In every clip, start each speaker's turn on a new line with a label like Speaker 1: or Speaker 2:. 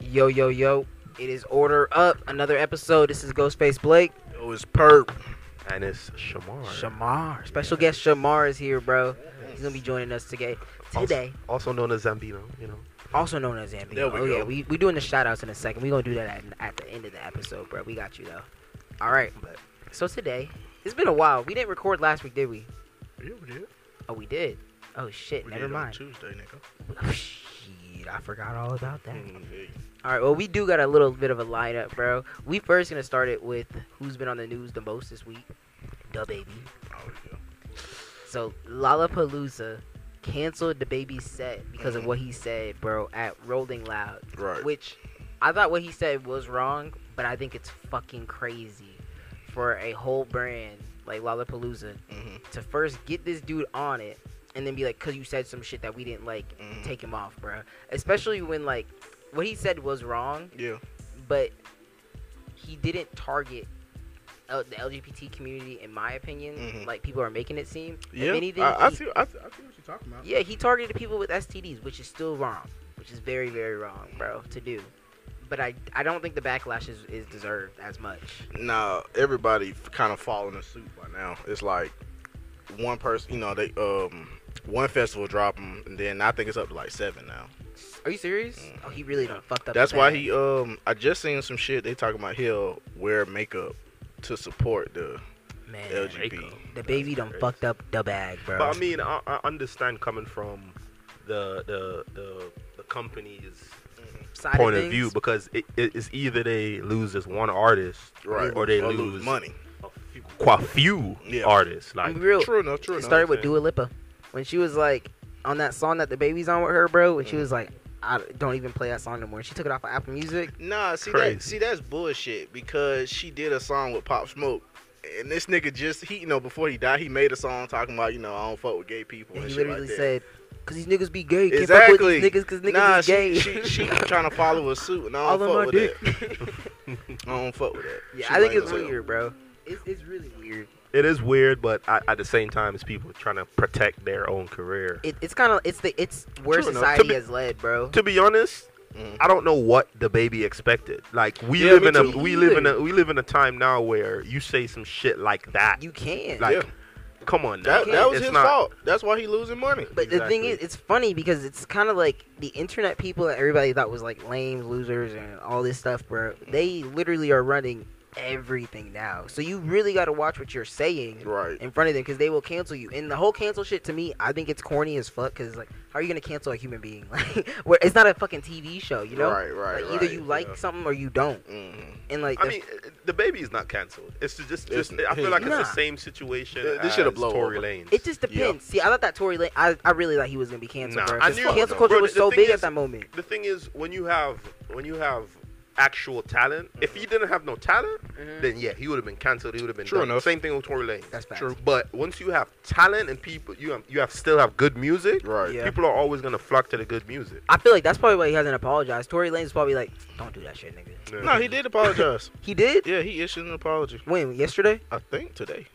Speaker 1: Yo, yo, yo. It is Order Up, another episode. This is Ghostface Blake.
Speaker 2: Yo, it's Perp. And it's Shamar.
Speaker 1: Shamar. Special guest Shamar is here, bro. He's going to be joining us today.
Speaker 2: Also-
Speaker 1: Today,
Speaker 2: Also known as Zambino, you know.
Speaker 1: also known as Zambino.
Speaker 2: There we
Speaker 1: oh, yeah.
Speaker 2: go.
Speaker 1: we we doing the shout outs in a second. We're going to do that at, at the end of the episode, bro. We got you, though. All right.
Speaker 2: But
Speaker 1: So today, it's been a while. We didn't record last week, did we?
Speaker 2: yeah, we did.
Speaker 1: Oh, we did. Oh, shit.
Speaker 2: We
Speaker 1: Never
Speaker 2: did On
Speaker 1: mind.
Speaker 2: Tuesday, nigga.
Speaker 1: Oh, shit. I forgot all about that.
Speaker 2: Mm,
Speaker 1: All right, well, we do got a little bit of a lineup, bro. We first gonna start it with who's been on the news the most this week, the baby.
Speaker 2: oh, yeah.
Speaker 1: So Lollapalooza canceled the baby's set because of
Speaker 2: Mhm.
Speaker 1: what he said, bro, at Rolling Loud,
Speaker 2: Right.
Speaker 1: which I thought what he said was wrong, but I think it's fucking crazy for a whole brand like Lollapalooza
Speaker 2: Mhm,
Speaker 1: to first get this dude on it and then be like, "Cause you said some shit that we didn't like,
Speaker 2: mhm.
Speaker 1: take him off, bro." Especially when like what he said was wrong
Speaker 2: Yeah.
Speaker 1: but he didn't target L- the LGBT community, in my opinion,
Speaker 3: Mm-hmm.
Speaker 2: Mhm.
Speaker 1: like people are making it seem.
Speaker 2: Yeah.
Speaker 1: If anything,
Speaker 2: I, I,
Speaker 1: he,
Speaker 2: see, I, see, I see what you're talking
Speaker 3: Oh.
Speaker 2: about.
Speaker 1: yeah, he targeted people with STDs, which is still wrong, which is very, very wrong, bro, to do. But I, I don't think the backlash is, is deserved as much.
Speaker 2: Now, everybody kind of following a suit by now. It's like one person, you know, they, um, one festival drop him, and then I think it's up to like seven now.
Speaker 1: Are you serious?
Speaker 2: Mhm.
Speaker 1: Oh, he really done fucked up.
Speaker 2: That's
Speaker 1: bad.
Speaker 2: why he, um, I just seen some shit. They talking about he'll wear makeup to support the
Speaker 1: man.
Speaker 2: LGBT.
Speaker 1: The baby done
Speaker 3: crazy.
Speaker 1: fucked up the bag, bro.
Speaker 3: But I mean, I, I understand coming from the the the, the company's
Speaker 1: Side
Speaker 3: point of
Speaker 1: things,
Speaker 3: view because it, it, it's either they lose this one artist
Speaker 2: Right.
Speaker 3: or they lose,
Speaker 2: lose money.
Speaker 3: a few- quite few
Speaker 2: Yeah.
Speaker 3: artists.
Speaker 1: I'm
Speaker 3: Like
Speaker 1: real.
Speaker 2: True enough. True
Speaker 1: It
Speaker 2: enough.
Speaker 1: started with
Speaker 3: saying?
Speaker 1: Dua Lipa when she was like on that song that the baby's on with her, bro.
Speaker 2: Mm-hmm.
Speaker 1: And she was like, I don't even play that song anymore. She took it off of Apple Music.
Speaker 2: Nah, see
Speaker 3: Crazy.
Speaker 2: that see that's bullshit because she did a song with Pop Smoke. And this nigga just he you know before he died he made a song talking about you know I don't fuck with gay people
Speaker 1: And
Speaker 2: and
Speaker 1: he
Speaker 2: shit
Speaker 1: literally
Speaker 2: like that.
Speaker 1: said, "Cause these niggas be gay. Can't fuck with
Speaker 2: exactly.
Speaker 1: these niggas, cause niggas
Speaker 2: nah,
Speaker 1: is
Speaker 2: she-
Speaker 1: gay."
Speaker 2: she, she, trying to follow a suit and I
Speaker 1: All
Speaker 2: don't
Speaker 1: on my
Speaker 2: fuck with
Speaker 1: dick.
Speaker 2: that. I don't fuck with that.
Speaker 1: yeah,
Speaker 2: She
Speaker 1: I think
Speaker 2: lame
Speaker 1: it's
Speaker 2: as hell.
Speaker 1: weird, bro. It's, it's really weird.
Speaker 3: it is weird, but I, at the same time, it's people trying to protect their own career.
Speaker 1: It, it's kind of it's the it's where
Speaker 3: True enough.
Speaker 1: society
Speaker 3: To be-
Speaker 1: has led, bro.
Speaker 3: to be honest,
Speaker 2: Mhm.
Speaker 3: I don't know what the baby expected. Like we
Speaker 2: Yeah,
Speaker 3: live
Speaker 2: me
Speaker 3: in a
Speaker 2: too.
Speaker 3: we live in a we live in a time now where you say some shit like that.
Speaker 1: You can,
Speaker 3: like,
Speaker 2: Yeah.
Speaker 3: come on, now.
Speaker 2: That, that was
Speaker 3: It's
Speaker 2: his
Speaker 3: not-
Speaker 2: fault. That's why he losing money.
Speaker 1: but the thing
Speaker 3: exactly.
Speaker 1: is, it's funny because it's kind of like the internet people that everybody thought was like lame losers and all this stuff, bro. They literally are running everything now. So you really got to watch what you're saying
Speaker 2: Right.
Speaker 1: in front of them because they will cancel you. And the whole cancel shit to me, I think it's corny as fuck. Because like, how are you gonna cancel a human being? Like, where it's not a fucking TV show, you know?
Speaker 2: Right. Right.
Speaker 1: Like,
Speaker 2: right.
Speaker 1: either you like
Speaker 3: yeah.
Speaker 1: something or you don't.
Speaker 2: Mhm.
Speaker 1: And like,
Speaker 3: I
Speaker 1: the-
Speaker 3: mean, uh, the baby is not canceled. It's ju- just, just.
Speaker 2: It's-
Speaker 3: I feel like
Speaker 1: Nah.
Speaker 3: it's the same situation.
Speaker 2: Th- this
Speaker 3: as
Speaker 2: shoulda blow
Speaker 3: Tory
Speaker 2: over.
Speaker 3: Lanez.
Speaker 1: it just depends. See, I thought that Tory Lane, I, I really thought he was gonna be canceled,
Speaker 3: Nah,
Speaker 1: bro.
Speaker 3: I
Speaker 1: 'cause
Speaker 3: knew-
Speaker 1: cancel culture
Speaker 3: bro,
Speaker 1: was
Speaker 3: the
Speaker 1: so
Speaker 3: thing
Speaker 1: big at
Speaker 3: is-
Speaker 1: that moment.
Speaker 3: the thing is, when you have when you have actual talent, if he didn't have no talent, then yeah, he would have been canceled. He would have been
Speaker 2: True
Speaker 3: done.
Speaker 2: enough.
Speaker 3: Same thing with Tory Lanez.
Speaker 1: That's facts.
Speaker 3: True. But once you have talent and people, you have, you have still have good music.
Speaker 2: Right.
Speaker 1: Yeah.
Speaker 3: People are always gonna flock to the good music.
Speaker 1: I feel like that's probably why he hasn't apologized. Tory Lane's probably like, don't do that shit, nigga.
Speaker 3: Yeah.
Speaker 2: No, he did apologize.
Speaker 1: He did?
Speaker 2: yeah, he issued an apology.
Speaker 1: When? Yesterday?
Speaker 2: I think today.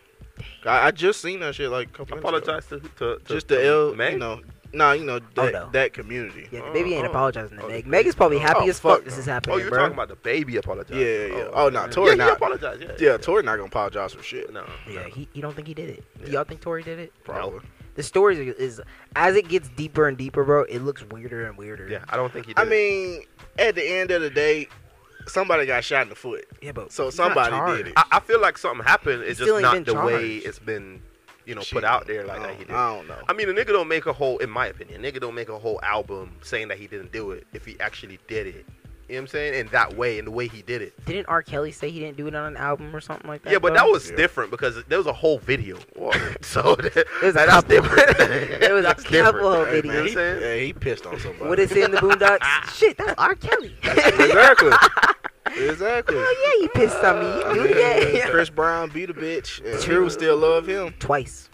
Speaker 2: I, I just seen that shit like a couple minutes ago.
Speaker 3: apologize to, to, to
Speaker 2: just
Speaker 3: to
Speaker 2: the L,
Speaker 3: Meg?
Speaker 2: you know, nah, you know that,
Speaker 1: no.
Speaker 2: that community.
Speaker 1: Yeah, the
Speaker 3: Oh,
Speaker 1: baby ain't
Speaker 3: oh.
Speaker 1: apologizing to
Speaker 3: Oh,
Speaker 1: Meg.
Speaker 3: the
Speaker 1: Meg is probably
Speaker 3: baby.
Speaker 1: happy
Speaker 2: Oh,
Speaker 1: as fuck,
Speaker 2: fuck
Speaker 1: this
Speaker 2: no.
Speaker 1: is
Speaker 3: Oh,
Speaker 1: happening,
Speaker 3: you're
Speaker 1: bro.
Speaker 3: talking about the baby apologizing?
Speaker 2: Yeah, yeah, yeah. Oh, nah, Tory
Speaker 3: yeah,
Speaker 2: not-
Speaker 3: He apologized. Yeah,
Speaker 2: Yeah, Tory not gonna apologize for shit.
Speaker 3: No,
Speaker 1: yeah,
Speaker 3: no.
Speaker 1: he, he don't think he did it. Do
Speaker 3: Yeah.
Speaker 1: y'all think Tory did it?
Speaker 2: Probably.
Speaker 1: The story is, is as it gets deeper and deeper, bro. It looks weirder and weirder.
Speaker 3: yeah. I don't think he. Did
Speaker 2: I mean, at the end of the day, somebody got shot in the foot.
Speaker 1: yeah, but
Speaker 2: So
Speaker 1: he's not
Speaker 2: somebody
Speaker 1: charged.
Speaker 2: did it.
Speaker 3: I, I feel like something happened.
Speaker 1: He's
Speaker 3: It's
Speaker 1: still
Speaker 3: just
Speaker 1: ain't been
Speaker 3: not the way
Speaker 1: charged.
Speaker 3: it's been, you know,
Speaker 2: Shit. Oh, uh.
Speaker 3: put out there
Speaker 2: I
Speaker 3: like that.
Speaker 2: don't-
Speaker 3: He did.
Speaker 2: I don't know.
Speaker 3: I mean, a nigga don't make a whole, in my opinion, a nigga don't make a whole album saying that he didn't do it if he actually did it. You know what I'm saying? In that way, in the way he did it.
Speaker 1: Didn't R. Kelly say he didn't do it on an album or something like that?
Speaker 3: yeah, but
Speaker 1: bro?
Speaker 3: that was
Speaker 2: Yeah.
Speaker 3: different because there was a whole video.
Speaker 2: Well,
Speaker 3: so that,
Speaker 1: was a
Speaker 3: that's
Speaker 1: couple.
Speaker 3: different.
Speaker 1: There was a
Speaker 3: That's different.
Speaker 1: couple of
Speaker 3: Hey, man,
Speaker 1: videos.
Speaker 3: You know Oh, what I'm saying?
Speaker 2: yeah, he pissed on somebody.
Speaker 1: What is it in the Boondocks? Shit, that's R. Kelly.
Speaker 2: exactly? exactly.
Speaker 1: oh yeah, he pissed on
Speaker 2: I
Speaker 1: me. You
Speaker 2: mean,
Speaker 1: do that
Speaker 2: Chris Brown beat a bitch, and
Speaker 1: True.
Speaker 2: True. still love him.
Speaker 1: twice,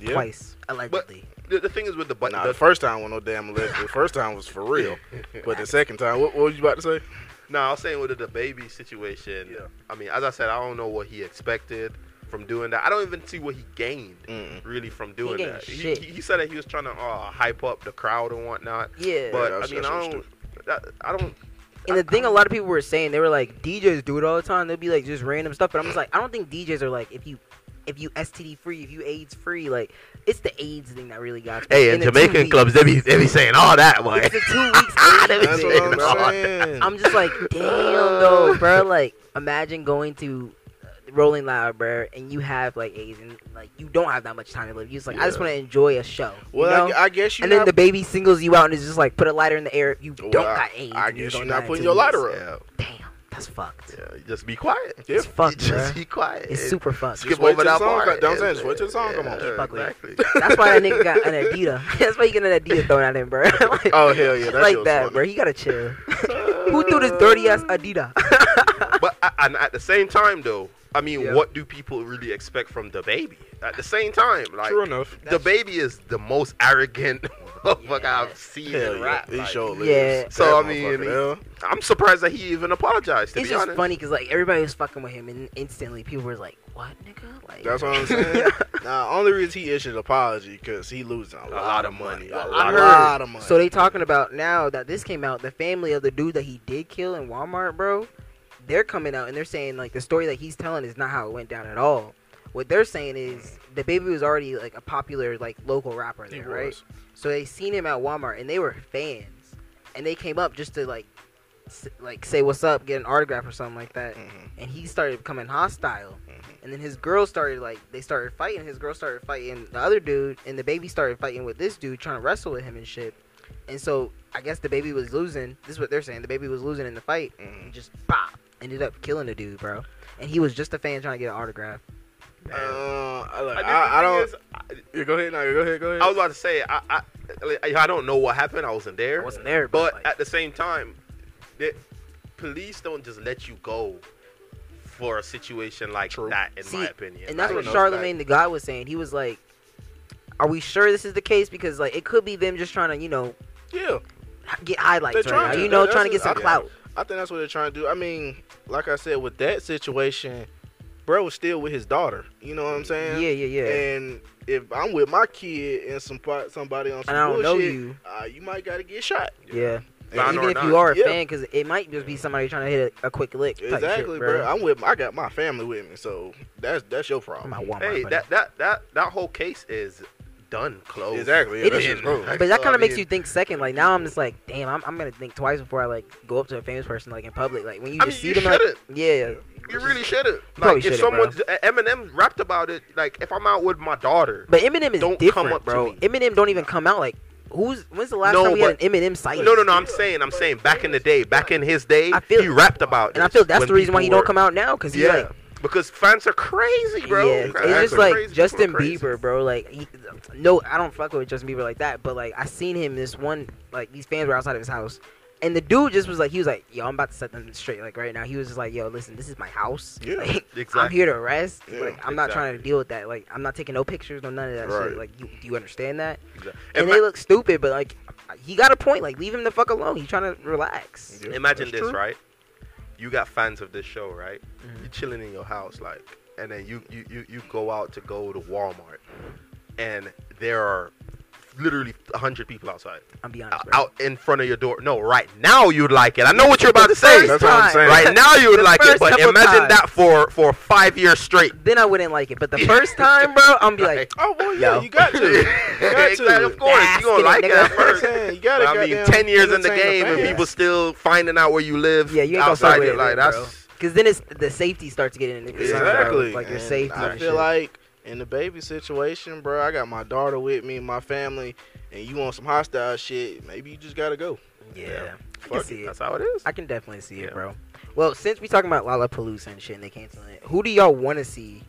Speaker 2: Yeah.
Speaker 1: twice allegedly.
Speaker 3: The, the thing is with the button.
Speaker 2: Nah,
Speaker 3: the,
Speaker 2: the first time was no damn alleged. The first time was for real, but the second time, what, what was you about to say?
Speaker 3: No, I was saying with the- the baby situation.
Speaker 2: Yeah.
Speaker 3: I mean, as I said, I don't know what he expected from doing that. I don't even see what he gained
Speaker 2: Mm-mm.
Speaker 3: really from doing
Speaker 1: Mm. gained
Speaker 3: that. He,
Speaker 1: shit.
Speaker 3: he he said that he was trying to uh, hype up the crowd and whatnot,
Speaker 1: yeah.
Speaker 3: but
Speaker 2: Yeah,
Speaker 3: I
Speaker 2: that's-
Speaker 3: mean,
Speaker 2: that's
Speaker 3: I
Speaker 2: what's
Speaker 3: don't. That, I don't.
Speaker 1: And the thing a lot of people were saying, they were like, DJs do it all the time. They'll be like just random stuff. But I'm just like, I don't think DJs are like if you if you STD free, if you AIDS free, like it's the AIDS thing that really got. me.
Speaker 3: Hey, in
Speaker 1: And the two
Speaker 3: Jamaican
Speaker 1: weeks-
Speaker 3: clubs, they be they be saying all that, boy.
Speaker 1: It's the two weeks. AIDS
Speaker 3: They be
Speaker 1: thing.
Speaker 2: That's what
Speaker 3: saying all
Speaker 2: I'm
Speaker 3: that.
Speaker 2: saying.
Speaker 1: I'm just like, damn though, bro. Like, imagine going to uh, Rolling Loud, bro, and you have like AIDS, and like you don't have that much time to live. You just like, I just
Speaker 3: Yeah.
Speaker 1: want to enjoy a show. you
Speaker 2: well,
Speaker 1: know?
Speaker 2: I, I guess you
Speaker 1: and then
Speaker 2: not-
Speaker 1: the baby singles you out and is just like, put a lighter in the air. You
Speaker 2: Well,
Speaker 1: don't
Speaker 2: I-
Speaker 1: got AIDS.
Speaker 2: I
Speaker 1: and
Speaker 2: guess
Speaker 1: don't
Speaker 2: you're not
Speaker 1: die in
Speaker 2: putting
Speaker 1: two
Speaker 2: your
Speaker 1: weeks.
Speaker 2: lighter up.
Speaker 3: Yeah,
Speaker 1: Damn, that's fucked.
Speaker 3: yeah. Just be quiet.
Speaker 2: Yeah.
Speaker 1: It's fucked,
Speaker 3: just
Speaker 1: bruh.
Speaker 3: be quiet.
Speaker 1: It's
Speaker 3: and
Speaker 1: super fucked.
Speaker 3: Skip
Speaker 2: Just wait
Speaker 3: over
Speaker 2: till
Speaker 3: that
Speaker 2: the song
Speaker 3: part.
Speaker 2: come- don't say it, just wait till the song come on.
Speaker 1: Fuck with it.
Speaker 3: exactly.
Speaker 1: That's why that nigga got an Adidas. That's why you get an Adidas thrown at him, bro. like,
Speaker 2: oh hell yeah,
Speaker 1: shit
Speaker 2: that
Speaker 1: like
Speaker 2: shit's
Speaker 1: that,
Speaker 2: funny.
Speaker 1: bro. He gotta chill. Who threw this dirty ass Adidas?
Speaker 3: but I, and at the same time, though, I mean,
Speaker 1: Yeah.
Speaker 3: what do people really expect from the baby? At the same time, like
Speaker 2: True enough.
Speaker 3: the baby is the most arrogant motherfucker
Speaker 1: Yeah.
Speaker 3: I've seen
Speaker 2: Hell
Speaker 3: in
Speaker 2: yeah,
Speaker 3: rap.
Speaker 2: he
Speaker 3: like,
Speaker 2: sure lives.
Speaker 1: Yeah.
Speaker 3: So,
Speaker 2: That
Speaker 3: I mean,
Speaker 2: motherfucker
Speaker 3: he-
Speaker 2: there.
Speaker 3: I'm surprised that he even apologized. To
Speaker 1: it's
Speaker 3: be
Speaker 1: just
Speaker 3: honest,
Speaker 1: funny because like everybody was fucking with him, and instantly people were like, "What, nigga?" Like
Speaker 2: That's what I'm saying. nah, only reason he issued an apology because he losing a,
Speaker 3: lot of money.
Speaker 2: A
Speaker 3: I
Speaker 2: lot,
Speaker 1: heard.
Speaker 2: of money.
Speaker 1: So they talking about now that this came out, the family of the dude that he did kill in Walmart, bro, they're coming out and they're saying like the story that he's telling is not how it went down at all. What they're saying is the baby was already like a popular like local rapper
Speaker 2: He
Speaker 1: there,
Speaker 2: was.
Speaker 1: right? So they seen him at Walmart and they were fans, and they came up just to like s- like say what's up, get an autograph or something like that.
Speaker 2: Mhm.
Speaker 1: and he started becoming hostile. And then his girl started like they started fighting. His girl started fighting the other dude, and the baby started fighting with this dude, trying to wrestle with him and shit. And so I guess the baby was losing. This is what they're saying: the baby was losing in the fight,
Speaker 2: Mhm.
Speaker 1: and just pop ended up killing the dude, bro. And he was just a fan trying to get an autograph.
Speaker 3: Man.
Speaker 2: Uh, I, like,
Speaker 3: But
Speaker 2: I, I
Speaker 3: the
Speaker 2: don't.
Speaker 3: thing is,
Speaker 2: Yeah, go ahead, no, go ahead, go ahead.
Speaker 3: I, I was about to say, I, I, like, I don't know what happened. I wasn't
Speaker 1: I
Speaker 3: there.
Speaker 1: wasn't there,
Speaker 3: But
Speaker 1: but, like,
Speaker 3: at the same time, the police don't just let you go for a situation like
Speaker 2: True.
Speaker 3: that, in my
Speaker 1: See,
Speaker 3: opinion.
Speaker 1: and that's
Speaker 3: Like,
Speaker 1: what
Speaker 2: I know
Speaker 1: Charlemagne the God was saying. He was like, "Are we sure this is the case? Because like it could be them just trying to, you know,
Speaker 2: yeah,
Speaker 1: h- get highlights right
Speaker 2: They're
Speaker 1: now.
Speaker 2: trying to.
Speaker 1: You know,
Speaker 2: That's
Speaker 1: trying to get
Speaker 2: just-
Speaker 1: some
Speaker 2: I-
Speaker 1: clout."
Speaker 2: I think that's what they're trying to do. I mean, like I said, with that situation, bro was still with his daughter. You know what I'm
Speaker 1: Yeah,
Speaker 2: saying?
Speaker 1: yeah, yeah.
Speaker 2: And if I'm with my kid and some po- somebody on some
Speaker 1: and I don't know
Speaker 2: bullshit,
Speaker 1: you.
Speaker 2: uh, you might gotta get shot.
Speaker 1: Yeah.
Speaker 2: And
Speaker 3: Fine
Speaker 1: even
Speaker 3: or
Speaker 1: if
Speaker 3: not.
Speaker 1: you are a
Speaker 2: Yeah.
Speaker 1: fan, because it might just be somebody trying to hit a, a quick lick. Type
Speaker 2: Exactly,
Speaker 1: shit,
Speaker 2: bro. I'm with. I got my family with me, so that's that's your problem.
Speaker 1: I'm at Walmart,
Speaker 3: hey,
Speaker 1: buddy.
Speaker 3: that, that that that whole case is done, closed.
Speaker 2: Exactly. Yeah,
Speaker 1: It
Speaker 2: that's
Speaker 1: is-
Speaker 2: just cool.
Speaker 1: but that
Speaker 3: so,
Speaker 1: kind
Speaker 3: I
Speaker 1: of makes
Speaker 3: mean-
Speaker 1: you think second. Like now, I'm just like, damn, I'm, I'm gonna think twice before I like go up to a famous person like in public. Like when you
Speaker 3: I
Speaker 1: just
Speaker 3: mean,
Speaker 1: see
Speaker 3: you
Speaker 1: them, like,
Speaker 3: shouldn't.
Speaker 1: yeah,
Speaker 3: You really shouldn't.
Speaker 1: probably
Speaker 3: Like, if
Speaker 1: shouldn't, bro.
Speaker 3: someone Eminem rapped about it, like if I'm out with my daughter,
Speaker 1: But Eminem is
Speaker 3: Don't come
Speaker 1: different,
Speaker 3: up to
Speaker 1: bro.
Speaker 3: me.
Speaker 1: Eminem don't even come out. Like who's? When's the last
Speaker 3: No,
Speaker 1: time we had
Speaker 3: but-
Speaker 1: an Eminem sighting?
Speaker 3: No, no, no. I'm saying, I'm saying, back in the day, back in his day,
Speaker 1: I feel-
Speaker 3: he rapped about.
Speaker 1: And I
Speaker 3: this
Speaker 1: feel that's
Speaker 3: when
Speaker 1: the reason why he
Speaker 3: people
Speaker 1: don't
Speaker 3: were-
Speaker 1: come out now, because
Speaker 3: Yeah,
Speaker 1: like,
Speaker 3: because fans are crazy, bro.
Speaker 1: Yeah,
Speaker 3: Fans
Speaker 1: it's just
Speaker 3: are
Speaker 1: like
Speaker 3: crazy.
Speaker 1: Justin
Speaker 3: People are crazy.
Speaker 1: Bieber, bro. Like, he, no, I don't fuck with Justin Bieber like that. But like, I seen him this one. Like, these fans were outside of his house, and the dude just was like, he was like, "Yo, I'm about to set them straight." Like right now, he was just like, "Yo, listen, this is my house.
Speaker 2: Yeah,
Speaker 1: Like, I'm
Speaker 3: exactly.
Speaker 1: here to rest.
Speaker 2: Yeah,
Speaker 1: like, I'm not trying to
Speaker 3: exactly.
Speaker 1: deal with that. Like, I'm not taking no pictures, no none of that
Speaker 2: Right.
Speaker 1: shit. Like, you, do you understand that?
Speaker 3: Exactly.
Speaker 1: And
Speaker 3: Ima-
Speaker 1: they look stupid, but like, he got a point. Like, leave him the fuck alone. He trying to relax.
Speaker 2: Yeah,
Speaker 3: Imagine
Speaker 2: that's
Speaker 3: this,
Speaker 2: true.
Speaker 3: right? You got fans of this show, right?
Speaker 1: Mhm.
Speaker 3: You're chilling in your house, like, and then you you you, you go out to go to Walmart, and there are literally a hundred people outside,
Speaker 1: I'm be
Speaker 3: o-
Speaker 1: honest. Bro.
Speaker 3: out in front of your door. No, right now you'd like it. I know what you're about to say.
Speaker 2: That's what I'm saying.
Speaker 3: Right now you would
Speaker 1: The
Speaker 3: like it,
Speaker 1: first
Speaker 3: but
Speaker 1: couple
Speaker 3: imagine
Speaker 1: times.
Speaker 3: that for for five years straight.
Speaker 1: Then I wouldn't like it, but the first time, bro, I'm be like,
Speaker 2: Oh well, yeah,
Speaker 1: Yo.
Speaker 2: you got to. You got to.
Speaker 3: Exactly, of course, you
Speaker 1: Basket
Speaker 3: gonna
Speaker 1: it,
Speaker 3: like it
Speaker 1: nigga.
Speaker 3: at first.
Speaker 2: You gotta.
Speaker 3: But I mean,
Speaker 2: goddamn
Speaker 3: ten years in the
Speaker 2: entertain
Speaker 3: game and
Speaker 2: fans.
Speaker 3: people still finding out where you live
Speaker 1: Yeah, you ain't gonna fuck
Speaker 3: outside
Speaker 1: with
Speaker 3: it.
Speaker 1: it,
Speaker 3: Like
Speaker 1: bro.
Speaker 3: that's
Speaker 1: Because then it's the safety starts getting in the concern,
Speaker 2: Exactly.
Speaker 1: bro. Like your
Speaker 2: And
Speaker 1: safety.
Speaker 2: I
Speaker 1: and
Speaker 2: feel
Speaker 1: shit.
Speaker 2: like in the baby situation, bro, I got my daughter with me, and my family, and you want some hostile shit, maybe you just gotta go.
Speaker 1: yeah,
Speaker 3: Yeah.
Speaker 1: I can
Speaker 3: fuck
Speaker 1: see
Speaker 3: it.
Speaker 1: it.
Speaker 3: That's how it is.
Speaker 1: I can definitely see
Speaker 3: Yeah.
Speaker 1: it, bro. Well, since we talking about Lollapalooza and shit, and they canceling it, who do y'all want to see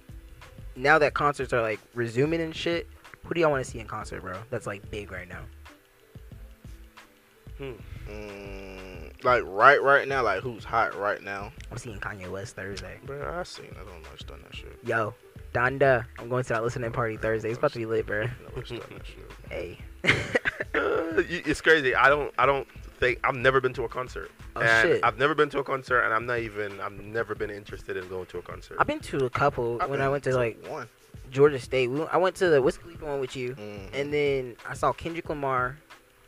Speaker 1: now that concerts are like resuming and shit? Who do y'all want to see in concert, bro? That's like big right now.
Speaker 2: Mm, like right, right now, like who's hot right now,
Speaker 1: I'm seeing Kanye West Thursday.
Speaker 2: bro? I seen that on much done that shit.
Speaker 1: Yo, Donda, I'm going to that listening party Thursday. It's about to be lit, bro.
Speaker 2: No, it's done that shit.
Speaker 1: Hey,
Speaker 3: Uh, y- it's crazy. I don't. I don't think I've never been to a concert.
Speaker 1: oh
Speaker 3: and
Speaker 1: shit. I've,
Speaker 3: I've never been to a concert, and I'm not even. I've never been interested in going to a concert.
Speaker 1: been to a couple
Speaker 2: I've
Speaker 1: when I
Speaker 2: been
Speaker 1: went to like
Speaker 2: one,
Speaker 1: Georgia State. We, I went to the Wiz Khalifa one with you.
Speaker 2: Mhm.
Speaker 1: And then I saw Kendrick Lamar,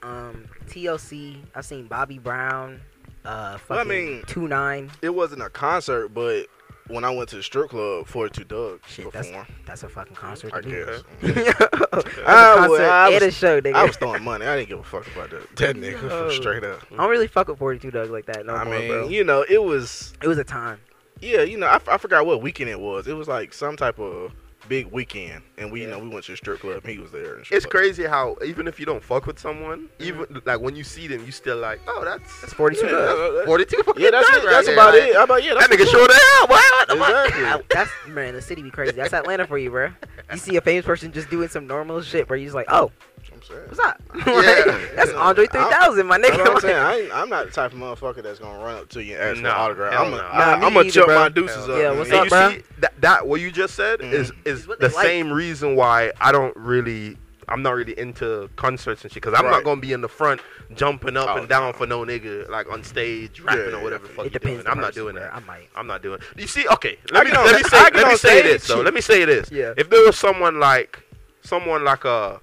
Speaker 1: um, TLC. I've seen Bobby Brown. uh, fucking
Speaker 2: Well, I mean-
Speaker 1: two nine.
Speaker 2: It wasn't a concert, but when I went to the strip club for two Doug
Speaker 1: Shit, that's
Speaker 2: perform,
Speaker 1: that's a fucking concert.
Speaker 2: I
Speaker 1: to me.
Speaker 2: guess.
Speaker 1: a
Speaker 2: I,
Speaker 1: concert
Speaker 2: was, I,
Speaker 1: and a
Speaker 2: was,
Speaker 1: show, nigga.
Speaker 2: I was throwing money. I didn't give a fuck about that. That nigga
Speaker 3: Yo.
Speaker 2: straight up.
Speaker 1: I don't really fuck with 42 Doug like that no
Speaker 2: I
Speaker 1: more,
Speaker 2: mean,
Speaker 1: bro.
Speaker 2: you know, it was
Speaker 1: It was a time.
Speaker 2: yeah, you know, I, f- I forgot what weekend it was. It was like some type of big weekend, and we you
Speaker 1: Yeah.
Speaker 2: know we went to the strip club. and He was there. And shit
Speaker 3: It's
Speaker 2: like-
Speaker 3: crazy how even if you don't fuck with someone, even like when you see them, you still like, oh, that's
Speaker 1: It's 42
Speaker 2: Yeah,
Speaker 1: Doug.
Speaker 2: that- that-
Speaker 3: 42.
Speaker 2: yeah, that's
Speaker 3: right
Speaker 2: it. That's
Speaker 3: there,
Speaker 2: about
Speaker 3: like,
Speaker 2: it. How about yeah?
Speaker 3: That
Speaker 2: that's
Speaker 3: nigga showed out. What? the fuck?
Speaker 2: Exactly.
Speaker 1: That's man, the city be crazy. That's Atlanta for you, bro. You see a famous person just doing some normal shit, bro. You're just like, oh,
Speaker 2: I'm saying.
Speaker 1: what's up?
Speaker 3: Yeah.
Speaker 1: That's Andre
Speaker 2: I-
Speaker 1: 3000, my
Speaker 2: That's what I'm
Speaker 1: nigga.
Speaker 2: saying. I ain't, I'm not the type of motherfucker that's gonna run up to you and ask for
Speaker 3: Nah,
Speaker 2: an autograph.
Speaker 3: hell
Speaker 2: I'm gonna
Speaker 3: nah.
Speaker 1: Nah, me
Speaker 2: I'm gonna
Speaker 1: either,
Speaker 2: jump
Speaker 1: bro.
Speaker 2: my deuces up.
Speaker 1: Yeah,
Speaker 2: man.
Speaker 1: what's
Speaker 2: And
Speaker 1: up,
Speaker 3: and
Speaker 1: bro?
Speaker 3: you see that, that what you just said is
Speaker 2: Mhm.
Speaker 3: is
Speaker 1: It's what
Speaker 3: the
Speaker 1: they like.
Speaker 3: same reason why I don't really I'm not really into concerts and shit because I'm
Speaker 2: Right.
Speaker 3: not gonna be in the front jumping up
Speaker 2: Oh,
Speaker 3: and down
Speaker 2: no.
Speaker 3: for no nigga like on stage rapping
Speaker 2: yeah,
Speaker 3: or whatever
Speaker 2: yeah.
Speaker 3: the fuck
Speaker 1: It
Speaker 3: you doing.
Speaker 1: depends. the
Speaker 3: I'm not
Speaker 1: person,
Speaker 3: doing
Speaker 1: bro.
Speaker 3: that.
Speaker 1: I might.
Speaker 3: I'm not doing. You see, okay. Let me
Speaker 2: can on-
Speaker 3: let me
Speaker 2: I
Speaker 3: say
Speaker 2: can
Speaker 3: let me
Speaker 2: on
Speaker 3: say this
Speaker 2: stage.
Speaker 3: though. Let me say this.
Speaker 1: Yeah.
Speaker 3: If there was someone like someone like a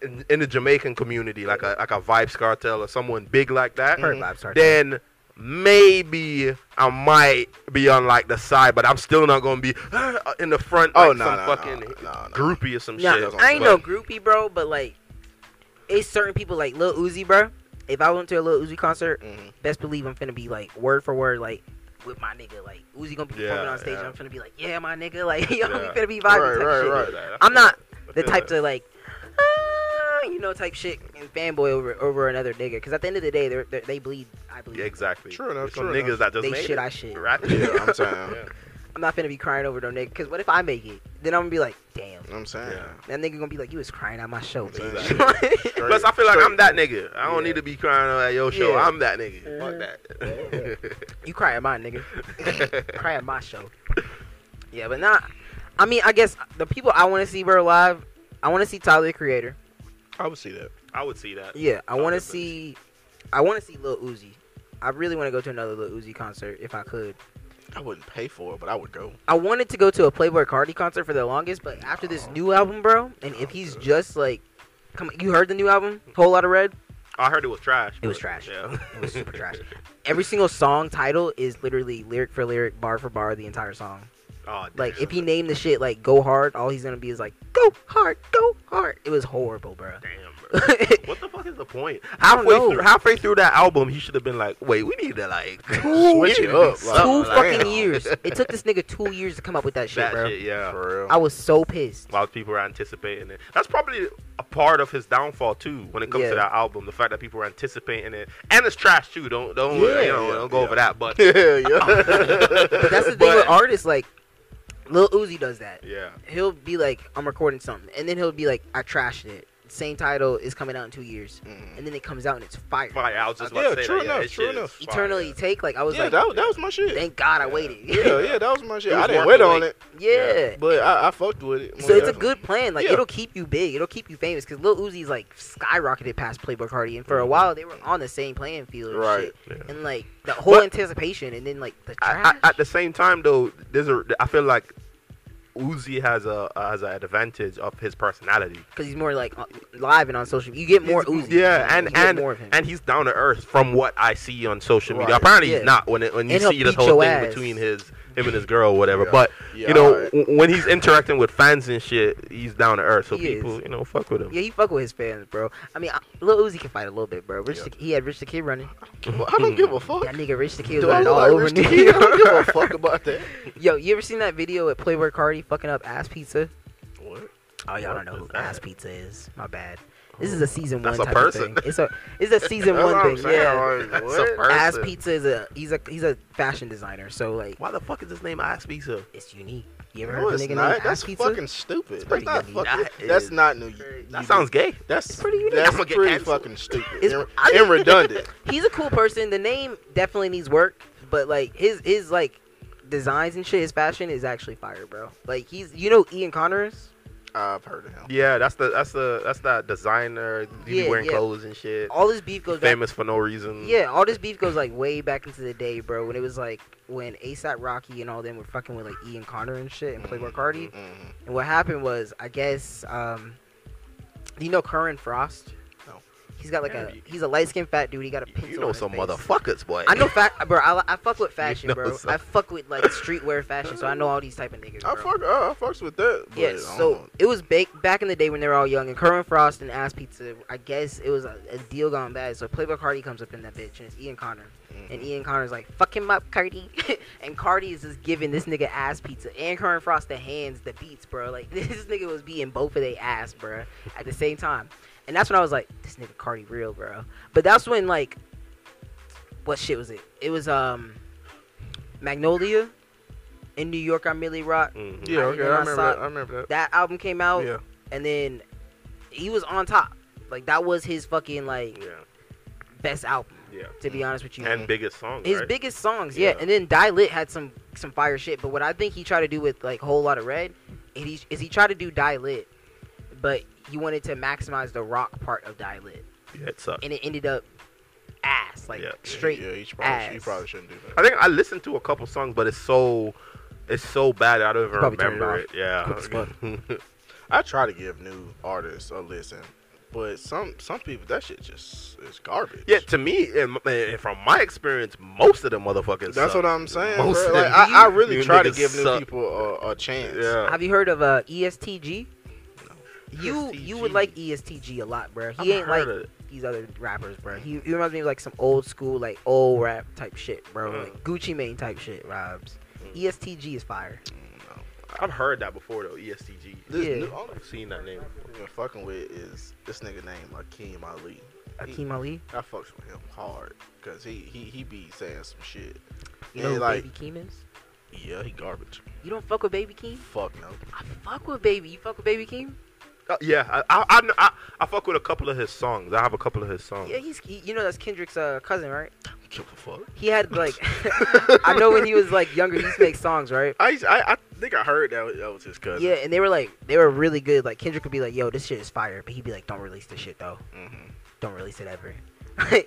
Speaker 3: in, in the Jamaican community, like a like a Vibes Cartel or someone big like that,
Speaker 1: Heard vibes, sorry.
Speaker 3: then maybe I might be on like the side, but I'm still not gonna be in the front.
Speaker 2: Oh,
Speaker 3: like,
Speaker 2: no,
Speaker 3: some
Speaker 2: no, no,
Speaker 3: fucking
Speaker 2: no, no.
Speaker 3: groupie or some
Speaker 1: Nah,
Speaker 3: shit.
Speaker 1: I ain't no
Speaker 3: But
Speaker 1: groupie, bro, but like, it's certain people like Lil Uzi, bro. If I went to a Lil Uzi concert,
Speaker 2: Mhm.
Speaker 1: best believe I'm finna be like word for word, like with my nigga. Like Uzi gonna be
Speaker 3: Yeah,
Speaker 1: performing on stage,
Speaker 3: yeah.
Speaker 1: and I'm finna be like, yeah, my nigga. Like, yo,
Speaker 3: Yeah.
Speaker 1: we finna be vibing
Speaker 2: Right,
Speaker 1: type
Speaker 2: right,
Speaker 1: shit.
Speaker 2: right.
Speaker 1: I'm not the
Speaker 3: feel
Speaker 1: type
Speaker 3: that.
Speaker 1: to like, ah, you know, type shit and fanboy over over another nigga. Because at the end of the day, they're, they're, they bleed. I bleed.
Speaker 3: Yeah, exactly.
Speaker 2: True enough,
Speaker 3: There's some
Speaker 2: true
Speaker 3: niggas
Speaker 2: enough.
Speaker 3: that just
Speaker 1: They
Speaker 3: made
Speaker 1: shit,
Speaker 3: it.
Speaker 1: I shit.
Speaker 3: Right?
Speaker 2: Yeah, I'm saying.
Speaker 1: I'm not finna be crying over no nigga. Because what if I make it? Then I'm gonna be like, damn.
Speaker 2: I'm saying.
Speaker 3: Yeah.
Speaker 1: That nigga gonna be like, you was crying at my show, bitch.
Speaker 2: Straight-
Speaker 3: Plus, I feel like
Speaker 2: straight.
Speaker 3: I'm that nigga. I don't
Speaker 1: Yeah.
Speaker 3: need to be crying out at your show.
Speaker 1: Yeah.
Speaker 3: I'm that nigga.
Speaker 1: Mhm.
Speaker 3: Fuck that.
Speaker 1: you cry at my nigga. cry at my show. Yeah, but not. I mean, I guess the people I want to see bro live. I want to see Tyler the Creator.
Speaker 2: I would see that.
Speaker 3: I would see that.
Speaker 1: Yeah, I want
Speaker 3: Tyler,
Speaker 1: to see.
Speaker 3: please.
Speaker 1: I want to see Lil Uzi. I really want to go to another Lil Uzi concert if I could.
Speaker 2: I wouldn't pay for it, but I would go.
Speaker 1: I wanted to go to a Playboy Cardi concert for the longest, but after this new album, bro, and if he's just like, come, you heard the new album, Whole Lot of Red,
Speaker 3: I heard it was trash.
Speaker 1: It was
Speaker 3: but-
Speaker 1: trash.
Speaker 3: Yeah.
Speaker 1: it was super trash. Every single song title is literally lyric for lyric, bar for bar, the entire song.
Speaker 3: Oh,
Speaker 1: Like
Speaker 3: damn.
Speaker 1: if he named the shit like "Go Hard," all he's gonna be is like "Go Hard, Go Hard." It was horrible, bro.
Speaker 3: Damn, bro. What the fuck is the point? Halfway
Speaker 1: know.
Speaker 3: through, halfway through that album, he should have been like, "Wait, we need to like
Speaker 1: Two
Speaker 2: Switch it
Speaker 1: years.
Speaker 2: up, like,
Speaker 1: two
Speaker 3: damn.
Speaker 1: fucking years. It took this nigga two years to come up with that shit,
Speaker 3: that
Speaker 1: bro.
Speaker 3: shit." Yeah,
Speaker 2: For real.
Speaker 1: I was so pissed.
Speaker 3: while people were anticipating it. That's probably a part of his downfall too. When it comes
Speaker 1: Yeah.
Speaker 3: to that album, the fact that people were anticipating it, and it's trash too. Don't don't
Speaker 2: Yeah,
Speaker 3: you know
Speaker 2: yeah,
Speaker 3: don't go
Speaker 2: yeah.
Speaker 3: over that. But
Speaker 2: yeah, yeah.
Speaker 1: But that's the thing
Speaker 3: But-
Speaker 1: with artists, like Lil Uzi does that.
Speaker 3: yeah,
Speaker 1: he'll be like, I'm recording something, and then he'll be like, I trashed it. Same title is coming out in two years,
Speaker 2: Mm.
Speaker 1: and then it comes out and it's fire.
Speaker 3: fire. I was just
Speaker 2: Uh,
Speaker 3: about to
Speaker 2: yeah,
Speaker 3: say
Speaker 2: true
Speaker 3: that.
Speaker 2: enough,
Speaker 3: yeah, it's
Speaker 2: true
Speaker 3: just
Speaker 2: enough.
Speaker 3: fire.
Speaker 1: Eternally take, like I was
Speaker 2: yeah,
Speaker 1: like,
Speaker 2: that, was- that was my shit.
Speaker 1: thank God I
Speaker 3: Yeah.
Speaker 1: waited.
Speaker 2: yeah, yeah, that was my shit.
Speaker 3: It was
Speaker 2: I didn't
Speaker 3: worth
Speaker 2: wait
Speaker 3: the
Speaker 2: on
Speaker 3: wait.
Speaker 2: it,
Speaker 1: Yeah.
Speaker 2: but I, I fucked with it.
Speaker 1: So it's a
Speaker 2: Yeah.
Speaker 1: good plan. Like
Speaker 2: Yeah.
Speaker 1: it'll keep you big. It'll keep you famous. Cause Lil Uzi's like skyrocketed past Playboy Cardi, and for a while they were on the same playing field. And
Speaker 2: Right.
Speaker 1: Shit.
Speaker 3: Yeah.
Speaker 1: And like the whole
Speaker 3: But-
Speaker 1: anticipation, and then like the trash.
Speaker 3: I, I, at the same time, though, there's a. I feel like Uzi has a has an advantage of his personality.
Speaker 1: Cause he's more like on- live and on social. media. You get more
Speaker 3: He's-
Speaker 1: Uzi.
Speaker 3: Yeah,
Speaker 1: You
Speaker 3: and
Speaker 1: get
Speaker 3: and
Speaker 1: more of him.
Speaker 3: and he's down to earth from what I see on social media.
Speaker 2: Right.
Speaker 3: Apparently,
Speaker 1: Yeah.
Speaker 3: he's not when it, when you
Speaker 1: And he'll
Speaker 3: see this
Speaker 1: beat
Speaker 3: whole
Speaker 1: your
Speaker 3: thing
Speaker 1: ass.
Speaker 3: between his him and his girl, or whatever.
Speaker 2: Yeah.
Speaker 3: But
Speaker 2: Yeah,
Speaker 3: you know,
Speaker 2: alright.
Speaker 3: w- when he's interacting with fans and shit, he's down to earth. So
Speaker 1: He is.
Speaker 3: people, you know, fuck with him.
Speaker 1: Yeah, he fuck with his fans, bro. I mean, I, Lil Uzi can fight a little bit, bro. Rich
Speaker 2: Yeah.
Speaker 1: the, he had Rich the Kid running.
Speaker 2: Well, I don't give a fuck.
Speaker 1: That nigga Rich the Kid was
Speaker 2: Do I
Speaker 1: running all
Speaker 2: look like
Speaker 1: over
Speaker 2: Rich the
Speaker 1: New
Speaker 2: Kid? I don't give a
Speaker 1: York.
Speaker 2: fuck about that.
Speaker 1: Yo, you ever seen that video at Playboy Cardi fucking up ass pizza?
Speaker 3: What?
Speaker 1: Oh, y'all don't
Speaker 3: What
Speaker 1: know who
Speaker 3: is that?
Speaker 1: ass pizza is. My bad. This is a season one
Speaker 3: That's a
Speaker 1: type
Speaker 3: person.
Speaker 1: of thing. It's a it's a season
Speaker 2: That's
Speaker 1: one
Speaker 2: what I'm
Speaker 1: thing.
Speaker 2: saying,
Speaker 1: Yeah.
Speaker 2: like,
Speaker 3: That's
Speaker 2: what?
Speaker 3: a person.
Speaker 1: Ass pizza is a he's a he's a fashion designer, so like
Speaker 3: Why the fuck is his name Ass Pizza?
Speaker 1: it's unique. You ever
Speaker 2: No,
Speaker 1: heard of a
Speaker 2: it's
Speaker 1: nigga
Speaker 2: not.
Speaker 1: named
Speaker 2: That's
Speaker 1: ass pizza?
Speaker 2: fucking stupid. That's
Speaker 1: pretty
Speaker 2: not
Speaker 1: unique.
Speaker 2: fucking.
Speaker 3: That
Speaker 2: that's
Speaker 3: is-
Speaker 2: not new.
Speaker 3: That sounds gay.
Speaker 2: That's
Speaker 1: It's pretty unique.
Speaker 2: That's
Speaker 3: I'm gonna get
Speaker 2: pretty
Speaker 3: canceled.
Speaker 2: fucking stupid
Speaker 1: It's-
Speaker 2: and,
Speaker 1: I-
Speaker 2: and redundant.
Speaker 1: He's a cool person. The name definitely needs work, but like his his like designs and shit, his fashion is actually fire, bro. Like he's you know Ian Connor is?
Speaker 2: I've heard of him.
Speaker 3: Yeah, that's the that's the that's that designer. He
Speaker 1: Yeah,
Speaker 3: be wearing
Speaker 1: yeah.
Speaker 3: clothes and shit.
Speaker 1: All his beef goes back
Speaker 3: Famous for no reason.
Speaker 1: Yeah, all this beef goes like way back into the day, bro. When it was like when ASAP Rocky and all them were fucking with like Ian Connor and shit and Playboy Cardi.
Speaker 2: Mhm.
Speaker 1: And what happened was, I guess, um, do you know Curran Frost?
Speaker 2: No.
Speaker 1: He's He's got like a
Speaker 2: Yeah.
Speaker 1: he's a light skinned fat dude. He got a pencil.
Speaker 3: You
Speaker 1: on
Speaker 3: know
Speaker 1: his
Speaker 3: some
Speaker 1: face.
Speaker 3: motherfuckers, boy.
Speaker 1: I know fat, bro. I, I fuck with fashion,
Speaker 3: know
Speaker 1: bro.
Speaker 3: some-
Speaker 1: I fuck with like streetwear fashion, so I know all these type of niggas.
Speaker 2: I
Speaker 1: Bro.
Speaker 2: fuck, I, I fucks with that. But
Speaker 1: Yeah,
Speaker 2: I don't
Speaker 1: so
Speaker 2: know.
Speaker 1: it was ba- back in the day when they were all young, and Kermit Frost and Ass Pizza, I guess it was a, a deal gone bad. So Playboy Cardi comes up in that bitch, and it's Ian Connor. And Ian Connor's like, fuck him up, Cardi. and Cardi is just giving this nigga ass pizza and Kermit Frost the hands, the beats, bro. Like, this nigga was beating both of they ass, bro, at the same time. And that's when I was like, this nigga Cardi real, bro. But that's when, like, what shit was it? It was, um, Magnolia in New York, I'm Millie Rock.
Speaker 3: Mhm.
Speaker 2: yeah,
Speaker 1: I Oh,
Speaker 2: okay,
Speaker 1: did
Speaker 2: I
Speaker 1: not
Speaker 2: remember
Speaker 1: stop-
Speaker 2: that. I remember
Speaker 1: That album came out
Speaker 2: that. Yeah,
Speaker 1: and then he was on top. Like that was his fucking like
Speaker 3: Yeah,
Speaker 1: best album.
Speaker 3: Yeah.
Speaker 1: To be honest with you,
Speaker 3: and biggest song.
Speaker 1: his
Speaker 3: right?
Speaker 1: biggest songs, yeah.
Speaker 3: Yeah.
Speaker 1: And then Die Lit had some some fire shit. But what I think he tried to do with like whole lot of red, and he, is he tried to do Die Lit, but he wanted to maximize the rock part of Die Lit,
Speaker 3: Yeah, it sucked.
Speaker 1: and it ended up ass like
Speaker 3: Yeah.
Speaker 1: straight.
Speaker 2: Yeah, you probably, you
Speaker 1: ass.
Speaker 2: probably shouldn't do that.
Speaker 3: I think I listened to a couple songs, but it's so it's so bad I don't even
Speaker 1: Probably turn it
Speaker 3: remember
Speaker 1: off.
Speaker 3: it. Yeah.
Speaker 1: Quick as fuck.
Speaker 2: I try to give new artists a listen, but some some people that shit just is garbage.
Speaker 3: yeah. To me, and and from my experience, most of the motherfuckers.
Speaker 2: that's
Speaker 3: suck.
Speaker 2: what I'm saying.
Speaker 3: Most
Speaker 2: bro.
Speaker 3: of
Speaker 2: Like,
Speaker 3: them-
Speaker 2: I, I
Speaker 3: you
Speaker 2: really try to
Speaker 3: niggas
Speaker 2: give new
Speaker 3: suck.
Speaker 2: people a, a chance.
Speaker 3: Yeah.
Speaker 1: Have you heard of uh, ESTG?
Speaker 3: E
Speaker 1: You you would
Speaker 3: ESTG.
Speaker 1: like E ESTG a lot, bro.
Speaker 3: I've
Speaker 1: He ain't like
Speaker 3: heard of it.
Speaker 1: these other rappers, bro. He, he reminds me of like some old school, like old rap type shit, bro.
Speaker 3: Mm.
Speaker 1: Like Gucci Mane type shit, E vibes.
Speaker 3: Mm.
Speaker 1: ESTG is fire.
Speaker 3: I've heard that before though. E ESTG.
Speaker 2: This
Speaker 1: Yeah.
Speaker 2: new, only
Speaker 3: I've seen that name.
Speaker 2: I'm even fucking with is this nigga named Akeem Ali.
Speaker 1: Akeem Ali,
Speaker 2: I fucks with him hard because he, he he be saying some shit.
Speaker 1: you
Speaker 2: Yeah,
Speaker 1: know who
Speaker 2: like-
Speaker 1: Baby Keem is?
Speaker 2: Yeah, he garbage.
Speaker 1: You don't fuck with Baby Keem?
Speaker 2: Fuck no.
Speaker 1: I fuck with Baby. You fuck with Baby Keem?
Speaker 3: Uh, yeah, I I, I kn- I I fuck with a couple of his songs. I have a couple of his songs.
Speaker 1: Yeah, he's he, you know that's Kendrick's uh, cousin, right?
Speaker 3: Give a fuck.
Speaker 1: He had like I know when he was like younger, he used to make songs, right?
Speaker 2: I, I I think I heard that was, that was his cousin.
Speaker 1: Yeah, and they were like they were really good. Like Kendrick would be like, "Yo, this shit is fire," but he'd be like, "Don't release this shit though.
Speaker 2: hmm
Speaker 1: Don't release it ever."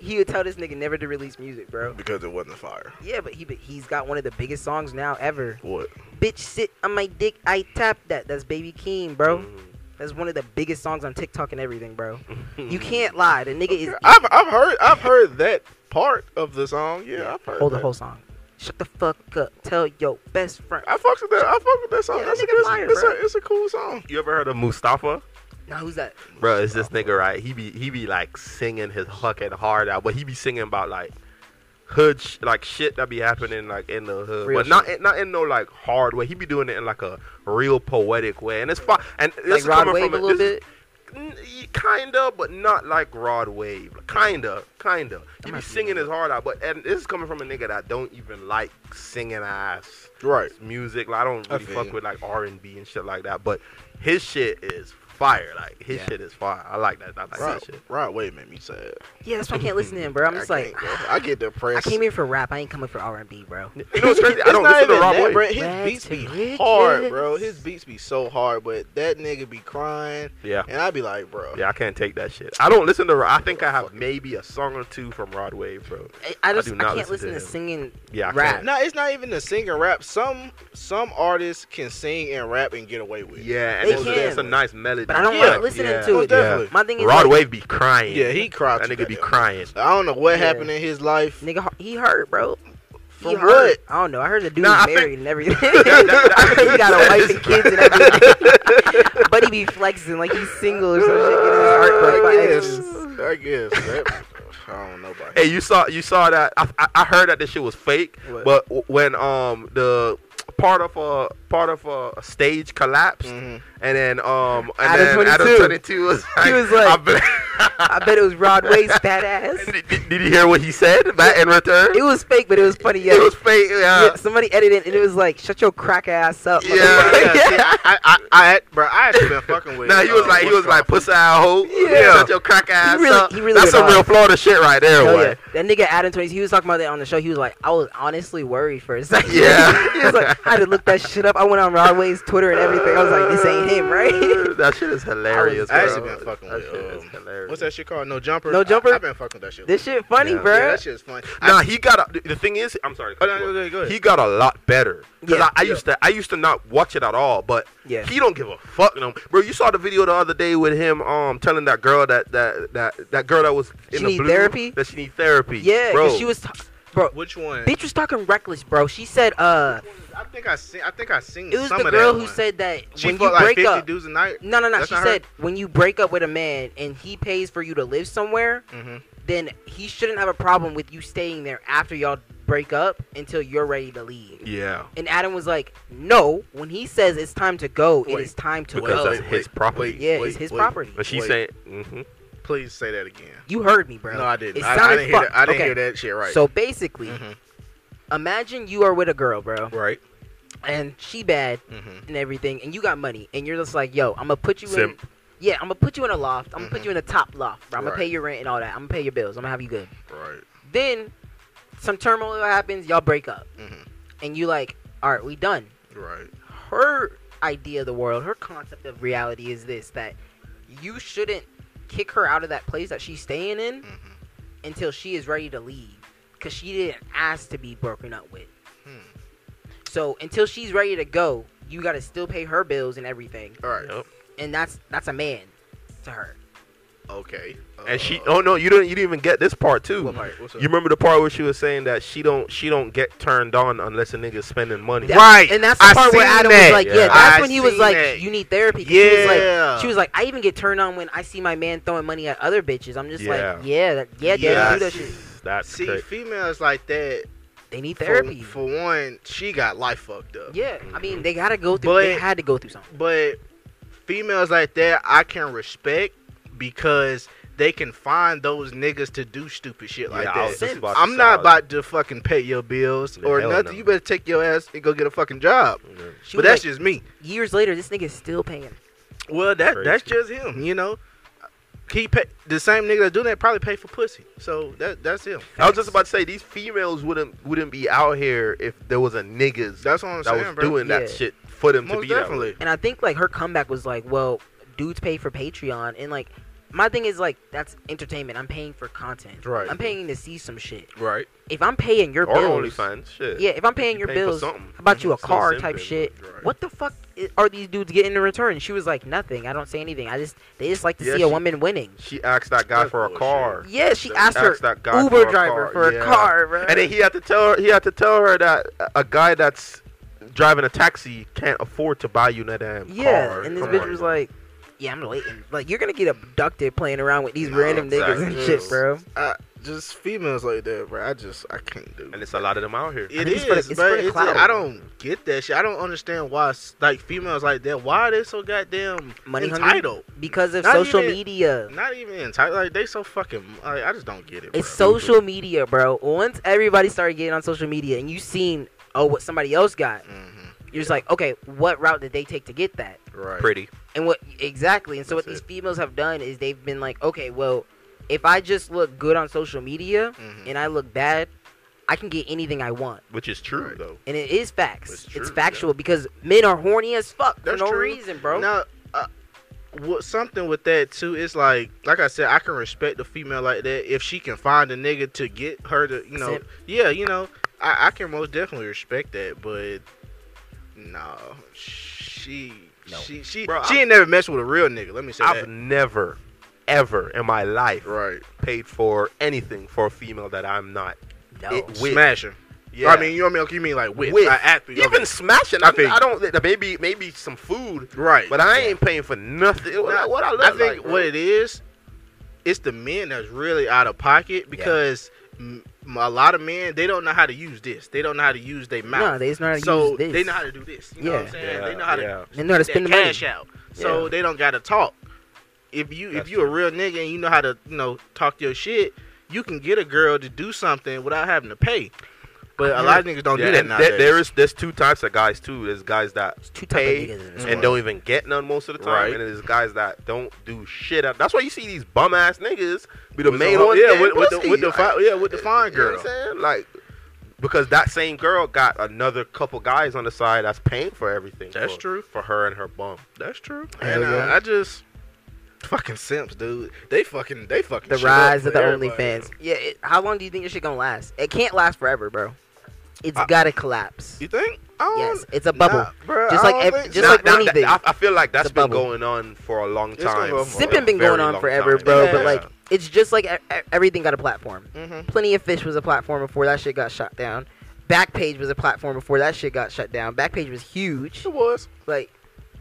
Speaker 1: he would tell this nigga never to release music, bro.
Speaker 2: Because it wasn't fire.
Speaker 1: Yeah, but he but he's got one of the biggest songs now ever.
Speaker 2: What?
Speaker 1: Bitch, sit on my dick. I tap that. That's Baby Keem, bro.
Speaker 3: Mhm.
Speaker 1: That's one of the biggest songs on TikTok and everything, bro. You can't lie. The nigga is.
Speaker 2: I've I've heard I've heard that part of the song. Yeah, I've heard.
Speaker 1: Hold the
Speaker 2: that.
Speaker 1: whole song. Shut the fuck up. Tell your best friend.
Speaker 2: I fucks with that. I fuck with that song.
Speaker 1: Yeah, that
Speaker 2: That's a
Speaker 1: nigga
Speaker 2: good.
Speaker 1: liar,
Speaker 2: it's,
Speaker 1: bro.
Speaker 2: a, it's a cool song.
Speaker 3: You ever heard of Mustafa?
Speaker 1: Now who's that?
Speaker 3: Bro, it's this nigga right. He be he be like singing his fucking heart out, but he be singing about like hood sh- like shit that be happening like in the hood,
Speaker 1: Real
Speaker 3: but not in, not in no like hard way. He be doing it in like a real poetic way, and it's fine. And
Speaker 1: Like
Speaker 3: this is
Speaker 1: Rod
Speaker 3: coming
Speaker 1: Wave a
Speaker 3: from
Speaker 1: little
Speaker 3: this
Speaker 1: bit.
Speaker 3: is- n- kinda, but not like Rod Wave. Kinda, kinda. He
Speaker 1: might
Speaker 3: be
Speaker 1: be
Speaker 3: singing his heart out, but and this is coming from a nigga that don't even like singing ass
Speaker 2: Right.
Speaker 3: music. Like, I don't
Speaker 2: I
Speaker 3: really
Speaker 2: feel
Speaker 3: fuck
Speaker 2: you.
Speaker 3: with like R and B and shit like that. But his shit is fire. Like his
Speaker 1: Yeah.
Speaker 3: shit is fire. I like that. I like
Speaker 2: Right.
Speaker 3: that shit.
Speaker 2: Right. Wait, made me sad.
Speaker 1: Yeah, that's why I can't listen to him, bro. I'm just
Speaker 2: I
Speaker 1: like,
Speaker 2: can't, bro. I get
Speaker 1: I
Speaker 2: depressed.
Speaker 1: came here for rap. I ain't coming for R&B, bro.
Speaker 3: You know what's crazy? I
Speaker 2: It's
Speaker 3: don't
Speaker 2: not
Speaker 3: listen to
Speaker 2: even
Speaker 3: Rob
Speaker 2: that,
Speaker 3: Wave.
Speaker 2: bro.
Speaker 1: Rags
Speaker 2: His beats
Speaker 1: to
Speaker 2: be
Speaker 1: riches.
Speaker 2: hard, bro. His beats be so hard, but that nigga be crying,
Speaker 3: Yeah.
Speaker 2: and I be like, bro.
Speaker 3: Yeah, I can't take that shit. I don't listen to. Ro- I think I have maybe a song or two from Rod Wave, bro.
Speaker 1: I, I just
Speaker 3: do
Speaker 1: I,
Speaker 3: not
Speaker 1: can't listen
Speaker 3: listen
Speaker 1: to,
Speaker 3: to
Speaker 1: singing.
Speaker 3: Yeah, I
Speaker 1: Rap.
Speaker 2: No, it's not even the singing rap. Some some artists can sing and rap and get away with.
Speaker 3: can't.
Speaker 2: it.
Speaker 3: Yeah, and
Speaker 1: They
Speaker 3: it's,
Speaker 1: can.
Speaker 3: it's a nice melody.
Speaker 1: But I don't
Speaker 3: yeah.
Speaker 1: wanna listen
Speaker 3: yeah. Oh,
Speaker 1: to it.
Speaker 2: Most definitely.
Speaker 1: My thing is,
Speaker 3: Rod
Speaker 1: like,
Speaker 3: Wave be crying.
Speaker 2: Yeah, he cried.
Speaker 3: That
Speaker 2: to
Speaker 3: nigga be
Speaker 2: death.
Speaker 3: crying.
Speaker 2: I don't know what
Speaker 1: Yeah.
Speaker 2: happened in his life.
Speaker 1: nigga, h- he hurt, bro.
Speaker 2: From
Speaker 1: he
Speaker 2: what?
Speaker 1: hurt. I don't know. I heard the dude
Speaker 3: Nah, I
Speaker 1: married
Speaker 3: think-
Speaker 1: and everything. he got a wife and kids and everything. but he be flexing like he's single or some shit.
Speaker 2: I
Speaker 1: Getting his heart crushed by exes.
Speaker 2: guess. I guess. That, I don't know about
Speaker 3: Hey, you saw you saw that? I, I, I heard that this shit was fake.
Speaker 2: What?
Speaker 3: But w- when um the part of a part of a stage collapsed,
Speaker 2: Mhm.
Speaker 3: and then um and
Speaker 1: Mm-hmm. Adam 22.
Speaker 3: then Adam twenty two was like,
Speaker 1: was like-
Speaker 3: I bet-
Speaker 1: I bet it was Rod Wade's fat ass.
Speaker 3: did, did- did you hear what he said back in return?
Speaker 1: It was fake, but it was funny. Yeah.
Speaker 3: It was fake.
Speaker 1: yeah,
Speaker 3: Yeah.
Speaker 1: somebody edited it and it was like, "Shut your crack ass up."
Speaker 3: Yeah,
Speaker 1: motherfucker."
Speaker 3: yeah.
Speaker 2: I, I, I, bro, I actually been fucking with.
Speaker 3: No, he was
Speaker 2: uh,
Speaker 3: like he
Speaker 2: what's
Speaker 3: was like
Speaker 2: called-
Speaker 3: pussy out hoe.
Speaker 1: Yeah.
Speaker 3: Shut your crack ass
Speaker 1: really-
Speaker 3: up.
Speaker 1: he really went
Speaker 3: That's some real
Speaker 1: hard.
Speaker 3: Florida shit right there.
Speaker 1: Hell
Speaker 3: boy.
Speaker 1: yeah. That nigga Adam Twenty, he was talking about that on the show. He was like, I was honestly worried for a second.
Speaker 3: Yeah.
Speaker 1: he was like, I had to look that shit up. I went on Rodway's Twitter and everything. I was like, this ain't him, right?
Speaker 3: that shit is hilarious.
Speaker 1: I
Speaker 2: actually
Speaker 3: bro.
Speaker 2: been fucking
Speaker 3: That
Speaker 2: with,
Speaker 3: shit is
Speaker 2: um, What's that shit called? No jumper.
Speaker 1: No Jumper?
Speaker 2: I, have been fucking with that shit.
Speaker 1: This shit funny,
Speaker 3: Yeah.
Speaker 1: bro.
Speaker 2: yeah, that shit's funny. I-
Speaker 3: Nah, he got. A, the thing is, I'm sorry. to
Speaker 2: oh,
Speaker 3: cut
Speaker 2: no,
Speaker 3: you
Speaker 2: no,
Speaker 3: off.
Speaker 2: no, go ahead.
Speaker 3: He got a lot better. Cause
Speaker 1: Yeah.
Speaker 3: I, I used to, I used to not watch it at all. But
Speaker 1: Yeah.
Speaker 3: he don't give a fuck no. Bro, you saw the video the other day with him, um, telling that girl that that that that girl that was
Speaker 1: She
Speaker 3: in the
Speaker 1: need
Speaker 3: blue,
Speaker 1: therapy?
Speaker 3: That she need therapy.
Speaker 1: yeah,
Speaker 3: bro.
Speaker 1: cause she was, t- bro.
Speaker 2: Which one?
Speaker 1: Bitch was talking reckless, bro. She said, uh,
Speaker 2: I think I seen. I think I seen.
Speaker 1: it was
Speaker 2: some
Speaker 1: the
Speaker 2: of
Speaker 1: girl
Speaker 2: that
Speaker 1: who
Speaker 2: one.
Speaker 1: said that
Speaker 2: she
Speaker 1: when you
Speaker 2: fucked like
Speaker 1: break
Speaker 2: 50
Speaker 1: up.
Speaker 2: dudes a night.
Speaker 1: No, no, no.
Speaker 2: That's
Speaker 1: she
Speaker 2: not her?
Speaker 1: said when you break up with a man and he pays for you to live somewhere,
Speaker 2: Mm-hmm.
Speaker 1: then he shouldn't have a problem with you staying there after y'all break up until you're ready to leave.
Speaker 3: Yeah,
Speaker 1: And Adam was like, "No, when he says it's time to go, it
Speaker 2: Wait,
Speaker 1: is time to
Speaker 3: because
Speaker 1: go."
Speaker 3: that's his property.
Speaker 1: yeah, it's his property.
Speaker 3: But she
Speaker 2: Wait.
Speaker 3: saying, mm-hmm.
Speaker 2: Please say that again.
Speaker 1: You heard me, bro.
Speaker 2: No, I didn't.
Speaker 1: It
Speaker 2: I, I
Speaker 1: sounded
Speaker 2: didn't, hear
Speaker 1: fucked.
Speaker 2: that, I didn't
Speaker 1: Okay.
Speaker 2: hear that shit right.
Speaker 1: So basically,
Speaker 2: Mhm.
Speaker 1: imagine you are with a girl, bro,
Speaker 3: right,
Speaker 1: and she bad
Speaker 3: Mm-hmm.
Speaker 2: Mhm.
Speaker 1: and everything, and you got money, and you're just like, "Yo, I'm gonna put you
Speaker 3: Simp.
Speaker 1: in." Yeah, I'm gonna put you in a loft. I'm gonna put you in a top loft. Bro. I'm gonna
Speaker 2: Mm-hmm. Right.
Speaker 1: pay your rent and all that. I'm gonna pay your bills. I'm gonna have you good.
Speaker 2: Right.
Speaker 1: Then some turmoil happens. Y'all break up,
Speaker 2: Mhm.
Speaker 1: and you like, all right, we done.
Speaker 2: Right.
Speaker 1: her idea of the world, her concept of reality is this that you shouldn't kick her out of that place that she's staying in
Speaker 2: Mhm.
Speaker 1: until she is ready to leave because she didn't ask to be broken up with.
Speaker 2: Hmm.
Speaker 1: So until she's ready to go, you got to still pay her bills and everything,
Speaker 2: All right.
Speaker 3: Yep.
Speaker 1: and that's that's a man to her.
Speaker 2: Okay.
Speaker 3: and she.
Speaker 2: Uh,
Speaker 3: Oh no, you didn't. You didn't even get this part too.
Speaker 2: what part? What's up?
Speaker 3: You remember the part where she was saying that she don't she don't get turned on unless a nigga's spending money.
Speaker 1: That- and that's the
Speaker 2: I
Speaker 1: part where
Speaker 2: seen
Speaker 1: Adam
Speaker 2: that.
Speaker 1: was like, "Yeah,
Speaker 3: Yeah.
Speaker 1: that's
Speaker 2: I
Speaker 1: when he was
Speaker 2: seen
Speaker 1: like,
Speaker 2: that.
Speaker 1: you need therapy." 'cause She was like,
Speaker 2: Yeah.
Speaker 1: she was like, "I even get turned on when I see my man throwing money at other bitches." I'm just
Speaker 3: Yeah.
Speaker 1: like, "Yeah, that, yeah, daddy,
Speaker 2: Yeah,
Speaker 1: do
Speaker 2: I
Speaker 1: that
Speaker 2: see.
Speaker 1: shit.
Speaker 3: That's
Speaker 2: See,
Speaker 3: crazy.
Speaker 2: females like that.
Speaker 1: They need
Speaker 2: for-
Speaker 1: therapy."
Speaker 2: For, one, she got life fucked up.
Speaker 1: Yeah, I mean they gotta go through. they
Speaker 2: But-
Speaker 1: had to go through something.
Speaker 2: But females like that, I can respect because they can find those niggas to do stupid shit like
Speaker 3: Yeah, I
Speaker 2: that.
Speaker 3: was just about to
Speaker 2: I'm
Speaker 3: say, I
Speaker 2: not
Speaker 3: was-
Speaker 2: about to fucking pay your bills
Speaker 3: Yeah,
Speaker 2: or
Speaker 3: hell
Speaker 2: nothing.
Speaker 3: no.
Speaker 2: You better take your ass and go get a fucking job.
Speaker 1: She
Speaker 2: but
Speaker 1: was
Speaker 2: that's
Speaker 1: like,
Speaker 2: just me.
Speaker 1: years later, this nigga's still paying.
Speaker 2: Well, that that's just
Speaker 3: Crazy.
Speaker 2: him. You know, he pay, the same nigga that do that probably pay for pussy. So that that's him.
Speaker 3: I was just about to say these females wouldn't wouldn't be out here if there was a niggas
Speaker 2: That's what I'm
Speaker 3: that
Speaker 2: saying,
Speaker 3: was
Speaker 2: bro.
Speaker 3: doing
Speaker 1: Yeah.
Speaker 3: that shit for them to
Speaker 2: Most
Speaker 3: be
Speaker 2: definitely.
Speaker 1: And I think like her comeback was like, well, dudes pay for Patreon, and like my thing is like that's entertainment. I'm paying for content.
Speaker 2: Right.
Speaker 1: I'm paying to see some shit.
Speaker 3: Right.
Speaker 1: If I'm paying your
Speaker 3: Or
Speaker 1: bills,
Speaker 3: OnlyFans. Shit.
Speaker 1: yeah, if I'm paying
Speaker 3: You
Speaker 1: your
Speaker 3: paying for
Speaker 1: bills, how
Speaker 3: something.
Speaker 1: about you a
Speaker 3: Still
Speaker 1: car
Speaker 3: simping,
Speaker 1: type shit?
Speaker 2: right.
Speaker 1: What the fuck i- are these dudes getting in return? She was like, nothing. I don't say anything. I just they just like to
Speaker 3: Yeah,
Speaker 1: see a
Speaker 3: she-
Speaker 1: woman winning.
Speaker 3: She asked that guy
Speaker 2: That's
Speaker 3: for a
Speaker 2: bullshit.
Speaker 3: car.
Speaker 1: Yeah, she
Speaker 2: That's
Speaker 1: asked her
Speaker 3: Asked that guy
Speaker 1: Uber
Speaker 3: for a
Speaker 1: driver
Speaker 3: car.
Speaker 1: for
Speaker 3: yeah.
Speaker 1: a car, bro.
Speaker 3: And then he had to tell her he had to tell her that a- a guy that's driving a taxi can't afford to buy you that damn
Speaker 1: Yeah,
Speaker 3: car.
Speaker 1: and this
Speaker 3: Come
Speaker 1: bitch
Speaker 3: on.
Speaker 1: was like, "Yeah, I'm waiting. Like, you're gonna get abducted playing around with these
Speaker 3: No,
Speaker 1: random niggas
Speaker 3: exactly.
Speaker 1: and shit, bro."
Speaker 2: just females like that, bro. I just I can't do.
Speaker 3: and it's a lot of them out here.
Speaker 1: I
Speaker 2: It
Speaker 1: think
Speaker 2: is,
Speaker 1: it's for the- it's for the
Speaker 2: but it's,
Speaker 1: clout.
Speaker 2: I don't get that shit. I don't understand why s- like females like that. Why are they so goddamn
Speaker 1: Money hungry?
Speaker 2: entitled?
Speaker 1: Because of
Speaker 2: Not
Speaker 1: social
Speaker 2: even-
Speaker 1: media,
Speaker 2: Not even entitled. Like they so fucking. Like, I just don't get it.
Speaker 1: it's
Speaker 2: bro.
Speaker 1: social media, bro. Once everybody started getting on social media, and you seen oh what somebody else got,
Speaker 2: Mhm,
Speaker 1: you're just like, okay, what route did they take to get that?
Speaker 2: Right.
Speaker 3: Pretty.
Speaker 1: And what exactly? And so what
Speaker 2: That's
Speaker 1: these females have done is they've been like, okay, well, if I just look good on social media
Speaker 2: Mhm.
Speaker 1: and I look bad, I can get anything I want.
Speaker 3: Which is true
Speaker 2: Right.
Speaker 3: though.
Speaker 1: And it is facts.
Speaker 3: It's
Speaker 1: It's,
Speaker 3: true, yeah.
Speaker 1: factual because men are horny as fuck
Speaker 2: That's
Speaker 1: for no
Speaker 2: true.
Speaker 1: reason, bro.
Speaker 2: Now, uh, what something with that too is like, like I said, I can respect a female like that if she can find a nigga to get her to, you know,
Speaker 1: Consent.
Speaker 2: yeah, you know, I, I can most definitely respect that, but no, she,
Speaker 3: No.
Speaker 2: she, she,
Speaker 3: Bro,
Speaker 2: she
Speaker 3: I-
Speaker 2: ain't never messed with a real nigga. Let me say
Speaker 3: I've never, ever in my life
Speaker 2: that. Right,
Speaker 3: paid for anything for a female that I'm not.
Speaker 1: no.
Speaker 3: it- Oh, With.
Speaker 2: smash her.
Speaker 3: Yeah.
Speaker 2: I mean, you know what I mean? You mean like with?
Speaker 3: With.
Speaker 2: Like, after,
Speaker 3: even
Speaker 2: okay.
Speaker 3: smashing.
Speaker 2: I
Speaker 3: I,
Speaker 2: think-
Speaker 3: I don't. Maybe maybe some food,
Speaker 2: right,
Speaker 3: but I ain't paying for nothing. What, I- what I look
Speaker 2: I think
Speaker 3: like, bro.
Speaker 2: what it is, it's the men that's really out of pocket because m a a lot of men they don't know how to use this. They don't know how to use their mouth.
Speaker 1: No, they just know how to
Speaker 2: so
Speaker 1: use this.
Speaker 2: they know how to do this. You know what I'm
Speaker 1: Yeah.
Speaker 2: saying? they know how to
Speaker 3: yeah.
Speaker 1: They know how to
Speaker 2: that
Speaker 1: spend the money.
Speaker 2: cash out. So
Speaker 3: Yeah.
Speaker 2: they don't gotta talk. If you
Speaker 3: That's
Speaker 2: if you a real nigga and you know how to you know talk your shit, you can get a girl to do something without having to pay. But a lot of niggas don't
Speaker 3: Yeah,
Speaker 2: do that
Speaker 3: and
Speaker 2: nowadays.
Speaker 3: there- there is there's two types of guys too. There's guys that
Speaker 1: It's two type of
Speaker 3: pay
Speaker 1: niggas in this
Speaker 3: and
Speaker 1: world.
Speaker 3: don't even get none most of the time,
Speaker 2: Right.
Speaker 3: and there's guys that don't do shit. That's why you see these bum ass niggas be the
Speaker 2: With
Speaker 3: main
Speaker 2: the-
Speaker 3: one.
Speaker 2: yeah, with, with the with the
Speaker 3: like,
Speaker 2: fine, yeah with the fine
Speaker 3: you know what
Speaker 2: girl.
Speaker 3: I'm saying? Like because that same girl got another couple guys on the side that's paying for everything.
Speaker 2: That's
Speaker 3: for-
Speaker 2: true.
Speaker 3: for her and her bum.
Speaker 2: That's true.
Speaker 1: Hell
Speaker 2: And uh,
Speaker 1: yeah.
Speaker 2: I just Fucking simps, dude. They fucking they fucking
Speaker 1: The
Speaker 2: shit up
Speaker 1: rise of
Speaker 2: for
Speaker 1: the
Speaker 2: everybody.
Speaker 1: OnlyFans. Yeah, it, how long do you think this shit gonna last? It can't last forever, bro. It's
Speaker 2: I-
Speaker 1: gotta collapse.
Speaker 2: You think? I don't-
Speaker 1: Yes, it's a bubble.
Speaker 2: Nah, bruh,
Speaker 1: Just
Speaker 2: I
Speaker 1: like
Speaker 2: don't
Speaker 1: ev-
Speaker 2: think
Speaker 1: just
Speaker 2: so.
Speaker 3: Nah,
Speaker 1: like
Speaker 3: nah,
Speaker 1: anything.
Speaker 3: that- I, I feel like that's
Speaker 1: a
Speaker 3: been
Speaker 1: bubble.
Speaker 3: going on for a long
Speaker 2: It's gonna
Speaker 3: time.
Speaker 2: go on for a
Speaker 1: Sipping been
Speaker 3: Very
Speaker 1: going on
Speaker 3: long
Speaker 1: forever,
Speaker 3: time.
Speaker 1: bro.
Speaker 2: Yeah.
Speaker 1: But like, it's just like e- e- everything got a platform.
Speaker 2: Mhm.
Speaker 1: Plenty of Fish was a platform before that shit got shut down. Backpage was a platform before that shit got shut down. Backpage was huge.
Speaker 2: It was.
Speaker 1: Like,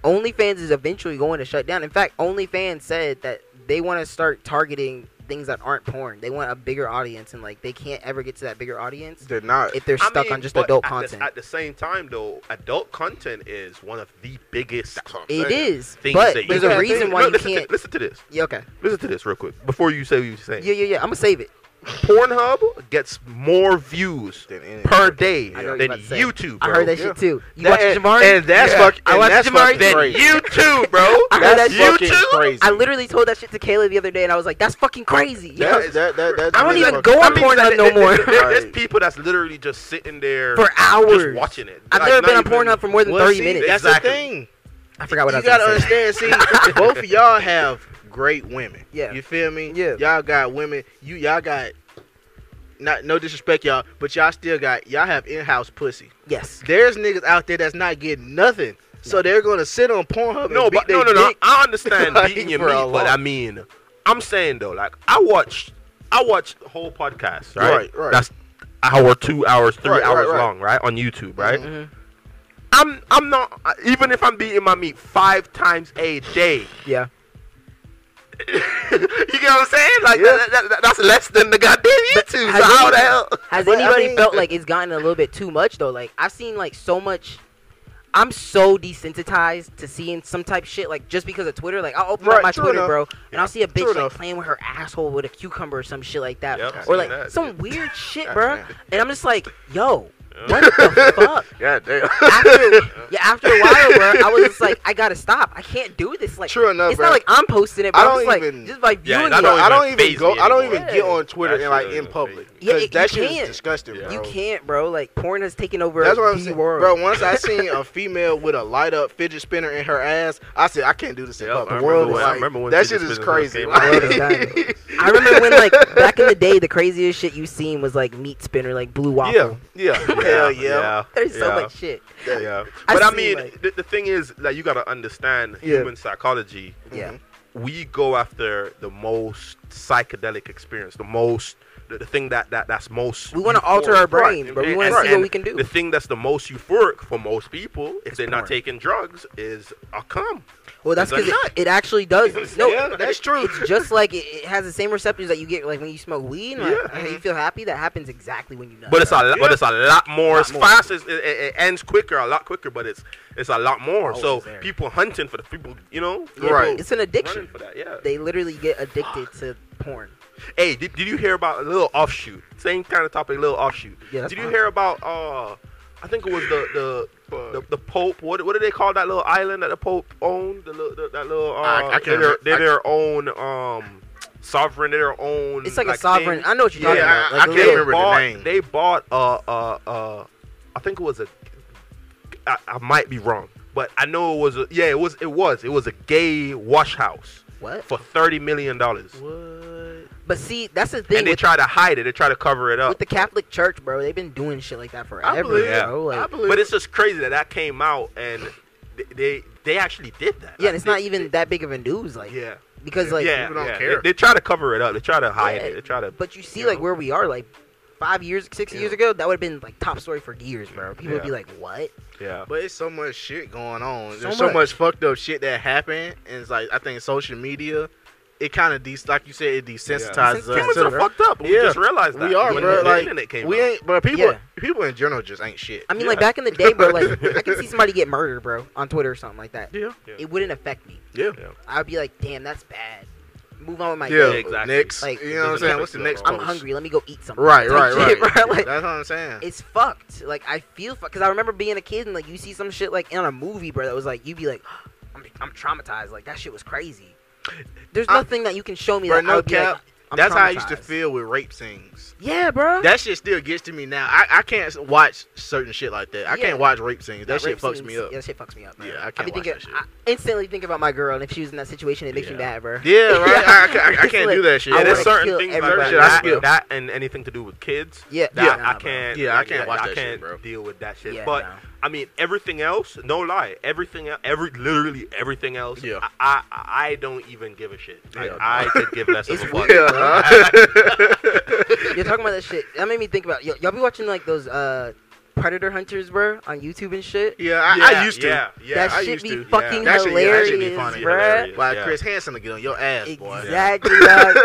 Speaker 1: OnlyFans is eventually going to shut down. In fact, OnlyFans said that they want to start targeting things that aren't porn. They want a bigger audience, and like, they can't ever get to that bigger audience
Speaker 2: They're not.
Speaker 1: if they're
Speaker 3: I
Speaker 1: stuck
Speaker 3: mean,
Speaker 1: on just
Speaker 3: but
Speaker 1: adult
Speaker 3: at the-
Speaker 1: content.
Speaker 3: at the same time, though, adult content is one of the biggest
Speaker 1: It is,
Speaker 3: things
Speaker 1: but
Speaker 3: that you
Speaker 1: there's
Speaker 3: can
Speaker 1: a
Speaker 3: do.
Speaker 1: reason why
Speaker 3: No,
Speaker 1: you
Speaker 3: listen
Speaker 1: can't.
Speaker 3: To, listen to this.
Speaker 1: Yeah, okay.
Speaker 3: Listen to this real quick before you say what you're saying.
Speaker 1: Yeah, yeah, yeah. I'm gonna save it.
Speaker 3: Pornhub gets more views
Speaker 2: Than any-
Speaker 3: per day
Speaker 1: I know what
Speaker 3: than
Speaker 1: you're about to say.
Speaker 3: YouTube.
Speaker 1: I
Speaker 3: Bro.
Speaker 1: heard that
Speaker 2: yeah.
Speaker 1: shit too. You
Speaker 2: That-
Speaker 1: watch
Speaker 2: and-
Speaker 1: Jamari?
Speaker 2: and that's
Speaker 3: Yeah.
Speaker 2: fucking.
Speaker 1: I
Speaker 2: and
Speaker 1: watched
Speaker 2: that's
Speaker 1: Jamari
Speaker 2: fucking
Speaker 1: did.
Speaker 3: Than
Speaker 2: crazy.
Speaker 3: YouTube, bro.
Speaker 1: I heard
Speaker 2: That's
Speaker 1: that
Speaker 2: fucking
Speaker 3: YouTube?
Speaker 2: crazy.
Speaker 1: I literally told that shit to Kayla the other day, and I was like, "That's fucking crazy." You know,
Speaker 2: That, that, that, that,
Speaker 1: I don't
Speaker 2: that-
Speaker 1: even go
Speaker 3: I
Speaker 1: on
Speaker 3: mean,
Speaker 1: Pornhub
Speaker 3: like,
Speaker 1: no
Speaker 3: there- there-
Speaker 1: more.
Speaker 3: there- There's
Speaker 2: Right.
Speaker 3: people that's literally just sitting there
Speaker 1: for hours.
Speaker 3: just watching it.
Speaker 1: I've
Speaker 3: Like,
Speaker 1: never
Speaker 3: not
Speaker 1: been on
Speaker 3: even-
Speaker 1: Pornhub for more than
Speaker 2: Well,
Speaker 1: 30
Speaker 2: see,
Speaker 1: minutes.
Speaker 2: That's
Speaker 3: Exactly.
Speaker 2: the thing.
Speaker 1: I forgot what I
Speaker 2: you
Speaker 1: was gonna
Speaker 2: gotta
Speaker 1: say.
Speaker 2: understand. See, both of y'all have great women.
Speaker 1: Yeah.
Speaker 2: You feel me?
Speaker 1: Yeah.
Speaker 2: Y'all got women. You y'all got. Not no disrespect, y'all, but y'all still got y'all have in house pussy.
Speaker 1: Yes.
Speaker 2: There's niggas out there that's not getting nothing, so they're gonna sit on Pornhub.
Speaker 3: No,
Speaker 2: and beat
Speaker 3: but no,
Speaker 2: they
Speaker 3: no, no.
Speaker 2: dick.
Speaker 3: I understand
Speaker 2: Like,
Speaker 3: beating your
Speaker 2: for a
Speaker 3: meat, but
Speaker 2: lot.
Speaker 3: I mean, I'm saying though, like I watched, I watched whole podcasts, right?
Speaker 2: Right, right.
Speaker 3: That's hour, two hours, three
Speaker 2: Right, right,
Speaker 3: hours
Speaker 2: right.
Speaker 3: long, right? On YouTube, right?
Speaker 1: Mhm.
Speaker 3: I'm, I'm not. Even if I'm beating my meat five times a day,
Speaker 1: Yeah.
Speaker 3: you get what I'm saying? Like
Speaker 2: Yeah.
Speaker 3: that, that, that- that's less than the goddamn YouTube. So
Speaker 1: has
Speaker 3: how
Speaker 1: any-
Speaker 3: the hell?
Speaker 1: Has
Speaker 2: But I
Speaker 1: anybody
Speaker 2: mean-
Speaker 1: felt like it's gotten a little bit too much though? Like I've seen like so much. I'm so desensitized to seeing some type shit like just because of Twitter. Like I'll open up
Speaker 2: Right,
Speaker 1: my
Speaker 2: true
Speaker 1: Twitter,
Speaker 2: enough.
Speaker 1: bro, and
Speaker 3: Yeah,
Speaker 1: I'll see a
Speaker 2: true
Speaker 1: bitch like
Speaker 2: enough.
Speaker 1: playing with her asshole with a cucumber or some shit like that,
Speaker 3: Yep, I've
Speaker 1: or
Speaker 3: seen
Speaker 1: like
Speaker 3: that,
Speaker 1: some
Speaker 3: dude.
Speaker 1: weird shit,
Speaker 3: I've
Speaker 1: bro.
Speaker 3: seen that.
Speaker 1: And I'm just like, yo, what the fuck?
Speaker 3: Yeah, damn.
Speaker 1: After, yeah, after a while, bro, I was just like, I gotta stop. I can't do this. Like,
Speaker 2: True enough,
Speaker 1: it's
Speaker 2: bro.
Speaker 1: not like I'm posting it, but
Speaker 2: I
Speaker 1: I'm
Speaker 2: don't
Speaker 1: just like,
Speaker 2: even-
Speaker 1: just by
Speaker 3: Yeah,
Speaker 1: viewing
Speaker 3: and I
Speaker 1: it,
Speaker 3: don't
Speaker 2: I don't
Speaker 3: even
Speaker 2: even
Speaker 3: faze
Speaker 2: go.
Speaker 3: me
Speaker 2: I don't
Speaker 3: anymore.
Speaker 2: even get on Twitter
Speaker 3: That
Speaker 2: and like
Speaker 3: shit
Speaker 2: in
Speaker 3: doesn't
Speaker 2: public
Speaker 3: faze
Speaker 1: me. Yeah,
Speaker 2: because
Speaker 1: it-
Speaker 2: that
Speaker 1: you
Speaker 2: shit
Speaker 1: can't.
Speaker 2: is disgusting,
Speaker 3: Yeah.
Speaker 2: bro.
Speaker 1: you can't, bro. Like, porn has taken over
Speaker 2: That's what I'm
Speaker 1: the
Speaker 2: saying,
Speaker 1: world.
Speaker 2: bro. Once I seen a female with a light up fidget spinner in her ass, I said I can't do this. in
Speaker 3: Yep,
Speaker 2: public."
Speaker 3: I
Speaker 2: The
Speaker 3: remember
Speaker 2: world
Speaker 3: when-
Speaker 2: is
Speaker 3: I
Speaker 2: like-
Speaker 3: remember when
Speaker 2: that
Speaker 3: fidget
Speaker 2: shit is
Speaker 3: spinners
Speaker 2: crazy.
Speaker 3: came
Speaker 1: out. The world is dying. I remember when, like, back in the day, the craziest shit you seen was like meat spinner, like blue waffle.
Speaker 3: Yeah, yeah,
Speaker 2: Hell yeah.
Speaker 1: There's so
Speaker 3: yeah.
Speaker 1: much shit.
Speaker 3: Yeah, yeah.
Speaker 1: I
Speaker 3: But I,
Speaker 1: see,
Speaker 3: mean,
Speaker 1: like-
Speaker 3: the, the thing is that you gotta understand
Speaker 1: Yeah.
Speaker 3: human psychology.
Speaker 1: Yeah.
Speaker 2: Mm-hmm.
Speaker 3: We go after the most psychedelic experience, the most, the, the thing that, that that's most.
Speaker 1: We wanna
Speaker 3: euphoric.
Speaker 1: alter our brain,
Speaker 3: Right.
Speaker 1: but we
Speaker 3: And-
Speaker 1: wanna
Speaker 3: and-
Speaker 1: see what
Speaker 3: and
Speaker 1: we can do.
Speaker 3: The thing that's the most euphoric for most people, if they're not
Speaker 1: porn.
Speaker 3: taking drugs, is a cum.
Speaker 1: Well, that's
Speaker 3: It's a
Speaker 1: because it,
Speaker 3: nut.
Speaker 1: it actually does. No,
Speaker 3: Yeah, that's true.
Speaker 1: It's just like it, it has the same receptors that you get, like when you smoke weed. and, Like,
Speaker 3: Yeah.
Speaker 1: how
Speaker 2: mm-hmm.
Speaker 1: you feel happy. That happens exactly when you nut.
Speaker 3: But it's a
Speaker 1: bro.
Speaker 3: lot, but it's a lot more.
Speaker 1: Lot
Speaker 3: it's
Speaker 1: more.
Speaker 3: fast. It's, it, it it ends quicker, a lot quicker, but it's it's a lot more.
Speaker 1: Always
Speaker 3: so
Speaker 1: there.
Speaker 3: people hunting for the people, you know,
Speaker 1: Yeah,
Speaker 2: right.
Speaker 1: Oh, It's an
Speaker 3: people
Speaker 1: addiction.
Speaker 3: running for that, yeah.
Speaker 1: They literally get addicted to porn.
Speaker 3: Hey, did, did you hear about a little offshoot? Same kind of topic, little offshoot.
Speaker 1: Yeah, that's
Speaker 3: did you
Speaker 1: fine. Uh,
Speaker 3: hear about uh I think it was the the the, the Pope. What what do they call that little island that the Pope owned? The, little the that little uh,
Speaker 2: I- I can't
Speaker 3: they're, their-
Speaker 2: remember.
Speaker 3: they're
Speaker 2: I-
Speaker 3: their own um sovereign, they're their own
Speaker 2: Mm,
Speaker 1: It's like, a sovereign. I know what you're
Speaker 3: Yeah,
Speaker 1: talking
Speaker 2: I-
Speaker 1: about.
Speaker 2: I
Speaker 1: Like a
Speaker 2: can't
Speaker 1: little-
Speaker 2: remember the
Speaker 3: bought,
Speaker 2: name.
Speaker 3: They bought uh uh uh I think it was a I, I might be wrong, but I know it was a yeah, it was it was. It was a gay wash house
Speaker 1: What?
Speaker 3: for 30 million dollars.
Speaker 2: What?
Speaker 1: But see, that's the thing
Speaker 3: And they
Speaker 1: with,
Speaker 3: try to hide it. They try to cover it up.
Speaker 1: with the Catholic Church, bro. They've been doing shit like that forever,
Speaker 2: I believe.
Speaker 3: Yeah.
Speaker 1: bro. Like,
Speaker 2: I believe.
Speaker 3: But it's just crazy that that came out and th- they they actually did that.
Speaker 1: yeah,
Speaker 3: Like,
Speaker 1: and it's
Speaker 3: they-
Speaker 1: not even
Speaker 3: they-
Speaker 1: that big of a news, like
Speaker 3: yeah,
Speaker 1: because like,
Speaker 3: yeah,
Speaker 2: people don't
Speaker 3: yeah.
Speaker 2: care.
Speaker 3: They, they try to cover it up. They try to hide
Speaker 1: Yeah,
Speaker 3: it. They try to.
Speaker 1: but you see
Speaker 3: you
Speaker 1: like
Speaker 3: know.
Speaker 1: where we are, like five years, six years ago, that would have been like top story for years, bro. People would
Speaker 3: Yeah.
Speaker 1: be like, "What?"
Speaker 3: yeah,
Speaker 2: But it's so much shit going on.
Speaker 1: So
Speaker 2: There's so
Speaker 1: much.
Speaker 2: much. fucked up shit that happened, and it's like I think social media, it kind of de- like you said, it desensitizes us.
Speaker 3: humans
Speaker 2: to
Speaker 3: are
Speaker 2: the-
Speaker 3: fucked up. We
Speaker 2: Yeah.
Speaker 3: just realized that
Speaker 2: we are,
Speaker 3: when
Speaker 2: bro.
Speaker 3: the
Speaker 2: Like
Speaker 3: internet came
Speaker 2: we
Speaker 3: out.
Speaker 2: ain't, but people,
Speaker 1: Yeah.
Speaker 2: people in general just ain't shit.
Speaker 1: I mean,
Speaker 3: Yeah.
Speaker 1: like back in the day, bro. Like I could see somebody get murdered, bro, on Twitter or something like that.
Speaker 2: Yeah,
Speaker 3: Yeah.
Speaker 1: It wouldn't affect me.
Speaker 2: yeah,
Speaker 3: Yeah.
Speaker 1: I'd be like, "Damn, that's bad." Move on with my
Speaker 2: yeah.
Speaker 1: day.
Speaker 3: exactly.
Speaker 2: Next,
Speaker 1: Like,
Speaker 2: you know what I'm saying? What's the next?
Speaker 1: I'm
Speaker 2: post?
Speaker 1: hungry. Let me go eat something.
Speaker 2: Right,
Speaker 1: Type
Speaker 2: right,
Speaker 1: shit,
Speaker 2: right.
Speaker 1: bro. Like,
Speaker 2: That's what I'm saying.
Speaker 1: it's fucked. Like I feel fucked because I remember being a kid and like you see some shit like in a movie, bro. That was like you'd be like, I'm, I'm traumatized. Like that shit was crazy. There's
Speaker 2: I-
Speaker 1: nothing that you can show me
Speaker 2: Bro,
Speaker 1: that I
Speaker 2: no
Speaker 1: would be like,
Speaker 2: cap.
Speaker 1: I'm
Speaker 2: That's how I used to
Speaker 1: traumatized.
Speaker 2: feel with rape scenes.
Speaker 1: Yeah, bro.
Speaker 2: That shit still gets to me now. I, I can't s- watch certain shit like that. I
Speaker 1: Yeah.
Speaker 2: can't watch rape scenes. That
Speaker 1: Yeah,
Speaker 2: shit
Speaker 1: rape
Speaker 2: fucks
Speaker 1: scenes-
Speaker 2: me up.
Speaker 1: Yeah, that shit fucks me up. Man.
Speaker 2: Yeah,
Speaker 1: I
Speaker 2: I
Speaker 1: be
Speaker 2: can't watch
Speaker 1: thinking.
Speaker 2: that shit.
Speaker 1: I instantly think about my girl, and if she was in that situation, it makes me
Speaker 2: Yeah.
Speaker 1: mad, bro.
Speaker 2: Yeah, right. I, I, I
Speaker 1: It's
Speaker 2: can't
Speaker 1: like,
Speaker 2: do that shit.
Speaker 1: I
Speaker 3: Yeah,
Speaker 1: wanna
Speaker 3: there's certain
Speaker 1: kill
Speaker 3: things
Speaker 1: everybody
Speaker 3: like
Speaker 2: right
Speaker 3: that,
Speaker 2: now.
Speaker 3: that, that and anything to do with kids.
Speaker 1: Yeah,
Speaker 3: that
Speaker 1: nah, nah,
Speaker 3: I
Speaker 1: bro.
Speaker 3: can't.
Speaker 2: Yeah, I can't watch
Speaker 3: I
Speaker 2: that shit,
Speaker 3: can't
Speaker 2: bro.
Speaker 3: deal with that shit.
Speaker 1: Yeah,
Speaker 3: but
Speaker 1: nah.
Speaker 3: I mean, everything else, no lie, everything, el- every literally everything else.
Speaker 2: Yeah.
Speaker 3: I I, I don't even give a shit. Like,
Speaker 2: Yeah, nah.
Speaker 3: I could give less of
Speaker 1: It's
Speaker 3: a fuck.
Speaker 1: weird, You're talking about that shit. That made me think about. Y- y'all be watching like those uh predator hunters, bro, on YouTube and shit.
Speaker 2: Yeah, I, I used to.
Speaker 3: Yeah, yeah,
Speaker 1: that
Speaker 3: I
Speaker 1: shit
Speaker 3: used
Speaker 1: be
Speaker 3: to.
Speaker 1: fucking
Speaker 2: That shit- yeah, that
Speaker 1: hilarious,
Speaker 2: shit be funny.
Speaker 1: bro.
Speaker 3: Hilarious.
Speaker 2: Like
Speaker 3: Yeah.
Speaker 2: Chris Hansen to get on your ass, boy.
Speaker 1: Exactly. dog.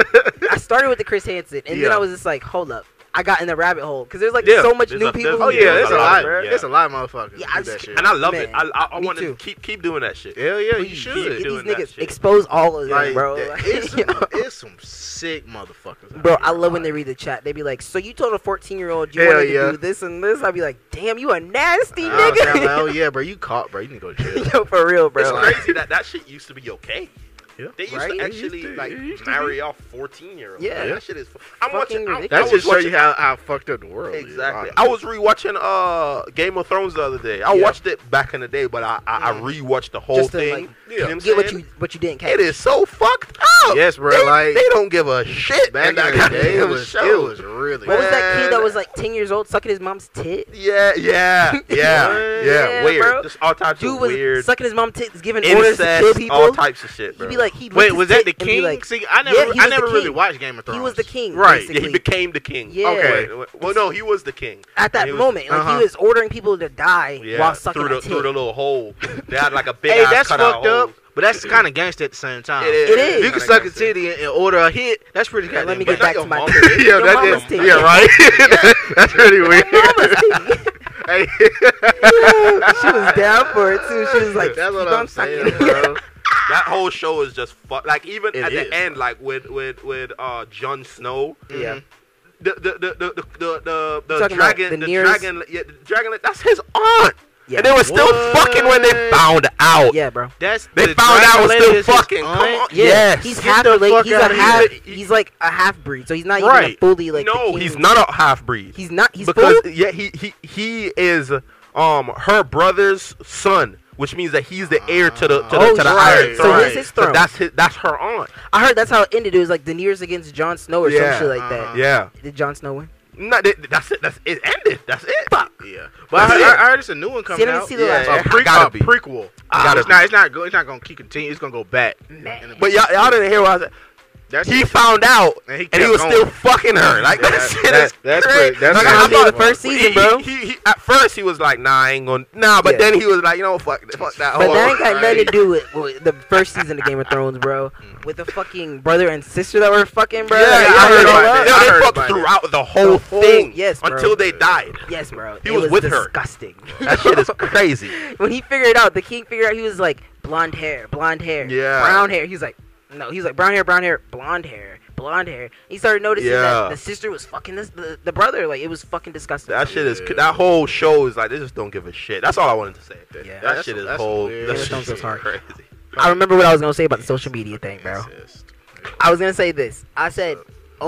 Speaker 1: I started with the Chris Hansen, and then
Speaker 2: Yeah.
Speaker 1: I was just like, hold up, I got in the rabbit hole because there's like
Speaker 3: Yeah,
Speaker 1: so much
Speaker 3: there's
Speaker 1: new
Speaker 3: a-
Speaker 1: people.
Speaker 3: there's-
Speaker 1: who
Speaker 2: Oh
Speaker 1: do
Speaker 2: yeah,
Speaker 1: it,
Speaker 2: it's a
Speaker 1: bro.
Speaker 2: lot.
Speaker 3: bro.
Speaker 2: It's a lot, of
Speaker 1: Yeah,
Speaker 2: motherfuckers. Yeah,
Speaker 1: I
Speaker 2: do that
Speaker 1: just-
Speaker 2: shit.
Speaker 3: And I love it.
Speaker 1: Man,
Speaker 3: I I, I
Speaker 1: me
Speaker 3: want to
Speaker 1: too.
Speaker 3: keep keep doing that shit.
Speaker 2: Hell yeah, you
Speaker 1: Please,
Speaker 2: should.
Speaker 1: Get these
Speaker 3: Doing that
Speaker 1: niggas
Speaker 3: shit.
Speaker 1: expose all of them,
Speaker 2: Like,
Speaker 1: bro.
Speaker 2: that-
Speaker 1: Like,
Speaker 2: it's,
Speaker 1: yo.
Speaker 2: some, it's some sick motherfuckers. out
Speaker 1: Bro,
Speaker 2: here,
Speaker 1: I love when
Speaker 2: like-
Speaker 1: they read the chat. They be like, "So you told a 14 year old you
Speaker 2: Hell
Speaker 1: wanted
Speaker 2: yeah.
Speaker 1: to do this and this?" I'd be like, "Damn, you a nasty
Speaker 2: I was like,
Speaker 1: nigga."
Speaker 2: oh yeah, bro, you caught, bro. You need to go to jail.
Speaker 1: Yo, for real, bro.
Speaker 3: It's
Speaker 1: Like,
Speaker 3: crazy that that shit used to be okay.
Speaker 2: Yeah.
Speaker 3: They used
Speaker 1: Right?
Speaker 3: to
Speaker 1: It
Speaker 2: used
Speaker 3: actually
Speaker 2: to-
Speaker 3: like
Speaker 2: it used to
Speaker 3: marry off fourteen year olds.
Speaker 1: Yeah.
Speaker 3: that shit is. Fu- I'm watching.
Speaker 1: Fucking
Speaker 3: I'm,
Speaker 1: ridiculous.
Speaker 2: That
Speaker 3: I
Speaker 2: just
Speaker 3: was
Speaker 2: shows you
Speaker 3: watching.
Speaker 2: how, how fucked up the world is.
Speaker 3: Exactly.
Speaker 2: honestly.
Speaker 3: I was rewatching uh Game of Thrones the other day. I
Speaker 2: Yeah.
Speaker 3: watched it back in the day, but I I, I
Speaker 1: Mm.
Speaker 3: rewatched the whole
Speaker 1: Just to,
Speaker 3: thing.
Speaker 1: like,
Speaker 3: You know what I'm
Speaker 1: get what
Speaker 3: saying?
Speaker 1: you what you didn't catch.
Speaker 3: It is so fucked up.
Speaker 2: Yes, bro.
Speaker 3: They,
Speaker 2: like
Speaker 3: they don't give a shit.
Speaker 2: back in
Speaker 3: man.
Speaker 2: the day, it
Speaker 3: Goddamn
Speaker 2: was,
Speaker 3: show.
Speaker 2: it was really.
Speaker 1: What was that kid
Speaker 3: Man.
Speaker 1: that was like 10 years old sucking his mom's tit?
Speaker 3: Yeah, yeah, yeah,
Speaker 2: What?
Speaker 1: Yeah,
Speaker 3: yeah. Weird.
Speaker 1: bro.
Speaker 3: Just all types
Speaker 1: Dude
Speaker 3: of
Speaker 1: was
Speaker 3: weird
Speaker 1: sucking his mom's tits, giving orders to kill
Speaker 3: incest,
Speaker 1: people.
Speaker 3: all types of shit, bro.
Speaker 1: He'd be like, he
Speaker 2: Wait, was that the king?
Speaker 1: Like,
Speaker 2: See, I never,
Speaker 1: Yeah, he
Speaker 2: I
Speaker 1: was
Speaker 2: never
Speaker 1: the
Speaker 2: really
Speaker 1: king.
Speaker 2: watched Game of Thrones.
Speaker 1: he was the king,
Speaker 2: Right,
Speaker 1: Basically.
Speaker 3: yeah, he became the king.
Speaker 1: Yeah.
Speaker 2: Okay.
Speaker 3: Well, no, he was the king.
Speaker 1: At that
Speaker 3: he was-
Speaker 1: moment, like
Speaker 2: uh-huh.
Speaker 1: he was ordering people to die
Speaker 3: Yeah,
Speaker 1: while sucking
Speaker 3: through the
Speaker 1: a tit.
Speaker 3: through the little hole. They had like a big.
Speaker 2: Hey,
Speaker 3: ass
Speaker 2: that's
Speaker 3: cutout
Speaker 2: fucked
Speaker 3: hole.
Speaker 2: up, but that's kind of gangster at the same time.
Speaker 3: It is.
Speaker 1: It is.
Speaker 2: If you can
Speaker 3: Kinda
Speaker 2: suck a
Speaker 3: gangster.
Speaker 2: titty and, and order a hit, that's pretty
Speaker 1: Yeah,
Speaker 2: goddamn.
Speaker 1: let me get
Speaker 2: bad.
Speaker 1: back
Speaker 3: your
Speaker 1: to my
Speaker 3: mama.
Speaker 1: tit.
Speaker 2: yeah,
Speaker 1: Your
Speaker 2: that
Speaker 1: mama's
Speaker 2: is.
Speaker 1: tit.
Speaker 2: Yeah, right. that's pretty weird.
Speaker 1: Mama's tit.
Speaker 2: hey,
Speaker 1: she was down for it too. She was like,
Speaker 2: that's what
Speaker 1: "Keep
Speaker 2: I'm
Speaker 1: on sucking
Speaker 2: saying,
Speaker 1: it."
Speaker 2: bro.
Speaker 3: That whole show is just fuck. Like even
Speaker 2: It
Speaker 3: at
Speaker 2: is.
Speaker 3: the end, like with with with uh Jon Snow,
Speaker 1: Yeah.
Speaker 3: the the the the the the, the,
Speaker 1: Mm. talking about
Speaker 3: dragon,
Speaker 1: the
Speaker 3: the,
Speaker 1: nearest-
Speaker 3: dragon, yeah, the dragon. That's his aunt,
Speaker 1: Yeah.
Speaker 3: and they were still
Speaker 2: What?
Speaker 3: fucking when they found out.
Speaker 1: Yeah, bro.
Speaker 2: That's
Speaker 3: They
Speaker 2: the
Speaker 3: found out I was
Speaker 2: Dracula
Speaker 3: still
Speaker 2: is his
Speaker 3: fucking. Come
Speaker 2: aunt.
Speaker 3: on.
Speaker 1: Yeah,
Speaker 3: Yes.
Speaker 1: he's
Speaker 2: Get
Speaker 1: half
Speaker 2: the
Speaker 1: related.
Speaker 2: fuck
Speaker 1: He's
Speaker 2: outta
Speaker 1: a half.
Speaker 2: here.
Speaker 1: He's like a half breed, so he's not even a
Speaker 2: Right.
Speaker 1: fully like. the
Speaker 3: no,
Speaker 1: king.
Speaker 3: he's not a half breed.
Speaker 1: He's not. He's
Speaker 3: because
Speaker 1: full?
Speaker 3: yeah, he he he is um her brother's son, which means that he's the heir to the to the,
Speaker 1: Oh,
Speaker 3: to the
Speaker 1: right.
Speaker 3: Iron
Speaker 1: So
Speaker 3: Throne.
Speaker 1: he's his throne.
Speaker 3: that's his, that's her aunt.
Speaker 1: I heard that's how it ended. It was like Daenerys against Jon Snow or
Speaker 3: Yeah,
Speaker 1: some shit like
Speaker 2: uh-huh.
Speaker 1: that.
Speaker 3: Yeah,
Speaker 1: Did Jon Snow win?
Speaker 3: no, that, that's it. That's it. Ended. That's it.
Speaker 2: Yeah, but I
Speaker 3: That's
Speaker 2: heard,
Speaker 3: it.
Speaker 2: I heard it's a new one coming
Speaker 1: I didn't
Speaker 2: out.
Speaker 1: see the last
Speaker 3: one.
Speaker 2: a, pre-
Speaker 3: It gotta
Speaker 2: a
Speaker 3: be.
Speaker 2: prequel.
Speaker 3: gotta
Speaker 2: it's
Speaker 3: be.
Speaker 2: not. It's not. Go, it's not gonna keep continue. It's gonna go back.
Speaker 3: But y'all, y'all didn't hear what I said.
Speaker 2: That's
Speaker 3: He found out,
Speaker 2: And
Speaker 3: and
Speaker 2: he
Speaker 3: he,
Speaker 2: kept
Speaker 3: was
Speaker 2: going.
Speaker 3: still fucking her. Like
Speaker 2: Yeah,
Speaker 3: that
Speaker 2: that-
Speaker 3: shit
Speaker 2: that-
Speaker 3: is
Speaker 2: that's
Speaker 3: crazy.
Speaker 2: pretty- that's
Speaker 3: Like,
Speaker 2: pretty
Speaker 3: I'm
Speaker 1: Maybe
Speaker 3: not-
Speaker 1: the first
Speaker 3: he-
Speaker 1: season, bro.
Speaker 3: He, he, he- at first he was like, "Nah, I ain't gonna." Nah, but
Speaker 1: Yeah.
Speaker 3: then he was like, "You know, fuck, that- fuck that."
Speaker 1: But
Speaker 3: whole-
Speaker 1: that ain't got nothing to
Speaker 2: right.
Speaker 1: do with, with the first season of Game of Thrones, bro. With the fucking brother and sister that were fucking, bro.
Speaker 3: Mm. Yeah,
Speaker 1: Like,
Speaker 3: yeah,
Speaker 1: I
Speaker 3: I heard
Speaker 1: it
Speaker 2: about
Speaker 1: all
Speaker 2: that.
Speaker 1: up.
Speaker 3: about it.
Speaker 2: I
Speaker 3: They
Speaker 2: heard
Speaker 3: fucked
Speaker 2: about it.
Speaker 3: throughout the whole
Speaker 1: whole-
Speaker 3: thing.
Speaker 1: yes, bro.
Speaker 3: until they died.
Speaker 1: Yes, bro.
Speaker 3: He
Speaker 1: It
Speaker 3: was with her.
Speaker 1: disgusting.
Speaker 3: That shit is crazy.
Speaker 1: when he figured it out, the king figured out he was like blonde hair, blonde hair,
Speaker 3: Yeah.
Speaker 1: brown hair. He's like, no, he's like brown hair, brown hair, blonde hair, blonde hair. He started noticing
Speaker 3: Yeah.
Speaker 1: that the sister was fucking this, the, the brother. Like it was fucking disgusting.
Speaker 3: That
Speaker 1: to me.
Speaker 3: shit is that whole show is like they just don't give a shit. That's all I wanted to say. That,
Speaker 1: Yeah.
Speaker 2: That's-
Speaker 3: shit is
Speaker 2: that's
Speaker 3: whole.
Speaker 2: weird.
Speaker 3: That
Speaker 1: Yeah,
Speaker 3: shit
Speaker 1: sounds
Speaker 3: is
Speaker 1: hard.
Speaker 3: crazy.
Speaker 1: I remember what I was gonna say about the social media thing, bro.
Speaker 2: Incest.
Speaker 1: I was gonna say this. I said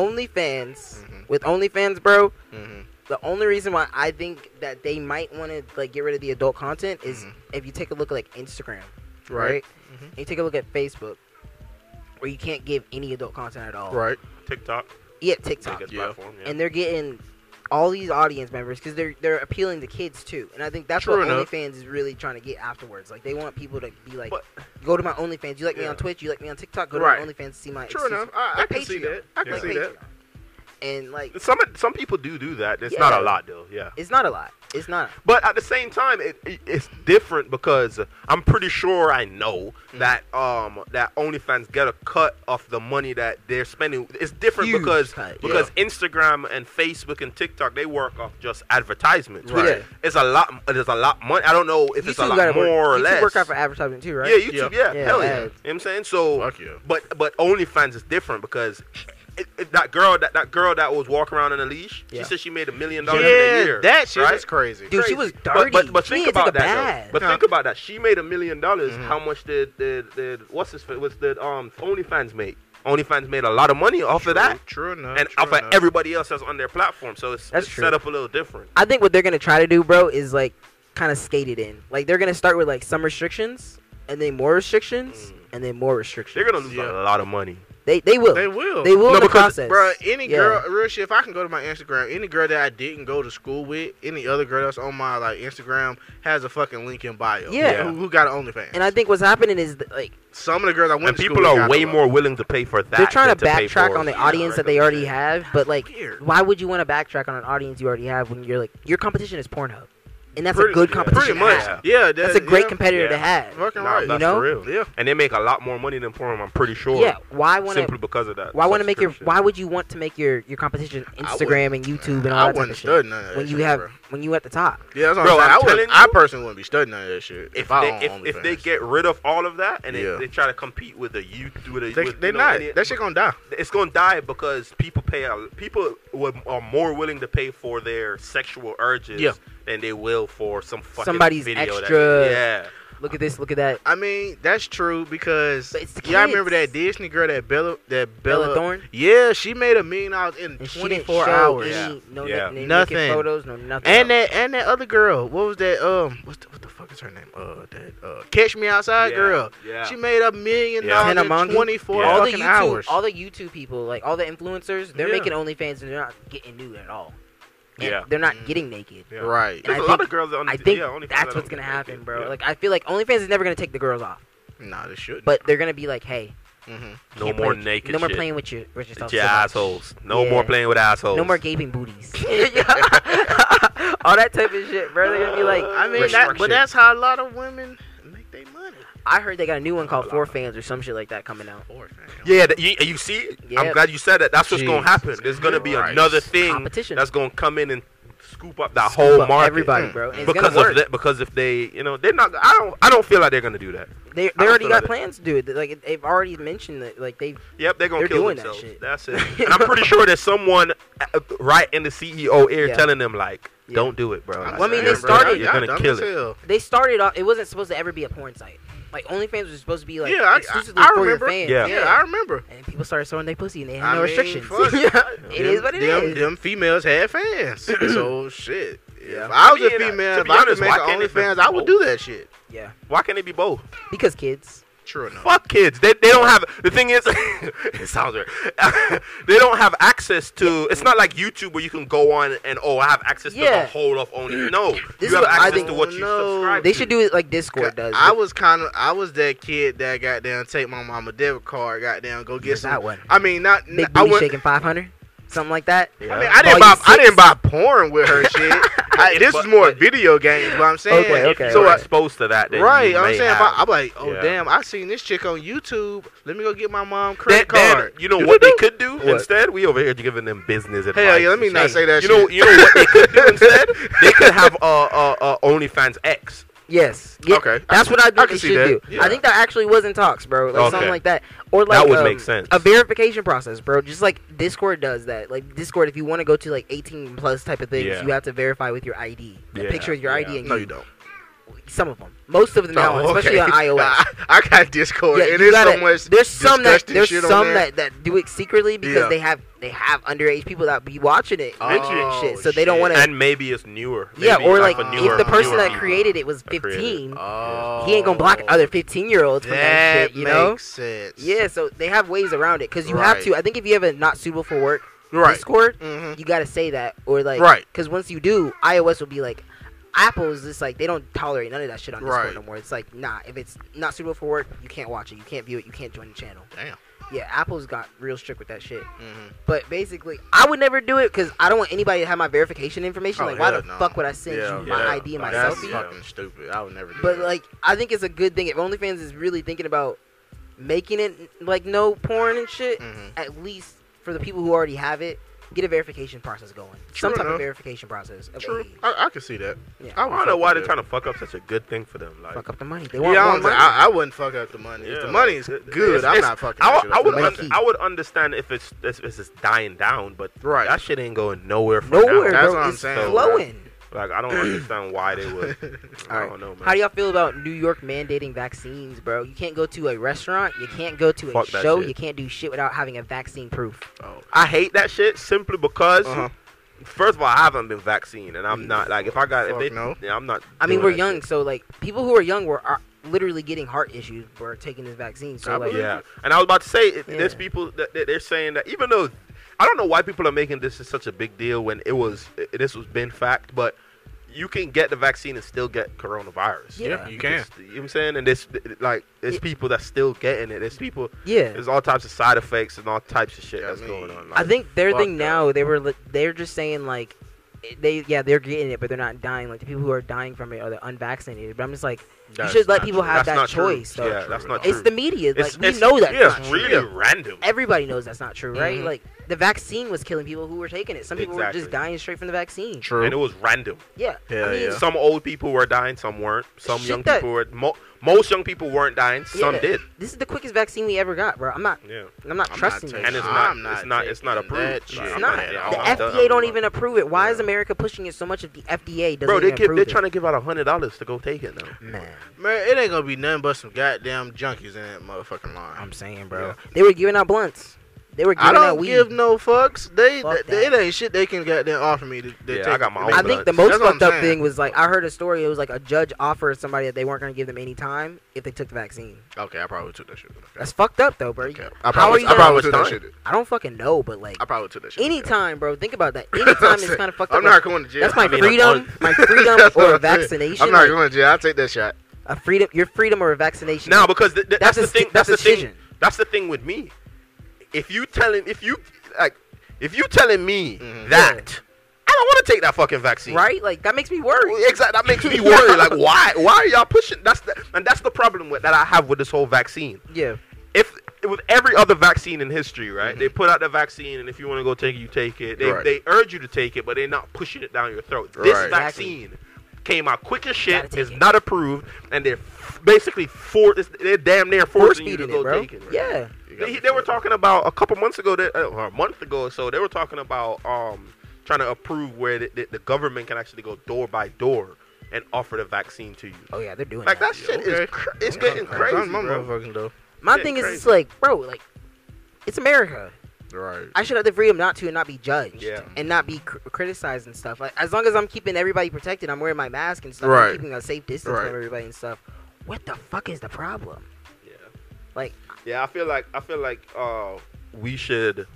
Speaker 1: OnlyFans
Speaker 3: Mm-hmm.
Speaker 2: Mhm.
Speaker 1: with OnlyFans, bro.
Speaker 2: Mhm.
Speaker 1: The only reason why I think that they might want to like get rid of the adult content is
Speaker 2: Mhm.
Speaker 1: if you take a look at like Instagram,
Speaker 2: Right. Mm-hmm.
Speaker 1: right? And you take a look at Facebook, where you can't give any adult content at all.
Speaker 2: Right.
Speaker 3: TikTok,
Speaker 1: Yeah, TikTok.
Speaker 3: biggest
Speaker 2: Yeah.
Speaker 3: platform. Yeah.
Speaker 1: and they're getting all these audience members because they're they're appealing to kids too, and I think that's
Speaker 2: True
Speaker 1: what
Speaker 2: enough.
Speaker 1: OnlyFans is really trying to get afterwards. Like they want people to be like,
Speaker 3: But-
Speaker 1: go to my OnlyFans. You like me
Speaker 2: Yeah.
Speaker 1: on Twitch, you like me on TikTok. Go
Speaker 2: Right.
Speaker 1: to my OnlyFans to see my.
Speaker 2: True enough. I, I
Speaker 1: Like
Speaker 2: can see
Speaker 1: Patreon.
Speaker 2: that. I can
Speaker 1: Like
Speaker 2: see that.
Speaker 1: Patreon. And like,
Speaker 3: some some people do do that. It's
Speaker 1: Yeah.
Speaker 3: not a lot though. Yeah.
Speaker 1: it's not a lot. It's not.
Speaker 3: But at the same time, it, it- it's different because I'm pretty sure I know
Speaker 1: Mm.
Speaker 3: that um that OnlyFans get a cut of the money that they're spending. It's different
Speaker 1: Huge
Speaker 3: because
Speaker 1: cut,
Speaker 3: because Instagram and Facebook and TikTok they work off just advertisements.
Speaker 1: Right. Yeah.
Speaker 3: It's a lot. There's a lot money. I don't know if it's a lot
Speaker 1: gotta
Speaker 3: more or
Speaker 1: work, YouTube
Speaker 3: less.
Speaker 1: work out for advertising too, right?
Speaker 3: Yeah, YouTube. Yeah,
Speaker 1: Yeah,
Speaker 3: hell yeah.
Speaker 1: ads.
Speaker 3: You know what I'm saying so.
Speaker 2: Fuck yeah.
Speaker 3: But but OnlyFans is different because. It, it- that girl, that, that girl that was walking around in a leash,
Speaker 1: Yeah.
Speaker 3: she said she made a million dollars in a
Speaker 2: Yeah,
Speaker 3: year.
Speaker 2: that shit
Speaker 3: right?
Speaker 2: is crazy.
Speaker 1: Dude, she
Speaker 3: crazy.
Speaker 1: was dirty.
Speaker 3: But, but, but
Speaker 1: She
Speaker 3: think
Speaker 1: didn't take
Speaker 3: about
Speaker 1: a
Speaker 3: that.
Speaker 1: bath.
Speaker 3: Though. But
Speaker 2: Huh.
Speaker 3: think about that. She made a million dollars.
Speaker 2: Mhm.
Speaker 3: How much did did did what's his fa- what's did um OnlyFans make? OnlyFans made a lot of money off of that,
Speaker 2: True enough.
Speaker 3: and
Speaker 2: true
Speaker 3: off of
Speaker 2: enough.
Speaker 3: everybody else that's on their platform. So it's,
Speaker 1: That's
Speaker 3: it's
Speaker 1: true.
Speaker 3: set up a little different.
Speaker 1: I think what they're gonna try to do, bro, is like kind of skate it in. Like they're gonna start with like some restrictions, and then more restrictions,
Speaker 3: Mm.
Speaker 1: and then more restrictions.
Speaker 3: They're gonna lose
Speaker 2: Yeah.
Speaker 3: a lot of money.
Speaker 1: They they will.
Speaker 2: They
Speaker 1: They,
Speaker 2: will.
Speaker 1: will
Speaker 3: No,
Speaker 1: in the
Speaker 3: because,
Speaker 1: process,
Speaker 2: Bro, any
Speaker 1: Yeah.
Speaker 2: girl, real shit. If I can go to my Instagram, any girl that I didn't go to school with, any other girl that's on my like Instagram has a fucking link in bio.
Speaker 1: Yeah.
Speaker 2: Who, who got an OnlyFans?
Speaker 1: And I think what's happening is th- like
Speaker 2: some of the girls I went
Speaker 3: And
Speaker 2: to
Speaker 3: people
Speaker 2: school with
Speaker 3: are
Speaker 2: got
Speaker 3: way
Speaker 2: no-
Speaker 3: more willing to pay for that.
Speaker 1: they're trying
Speaker 3: than
Speaker 1: to
Speaker 3: pay
Speaker 1: backtrack
Speaker 3: for-
Speaker 1: on the
Speaker 2: yeah,
Speaker 1: audience that they
Speaker 2: regular
Speaker 1: already
Speaker 2: shit.
Speaker 1: have, but like,
Speaker 2: Weird.
Speaker 1: why would you want to backtrack on an audience you already have when you're like your competition is Pornhub, and that's
Speaker 2: Pretty-
Speaker 1: a good
Speaker 2: yeah.
Speaker 1: competition.
Speaker 2: Pretty
Speaker 1: to
Speaker 2: much.
Speaker 1: have.
Speaker 2: Yeah. that-
Speaker 3: have.
Speaker 1: That's a great
Speaker 2: yeah.
Speaker 1: competitor to
Speaker 3: Yeah.
Speaker 1: have.
Speaker 2: Fucking
Speaker 3: Nah,
Speaker 2: right.
Speaker 3: that's
Speaker 1: know?
Speaker 3: real.
Speaker 2: Yeah.
Speaker 3: And they make a lot more money than porn. I'm pretty sure.
Speaker 1: Yeah. Why want to?
Speaker 3: Simply because of that.
Speaker 1: Why want to make your?
Speaker 3: subscription.
Speaker 1: Why would you want to make your your competition Instagram and YouTube and all that
Speaker 2: I
Speaker 1: type of
Speaker 2: wouldn't
Speaker 1: shit
Speaker 2: stud none of that
Speaker 1: when you
Speaker 2: shit,
Speaker 1: have
Speaker 2: bro.
Speaker 1: when you at the top?
Speaker 2: Yeah, that's what
Speaker 3: Bro,
Speaker 2: I'm saying.
Speaker 3: I'm
Speaker 2: I wouldn't-
Speaker 3: telling
Speaker 2: I
Speaker 3: you-
Speaker 2: personally wouldn't be studying none of that shit. If,
Speaker 3: if
Speaker 2: I
Speaker 3: they
Speaker 2: own
Speaker 3: if, if they
Speaker 2: OnlyFans.
Speaker 3: get rid of all of that and
Speaker 2: Yeah.
Speaker 3: they, they try to compete with the youth with a,
Speaker 2: they,
Speaker 3: with,
Speaker 2: they
Speaker 3: you know,
Speaker 2: not.
Speaker 3: any-
Speaker 2: that shit gonna die.
Speaker 3: it's gonna die because people pay a, people would, are more willing to pay for their sexual urges
Speaker 2: Yeah.
Speaker 3: than they will for some fucking
Speaker 1: Somebody's
Speaker 3: video
Speaker 1: extra-
Speaker 3: That, yeah,
Speaker 1: Look at this. Look at that.
Speaker 2: I mean, that's true because
Speaker 1: But it's the
Speaker 2: yeah, I remember
Speaker 1: kids.
Speaker 2: that Disney girl, that Bella, that
Speaker 1: Bella,
Speaker 2: Bella.
Speaker 1: Thorne.
Speaker 2: Yeah, she made a million dollars in
Speaker 1: And she didn't
Speaker 2: 24
Speaker 1: show
Speaker 2: hours.
Speaker 1: Any, no,
Speaker 3: Yeah.
Speaker 1: nothing.
Speaker 2: Nothing.
Speaker 1: Photos. No nothing.
Speaker 2: And that and that other girl, what was that? Um, what's the, what the fuck is her name? Uh, that uh, Catch Me Outside
Speaker 3: yeah,
Speaker 2: girl.
Speaker 3: Yeah,
Speaker 2: She made a million
Speaker 3: Yeah.
Speaker 2: dollars
Speaker 1: Hannah
Speaker 2: in
Speaker 1: Montana?
Speaker 2: 24
Speaker 3: Yeah.
Speaker 1: all the
Speaker 2: fucking
Speaker 1: YouTube,
Speaker 2: hours.
Speaker 1: all the YouTube people, like all the influencers, they're
Speaker 2: Yeah.
Speaker 1: making OnlyFans and they're not getting nude at all. And
Speaker 3: Yeah.
Speaker 1: they're not
Speaker 2: Mm.
Speaker 1: getting naked.
Speaker 3: Yeah.
Speaker 2: Right.
Speaker 1: And I
Speaker 3: There's a lot
Speaker 1: think-
Speaker 3: of girls that only,
Speaker 1: I think
Speaker 3: yeah, only fans
Speaker 1: that's
Speaker 3: that
Speaker 1: what's
Speaker 3: don't
Speaker 1: gonna
Speaker 3: get naked.
Speaker 1: happen, bro.
Speaker 3: Yeah.
Speaker 1: Like I feel like OnlyFans is never gonna take the girls off,
Speaker 2: Nah, this should.
Speaker 1: but they're gonna be like, hey,
Speaker 2: hmm
Speaker 3: no
Speaker 1: can't
Speaker 3: more
Speaker 1: play with-
Speaker 3: naked,
Speaker 1: no more
Speaker 3: shit.
Speaker 1: playing with your with yourself.
Speaker 3: with your
Speaker 1: so much.
Speaker 3: assholes. No
Speaker 1: Yeah.
Speaker 3: more playing with assholes.
Speaker 1: No more gaping booties. all that type of shit, bro. They're gonna be like,
Speaker 2: I mean, that, but
Speaker 3: Uh, Restriction.
Speaker 2: that's how a lot of women make their money.
Speaker 1: I heard they got a new one called Four Fans or some shit like that coming out.
Speaker 2: Or, fam.
Speaker 3: Yeah, that- you, you see, I'm
Speaker 1: Yep.
Speaker 3: glad you said that. That's what's gonna
Speaker 2: Jesus
Speaker 3: happen. There's gonna be
Speaker 2: Christ.
Speaker 3: another thing
Speaker 1: Competition.
Speaker 3: that's gonna come in and scoop up that
Speaker 1: Scoop
Speaker 3: whole
Speaker 1: up
Speaker 3: market.
Speaker 1: Everybody,
Speaker 2: Mm.
Speaker 1: bro. And it's gonna
Speaker 3: Because
Speaker 1: work.
Speaker 3: of that, because if they, you know, they're not. I don't. I don't feel like they're gonna do that.
Speaker 1: They,
Speaker 3: I
Speaker 1: they
Speaker 3: don't
Speaker 1: already
Speaker 3: feel
Speaker 1: got
Speaker 3: like that.
Speaker 1: plans to do it. They- Like they've already mentioned that. Like they.
Speaker 3: Yep, they're gonna
Speaker 1: They're
Speaker 3: kill
Speaker 1: doing that
Speaker 3: themselves.
Speaker 1: shit.
Speaker 3: That's it. and I'm pretty sure there's someone uh, right in the CEO ear
Speaker 1: Yeah.
Speaker 3: telling them like,
Speaker 1: Yeah.
Speaker 3: "Don't do it, bro."
Speaker 2: I'm
Speaker 3: Like,
Speaker 1: Well, I mean,
Speaker 2: saying,
Speaker 1: they
Speaker 2: bro,
Speaker 1: started-
Speaker 3: You're
Speaker 2: y'all
Speaker 3: gonna
Speaker 2: dumb
Speaker 3: kill
Speaker 2: as
Speaker 3: it.
Speaker 2: hell.
Speaker 1: They started off. It wasn't supposed to ever be a porn site. Like OnlyFans was supposed to be like
Speaker 2: Yeah, I- I-
Speaker 1: exclusively
Speaker 2: I
Speaker 1: for
Speaker 2: remember.
Speaker 1: your fans.
Speaker 3: Yeah.
Speaker 2: Yeah, I remember.
Speaker 1: and people started showing their pussy and they had
Speaker 2: I
Speaker 1: no
Speaker 2: mean,
Speaker 1: restrictions.
Speaker 2: fuck.
Speaker 1: it
Speaker 2: them,
Speaker 1: is what it is.
Speaker 2: them, them females had fans. so shit.
Speaker 3: Yeah.
Speaker 2: If I was
Speaker 3: I mean,
Speaker 2: a
Speaker 3: uh,
Speaker 2: female,
Speaker 3: to
Speaker 2: if
Speaker 3: be
Speaker 2: I could
Speaker 3: honest,
Speaker 2: make
Speaker 3: why
Speaker 2: an
Speaker 3: can't it be
Speaker 2: OnlyFans, I would do that shit.
Speaker 1: Yeah,
Speaker 3: Why can't it be both?
Speaker 1: because kids.
Speaker 2: True enough.
Speaker 3: Fuck kids. They, they don't have the thing is it sounds weird. they don't have access to it's not like YouTube where you can go on and oh I have access to
Speaker 1: Yeah.
Speaker 3: the whole of only no.
Speaker 1: This
Speaker 3: you
Speaker 1: is
Speaker 3: have
Speaker 1: what I
Speaker 3: access
Speaker 1: think-
Speaker 3: to what you
Speaker 2: No.
Speaker 3: subscribe
Speaker 1: They
Speaker 3: to.
Speaker 1: should do it like Discord does.
Speaker 2: I
Speaker 1: with-
Speaker 2: was kind of, I was that kid that got down, take my mama debit card, got down, go get
Speaker 1: There's that
Speaker 2: some.
Speaker 1: one.
Speaker 2: I mean, not.
Speaker 1: Big
Speaker 2: I
Speaker 1: booty
Speaker 2: went.
Speaker 1: shaking five hundred, something like that.
Speaker 2: I mean, I didn't buy,
Speaker 1: Volume
Speaker 2: I
Speaker 1: six.
Speaker 2: didn't buy porn with her shit. I, this is
Speaker 3: But-
Speaker 2: more
Speaker 3: but-
Speaker 2: video games, but I'm saying.
Speaker 1: Okay, okay,
Speaker 2: So
Speaker 3: so
Speaker 2: I,
Speaker 1: okay.
Speaker 3: exposed to that then
Speaker 2: right,
Speaker 3: you
Speaker 2: I'm
Speaker 3: may
Speaker 2: saying if
Speaker 3: have-
Speaker 2: I, I'm like, oh
Speaker 3: Yeah.
Speaker 2: damn, I seen this chick on YouTube. Let me go get my mom
Speaker 3: Then-
Speaker 2: credit
Speaker 3: then
Speaker 2: card.
Speaker 3: you know what they
Speaker 2: Do-do-do.
Speaker 3: could do
Speaker 1: What?
Speaker 3: instead? We over here giving them business advice.
Speaker 2: Hell yeah, let me
Speaker 3: and
Speaker 2: not
Speaker 3: shit.
Speaker 2: say that.
Speaker 3: You know,
Speaker 2: shit.
Speaker 3: you know what they could do instead? They could have uh, uh, uh, OnlyFans X.
Speaker 1: Yes. Yeah,
Speaker 2: Okay.
Speaker 1: That's what I think
Speaker 2: I can
Speaker 1: they
Speaker 2: see
Speaker 1: should
Speaker 2: that.
Speaker 1: do.
Speaker 2: Yeah.
Speaker 1: I think that actually was in talks, bro. Like
Speaker 3: Okay.
Speaker 1: something like that, or like
Speaker 3: would
Speaker 1: um,
Speaker 3: make sense.
Speaker 1: A verification process, bro. Just like Discord does that. Like Discord, if you want to go to like eighteen plus type of things,
Speaker 3: Yeah.
Speaker 1: you have to verify with your ID, a
Speaker 3: Yeah,
Speaker 1: picture of your
Speaker 3: yeah.
Speaker 1: ID, and
Speaker 2: No, you don't.
Speaker 1: Some of them, most of them now,
Speaker 2: Oh,
Speaker 1: especially on
Speaker 2: okay.
Speaker 1: iOS.
Speaker 2: I, I got Discord.
Speaker 1: Yeah,
Speaker 2: and
Speaker 1: you
Speaker 2: there's
Speaker 1: gotta-
Speaker 2: so much.
Speaker 1: there's some that
Speaker 2: disgusting
Speaker 1: there's
Speaker 2: shit on
Speaker 1: some
Speaker 2: there.
Speaker 1: that, that do it secretly because
Speaker 2: Yeah.
Speaker 1: they have they have underage people that be watching it
Speaker 2: Oh,
Speaker 1: mentioning it shit, so they don't
Speaker 2: shit.
Speaker 1: want to.
Speaker 3: And maybe it's newer.
Speaker 1: Yeah,
Speaker 3: Maybe
Speaker 1: or
Speaker 3: like
Speaker 1: like
Speaker 3: a
Speaker 2: newer-
Speaker 1: if the person
Speaker 3: newer
Speaker 1: that
Speaker 3: people.
Speaker 1: created it was
Speaker 3: that created it.
Speaker 1: 15,
Speaker 2: Oh,
Speaker 1: he ain't gonna block other 15 year olds
Speaker 2: that,
Speaker 1: from that shit, you
Speaker 2: makes
Speaker 1: know?
Speaker 2: sense.
Speaker 1: Yeah, so they have ways around it because you
Speaker 2: Right.
Speaker 1: have to. I think if you have a not suitable for work
Speaker 2: Right.
Speaker 1: Discord,
Speaker 2: hmm
Speaker 1: you gotta say that or like
Speaker 2: Right.
Speaker 1: Because once you do, iOS will be like. Apple is just like they don't tolerate none of that shit on Discord
Speaker 2: Right.
Speaker 1: no more. It's like nah, if it's not suitable for work, you can't watch it, you can't view it, you can't join the channel.
Speaker 2: Damn.
Speaker 1: Yeah, Apple's got real strict with that shit.
Speaker 2: hmm
Speaker 1: But basically, I would never do it because I don't want anybody to have my verification information.
Speaker 2: Oh,
Speaker 1: like, why
Speaker 2: hell
Speaker 1: the
Speaker 2: no.
Speaker 1: fuck would I send
Speaker 2: Yeah.
Speaker 1: you my
Speaker 3: Yeah.
Speaker 1: ID and my
Speaker 3: Like,
Speaker 2: That's
Speaker 1: selfie?
Speaker 2: fucking stupid. I would never do
Speaker 1: But
Speaker 2: that.
Speaker 1: like, I think it's a good thing if OnlyFans is really thinking about making it like no porn and shit.
Speaker 2: Mhm.
Speaker 1: At least for the people who already have it, get a verification process going.
Speaker 2: True
Speaker 1: Some type
Speaker 2: enough.
Speaker 1: of verification process. Of
Speaker 2: True.
Speaker 1: age.
Speaker 2: I, I can see that.
Speaker 1: Yeah.
Speaker 3: I
Speaker 2: would
Speaker 3: don't know
Speaker 2: fuck
Speaker 3: why
Speaker 2: with
Speaker 3: they're
Speaker 2: that.
Speaker 3: trying to fuck up such a good thing for them. Like,
Speaker 1: Fuck up the money. They
Speaker 2: Yeah,
Speaker 1: want
Speaker 2: I,
Speaker 1: more
Speaker 2: don't-
Speaker 1: money.
Speaker 2: I, I wouldn't fuck up the money. If
Speaker 3: Yeah,
Speaker 2: the money
Speaker 3: like,
Speaker 2: is
Speaker 3: it-
Speaker 2: good,
Speaker 3: it's-
Speaker 2: I'm
Speaker 3: it's-
Speaker 2: not fucking.
Speaker 3: I,
Speaker 2: that
Speaker 3: would-
Speaker 2: shit
Speaker 3: I
Speaker 2: up.
Speaker 3: would,
Speaker 1: Low
Speaker 3: under-
Speaker 1: key.
Speaker 3: I would understand if it's if it's dying down, but
Speaker 2: Right.
Speaker 3: that shit ain't going nowhere. For
Speaker 1: Nowhere,
Speaker 3: now.
Speaker 2: That's
Speaker 1: bro.
Speaker 2: what I'm
Speaker 1: it's
Speaker 2: saying,
Speaker 3: bro.
Speaker 1: flowing.
Speaker 3: Like I don't understand why they would. I
Speaker 1: Alright.
Speaker 3: don't know, man.
Speaker 1: How do y'all feel about New York mandating vaccines, bro? You can't go to a restaurant, you can't go to a
Speaker 3: Fuck that
Speaker 1: show,
Speaker 3: shit.
Speaker 1: you can't do shit without having a vaccine proof.
Speaker 2: Oh,
Speaker 3: I hate that shit simply because
Speaker 2: Uh-huh.
Speaker 3: first of all, I haven't been vaccinated, and I'm not like if I got
Speaker 2: Mm.
Speaker 3: if
Speaker 2: Fuck
Speaker 3: they
Speaker 2: no.
Speaker 3: yeah, I'm not.
Speaker 1: I mean,
Speaker 3: doing
Speaker 1: we're
Speaker 3: that
Speaker 1: young,
Speaker 3: shit.
Speaker 1: so like people who are young were are literally getting heart issues for taking this vaccine. So
Speaker 2: I
Speaker 1: like,
Speaker 3: Yeah, and I was about to say it-
Speaker 1: Yeah.
Speaker 3: there's people that that they're saying that even though I don't know why people are making this is such a big deal when it was it- this was been fact, but you can get the vaccine and still get coronavirus.
Speaker 1: Yeah. Yeah,
Speaker 2: you
Speaker 3: can. you know what I'm saying? And there's like there's
Speaker 1: Yeah.
Speaker 3: people that's still getting it. There's people.
Speaker 1: yeah.
Speaker 3: There's all types of side effects and all types of shit
Speaker 2: Yeah, I
Speaker 3: that's
Speaker 2: mean,
Speaker 3: going on.
Speaker 1: I
Speaker 3: Like,
Speaker 1: think their
Speaker 2: fuck
Speaker 1: thing
Speaker 2: that.
Speaker 1: now they were li- they're just saying like they yeah they're getting it but they're not dying like the people who are dying from it are the unvaccinated. But I'm just like
Speaker 2: That's
Speaker 1: you should let
Speaker 2: not
Speaker 1: people
Speaker 2: true.
Speaker 1: have
Speaker 3: that's
Speaker 1: that
Speaker 3: not true.
Speaker 1: choice. Though.
Speaker 3: Yeah, that's not
Speaker 2: It's
Speaker 3: true.
Speaker 1: It's the media.
Speaker 3: It's-
Speaker 1: like we
Speaker 3: it's-
Speaker 1: know that's
Speaker 3: yeah,
Speaker 1: not
Speaker 3: it's
Speaker 1: true.
Speaker 3: really random.
Speaker 1: Everybody knows that's not true, right?
Speaker 2: Mhm.
Speaker 1: Like the vaccine was killing people who were taking it. Some people were just
Speaker 3: Exactly.
Speaker 1: dying straight from the vaccine.
Speaker 2: True.
Speaker 3: And it was random.
Speaker 1: Yeah.
Speaker 2: Yeah,
Speaker 1: I mean,
Speaker 2: yeah.
Speaker 3: Some old people were dying, some weren't. Some
Speaker 1: Shit
Speaker 3: young
Speaker 1: that-
Speaker 3: people were. Mo- most young people weren't dying. Some
Speaker 1: yeah.
Speaker 3: did.
Speaker 1: This is the quickest vaccine we ever got, bro. I'm not.
Speaker 3: Yeah.
Speaker 1: I'm not
Speaker 2: I'm not
Speaker 1: trusting
Speaker 2: taking-
Speaker 1: this.
Speaker 3: And it's
Speaker 2: I'm
Speaker 3: not.
Speaker 2: not
Speaker 3: it's not. It's not
Speaker 2: taking
Speaker 3: approved.
Speaker 2: that shit.
Speaker 1: It's
Speaker 3: I'm
Speaker 1: not.
Speaker 3: at
Speaker 1: The
Speaker 3: all. I'm done.
Speaker 1: FDA don't even approve it. Why is
Speaker 3: Yeah.
Speaker 1: America pushing it so much if the FDA doesn't
Speaker 3: Bro, they
Speaker 1: even
Speaker 3: give,
Speaker 1: approve
Speaker 3: they're
Speaker 1: it?
Speaker 3: trying to give out a hundred dollars to go take it now.
Speaker 1: Man,
Speaker 2: Man, it ain't gonna be nothing but some goddamn junkies in that motherfucking line.
Speaker 1: I'm saying, bro.
Speaker 2: Yeah.
Speaker 1: They were giving out blunts. They were giving
Speaker 2: I
Speaker 1: out
Speaker 2: don't
Speaker 1: weed.
Speaker 2: give no fucks. They,
Speaker 1: Fuck
Speaker 2: they-
Speaker 1: that.
Speaker 2: it ain't shit they can goddamn offer me. To, to
Speaker 3: Yeah, I
Speaker 2: take.
Speaker 3: got my own
Speaker 1: I
Speaker 3: Hold
Speaker 1: think
Speaker 3: on.
Speaker 1: the most
Speaker 2: That's what I'm
Speaker 1: fucked up
Speaker 2: saying.
Speaker 1: thing was like I heard a story. It was like a judge offered somebody that they weren't going to give them any time if they took the vaccine.
Speaker 2: Okay, I probably took that shit.
Speaker 1: That's fucked up though, bro.
Speaker 2: Okay.
Speaker 1: You-
Speaker 2: I
Speaker 1: How are
Speaker 2: probably,
Speaker 1: you
Speaker 2: I probably
Speaker 1: gonna-
Speaker 2: took that shit.
Speaker 1: I don't fucking know, but like
Speaker 2: I probably took that shit.
Speaker 1: anytime, bro. Think about that. Anytime it's kind of fucked up.
Speaker 2: I'm not going to jail.
Speaker 1: That's my
Speaker 3: I mean,
Speaker 1: freedom,
Speaker 3: I'm-
Speaker 1: my freedom
Speaker 2: That's what
Speaker 1: or a
Speaker 2: I'm saying.
Speaker 1: vaccination.
Speaker 2: I'm not
Speaker 1: like,
Speaker 2: going to jail. I'll take that shot.
Speaker 1: a freedom, your freedom or a vaccination.
Speaker 3: Now because th- th-
Speaker 1: That's
Speaker 3: that's,
Speaker 1: a
Speaker 3: the thing.
Speaker 1: sti-
Speaker 3: That's the
Speaker 1: that's a
Speaker 3: thing.
Speaker 1: decision.
Speaker 3: That's the thing with me. If you telling, if you like, if you telling me
Speaker 2: Mhm.
Speaker 3: that, I don't want to take that fucking vaccine.
Speaker 1: Mm-hmm. right? Like that makes me worry.
Speaker 3: Exactly. That makes me worry. Like, why? Why are y'all pushing? That's the, and that's the problem with, that I have with this whole vaccine.
Speaker 1: Yeah.
Speaker 3: if with every other vaccine in history, right? They put out the vaccine, and if you want to go take it, you take it. They,
Speaker 2: Mm-hmm. Right.
Speaker 3: they urge you to take it, but they're not pushing it down your throat. This
Speaker 2: Right.
Speaker 3: vaccine came out quick as
Speaker 1: Gotta
Speaker 3: shit.
Speaker 1: take
Speaker 3: It's
Speaker 1: it.
Speaker 3: not approved, and they're f- basically for it's- they're damn near forcing you to
Speaker 1: feeding
Speaker 3: go
Speaker 1: it, bro.
Speaker 3: take it.
Speaker 1: Yeah.
Speaker 2: You got
Speaker 3: They,
Speaker 2: me
Speaker 3: they were
Speaker 2: fucked up.
Speaker 3: talking about a couple months ago, that, uh, or a month ago or so, they were talking about um, trying to approve where the, the, the government can actually go door by door and offer the vaccine to you.
Speaker 1: Oh yeah, they're doing
Speaker 3: Like
Speaker 1: that.
Speaker 3: that shit
Speaker 2: Okay.
Speaker 3: is cr- it's
Speaker 2: I'm
Speaker 3: getting
Speaker 2: done.
Speaker 3: crazy,
Speaker 2: I'm done,
Speaker 3: bro.
Speaker 2: motherfucking though.
Speaker 1: My
Speaker 3: shit
Speaker 1: thing is,
Speaker 3: crazy.
Speaker 1: it's like, bro, like it's America.
Speaker 2: Right.
Speaker 1: I should have the freedom not to and not be judged
Speaker 3: Yeah.
Speaker 1: and not be cr- criticized and stuff. Like as long as I'm keeping everybody protected, I'm wearing my mask and stuff,
Speaker 2: Right.
Speaker 1: I'm keeping a safe distance
Speaker 2: Right.
Speaker 1: from everybody and stuff. What the fuck is the problem?
Speaker 3: Yeah.
Speaker 1: Like-
Speaker 3: Yeah, I feel like I feel like uh we should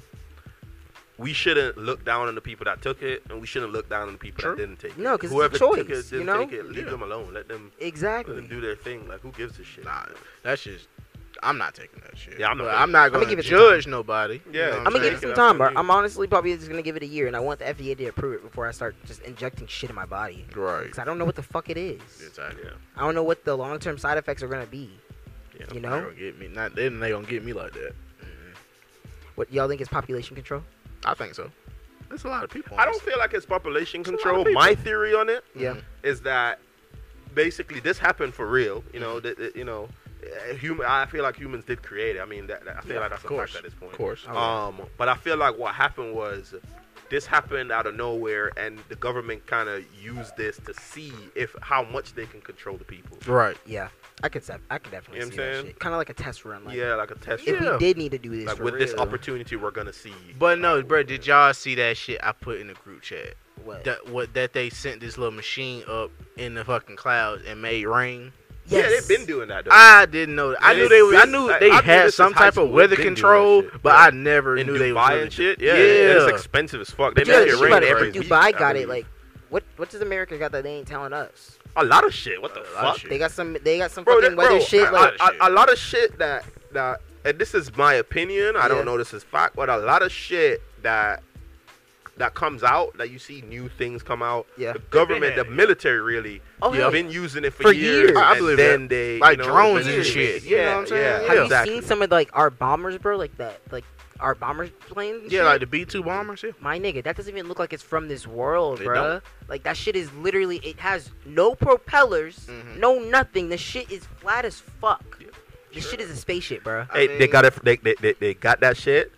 Speaker 3: we shouldn't look down on the people that took it and we shouldn't look down on the people
Speaker 2: True.
Speaker 3: that didn't take it.
Speaker 1: No, 'cause it's a
Speaker 3: Whoever
Speaker 1: choice,
Speaker 3: took it
Speaker 1: you
Speaker 3: didn't
Speaker 1: know?
Speaker 3: take it, leave
Speaker 2: Yeah.
Speaker 3: them alone. Let them, let
Speaker 1: Exactly.
Speaker 3: them do their thing. Like who gives a shit?
Speaker 2: Nah, that's just. I'm not taking that shit.
Speaker 3: Yeah, I'm not
Speaker 2: But
Speaker 3: taking
Speaker 2: I'm not
Speaker 1: I'ma
Speaker 2: going
Speaker 1: give
Speaker 2: to
Speaker 1: it some
Speaker 2: judge nobody. you
Speaker 3: Yeah.
Speaker 2: know what
Speaker 1: I'm gonna give
Speaker 2: saying?
Speaker 1: it
Speaker 3: Take
Speaker 1: some
Speaker 3: it
Speaker 1: time,
Speaker 3: out
Speaker 1: bro.
Speaker 3: on you.
Speaker 1: I'm honestly probably just gonna give it a year, and I want the FDA to approve it before I start just injecting shit in my body.
Speaker 2: Right.
Speaker 1: Cause I don't know what the fuck it is.
Speaker 2: Exactly.
Speaker 3: Yeah.
Speaker 1: I don't know what the long term side effects are gonna be.
Speaker 3: Yeah.
Speaker 1: You
Speaker 2: They
Speaker 1: know
Speaker 2: gonna get me. Not then they gonna get me like that.
Speaker 1: what y'all think is population control?
Speaker 2: I think so. There's a lot of people.
Speaker 3: I don't feel like it's population
Speaker 2: a lot of
Speaker 3: control.
Speaker 2: people.
Speaker 3: My theory on it
Speaker 1: Yeah.
Speaker 3: is that basically this happened for real. You know, that that, you know, uh, human. I feel like humans did create it. I mean, that, that- I feel
Speaker 2: Yeah,
Speaker 3: like that's
Speaker 2: of
Speaker 3: a
Speaker 2: course.
Speaker 3: fact at this point.
Speaker 2: Of course.
Speaker 1: Oh,
Speaker 3: Um, but I feel like what happened was this happened out of nowhere, and the government kind of used this to see if how much they can control the people.
Speaker 2: Right.
Speaker 1: Yeah, I could se- I could definitely
Speaker 3: You know
Speaker 1: see
Speaker 3: what I'm
Speaker 1: that
Speaker 3: saying?
Speaker 1: shit. Kind of like a test run. Like,
Speaker 3: yeah, like a test.
Speaker 1: If
Speaker 2: Yeah.
Speaker 1: we did need to do this,
Speaker 3: Like
Speaker 1: for
Speaker 3: with this
Speaker 1: real,
Speaker 3: opportunity, we're gonna see.
Speaker 2: But no,
Speaker 3: how
Speaker 2: bro.
Speaker 3: it
Speaker 2: Did
Speaker 3: is.
Speaker 2: y'all see that shit I put in the group chat?
Speaker 1: what?
Speaker 2: That what that they sent this little machine up in the fucking clouds and made rain.
Speaker 3: Yeah,
Speaker 1: Yes.
Speaker 3: they've been doing that. Though.
Speaker 2: I didn't know. That. I
Speaker 3: And
Speaker 2: knew
Speaker 3: it-
Speaker 2: they. I knew
Speaker 3: I-
Speaker 2: they
Speaker 3: I knew
Speaker 2: had
Speaker 3: this
Speaker 2: some
Speaker 3: is high
Speaker 2: type
Speaker 3: school.
Speaker 2: of weather
Speaker 3: They been doing that
Speaker 2: control,
Speaker 3: shit.
Speaker 2: but
Speaker 3: Yeah.
Speaker 2: I never
Speaker 3: in
Speaker 2: knew
Speaker 3: Dubai
Speaker 2: they was really
Speaker 3: and shit. Yeah,
Speaker 2: Yeah,
Speaker 3: and it's expensive as fuck. They
Speaker 1: But you
Speaker 3: make
Speaker 1: gotta
Speaker 3: it
Speaker 1: think
Speaker 3: rain
Speaker 1: about it,
Speaker 3: every
Speaker 1: bro.
Speaker 3: week,
Speaker 1: Dubai
Speaker 3: I
Speaker 1: got it.
Speaker 3: believe.
Speaker 1: Like, what? What does America got that they ain't telling us?
Speaker 3: a lot of shit. What
Speaker 2: A
Speaker 3: the
Speaker 2: lot of
Speaker 3: fuck?
Speaker 2: shit.
Speaker 1: They got some. They got some
Speaker 3: bro,
Speaker 1: fucking
Speaker 3: that-
Speaker 1: weather
Speaker 3: bro,
Speaker 1: shit.
Speaker 3: a-
Speaker 1: Like,
Speaker 3: a, a lot of shit that that and this is my opinion. I
Speaker 1: Yeah.
Speaker 3: don't know this is fact, but a lot of shit that that comes out that you see new things come out.
Speaker 1: Yeah.
Speaker 3: the government, the
Speaker 2: Yeah.
Speaker 3: military, really
Speaker 1: Oh,
Speaker 3: have
Speaker 1: yeah.
Speaker 3: been using it for,
Speaker 1: For
Speaker 3: years.
Speaker 1: years. I
Speaker 3: and
Speaker 2: believe
Speaker 3: then
Speaker 2: that.
Speaker 3: they
Speaker 2: Like
Speaker 3: you know,
Speaker 2: drones
Speaker 1: and
Speaker 3: years.
Speaker 2: shit, you
Speaker 3: Yeah,
Speaker 2: know what I'm saying?
Speaker 3: yeah.
Speaker 1: have
Speaker 3: exactly.
Speaker 1: you seen some of like our bombers, bro? Like that, like our bombers planes. and
Speaker 2: Yeah,
Speaker 1: shit?
Speaker 2: like the B two bombers. Yeah.
Speaker 1: my nigga, that doesn't even look like it's from this world,
Speaker 2: It
Speaker 1: bro. Like that shit is literally. It has no propellers,
Speaker 2: Mhm.
Speaker 1: no nothing. The shit is flat as fuck.
Speaker 3: Mm-hmm. Yeah,
Speaker 1: This
Speaker 3: sure.
Speaker 1: shit is a spaceship, bro.
Speaker 2: I
Speaker 3: Hey, they
Speaker 2: mean-
Speaker 3: got it. They, they, they, they got that shit.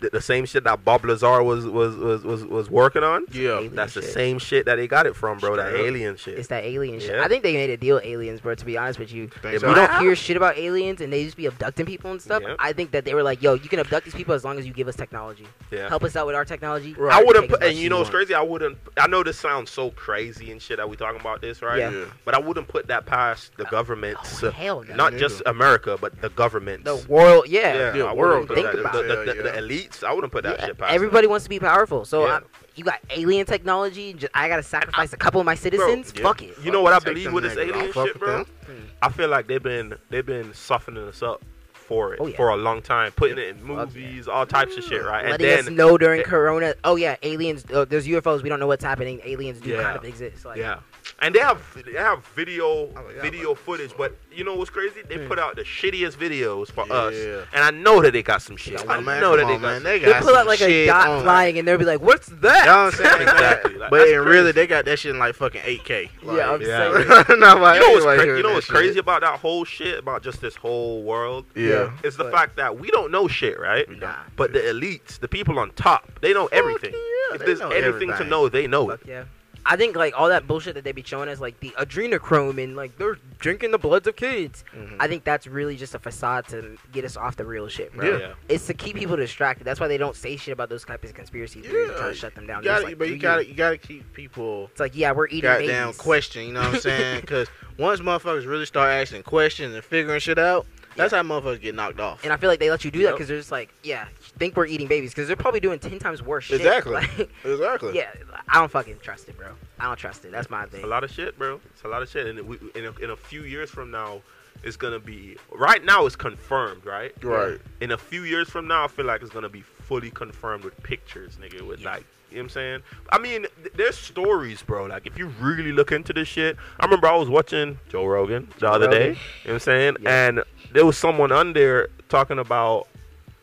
Speaker 3: the, the same shit that Bob Lazar was was was was, was working on.
Speaker 2: Yeah.
Speaker 1: Alien
Speaker 3: That's the
Speaker 1: shit.
Speaker 3: same shit that they got it from, bro. that
Speaker 2: Straight up.
Speaker 3: alien shit.
Speaker 1: It's that alien shit.
Speaker 3: Yeah.
Speaker 1: I think they made a deal with aliens, bro. To be honest with you,
Speaker 2: Think
Speaker 1: if
Speaker 2: so?
Speaker 1: you don't
Speaker 3: Wow.
Speaker 1: hear shit about aliens and they just be abducting people and stuff,
Speaker 3: Yeah.
Speaker 1: I think that they were like, "Yo, you can abduct these people as long as you give us technology.
Speaker 3: yeah.
Speaker 1: Help us out with our technology."
Speaker 2: Right.
Speaker 3: I wouldn't
Speaker 1: Take
Speaker 3: put,
Speaker 1: as
Speaker 3: and
Speaker 1: much
Speaker 3: you
Speaker 1: as
Speaker 3: know what's
Speaker 1: want.
Speaker 3: crazy? I wouldn't. I know this sounds so crazy and shit that we talking about this, right?
Speaker 1: Yeah.
Speaker 3: But I wouldn't put that past the government,
Speaker 1: Oh, hell no.
Speaker 3: not just America, but the government.
Speaker 1: the world, yeah.
Speaker 3: yeah,
Speaker 2: Yeah,
Speaker 3: I
Speaker 1: world,
Speaker 3: wouldn't put
Speaker 1: think
Speaker 3: that-
Speaker 1: about
Speaker 3: the,
Speaker 2: it.
Speaker 3: the- the-
Speaker 2: Yeah,
Speaker 3: the
Speaker 2: yeah.
Speaker 3: elites. I wouldn't put that
Speaker 1: Yeah,
Speaker 3: shit past
Speaker 1: Everybody wants to be powerful, so
Speaker 3: Yeah.
Speaker 1: I, you got alien technology. And just, I gotta sacrifice a couple of my citizens.
Speaker 2: yeah.
Speaker 1: Fuck it.
Speaker 3: them. You know what I
Speaker 2: Take
Speaker 3: believe
Speaker 2: them
Speaker 3: with this
Speaker 2: niggas. I
Speaker 3: alien
Speaker 2: fuck
Speaker 3: shit,
Speaker 2: with
Speaker 3: bro?
Speaker 2: them.
Speaker 3: I feel like they've been they've been softening us up for it
Speaker 1: Oh, yeah.
Speaker 3: for a long time, putting it in
Speaker 1: yeah.
Speaker 3: movies, all types of shit, right? And
Speaker 1: Letting
Speaker 3: then
Speaker 1: us know during
Speaker 3: eh,
Speaker 1: Corona. Oh yeah, aliens. Oh, there's UFOs. We don't know what's happening. Aliens do
Speaker 3: Yeah.
Speaker 1: kind of exist. Like,
Speaker 3: yeah. And they have they have video
Speaker 2: Oh, yeah,
Speaker 3: video
Speaker 2: like-
Speaker 3: footage, but you know what's crazy? They
Speaker 1: Hmm.
Speaker 3: put out the shittiest videos for
Speaker 2: Yeah.
Speaker 3: us, and I know that they got some shit.
Speaker 2: Oh,
Speaker 3: I
Speaker 2: man,
Speaker 3: know
Speaker 2: come
Speaker 3: that
Speaker 2: on,
Speaker 3: they got
Speaker 2: man.
Speaker 3: some
Speaker 2: They
Speaker 3: shit.
Speaker 2: got
Speaker 1: They pull out
Speaker 2: some
Speaker 1: like a
Speaker 2: shit
Speaker 1: dot
Speaker 2: on.
Speaker 1: flying, and they'll be like, "What's that?"
Speaker 2: You know what I'm saying?
Speaker 3: Exactly. Like,
Speaker 2: but
Speaker 3: that's
Speaker 2: in really,
Speaker 3: crazy.
Speaker 2: they got that shit in like fucking 8K. Like,
Speaker 1: yeah, I'm
Speaker 3: yeah.
Speaker 1: saying.
Speaker 2: no, like,
Speaker 3: You know what's,
Speaker 2: like
Speaker 3: cra-
Speaker 2: hearing
Speaker 3: you know
Speaker 2: that
Speaker 3: what's
Speaker 2: shit.
Speaker 3: crazy about that whole shit about just this whole world?
Speaker 2: Yeah.
Speaker 3: It's the
Speaker 1: But-
Speaker 3: fact that we don't know shit, right?
Speaker 2: We
Speaker 1: Nah.
Speaker 2: don't.
Speaker 3: But the elites, the people on top, they know everything.
Speaker 2: yeah,
Speaker 3: if
Speaker 2: they
Speaker 3: there's
Speaker 2: know
Speaker 3: anything to
Speaker 2: everything.
Speaker 3: know, they know it.
Speaker 1: Fuck yeah. I think like all that bullshit that they be showing us, like the adrenochrome and like they're drinking the bloods of kids.
Speaker 2: Mhm.
Speaker 1: I think that's really just a facade to get us off the real shit, bro.
Speaker 2: Yeah.
Speaker 1: It's to keep people distracted. That's why they don't say shit about those type of conspiracy theories and try to
Speaker 2: Yeah.
Speaker 1: shut them down.
Speaker 2: You
Speaker 1: They're just
Speaker 2: gotta,
Speaker 1: like,
Speaker 2: but
Speaker 1: "Do
Speaker 2: you gotta, you gotta keep people
Speaker 1: It's like, yeah, we're eating
Speaker 2: goddamn
Speaker 1: babies.
Speaker 2: question. You know what I'm saying? Because once motherfuckers really start asking questions and figuring shit out, that's how motherfuckers get knocked off.
Speaker 1: And I feel like they let you do that
Speaker 3: Yep.
Speaker 1: because they're just like, yeah, think we're eating babies because they're probably doing ten times worse shit.
Speaker 2: Exactly.
Speaker 1: Like,
Speaker 2: Exactly.
Speaker 1: yeah, I don't fucking trust it, bro. I don't trust it. That's my
Speaker 3: It's a
Speaker 1: thing.
Speaker 3: lot of shit, bro. It's a lot of shit, and we, in a, in a few years from now, it's gonna be. Right now, it's confirmed, right?
Speaker 2: Right.
Speaker 3: In a few years from now, I feel like it's gonna be fully confirmed with pictures, nigga. With like, you know what I'm saying? I mean, th- there's stories, bro. Like, if you really look into this shit, I remember I was watching Joe Rogan the other
Speaker 1: Rogan.
Speaker 3: day. You know what I'm saying?
Speaker 1: Yeah.
Speaker 3: And there was someone on there talking about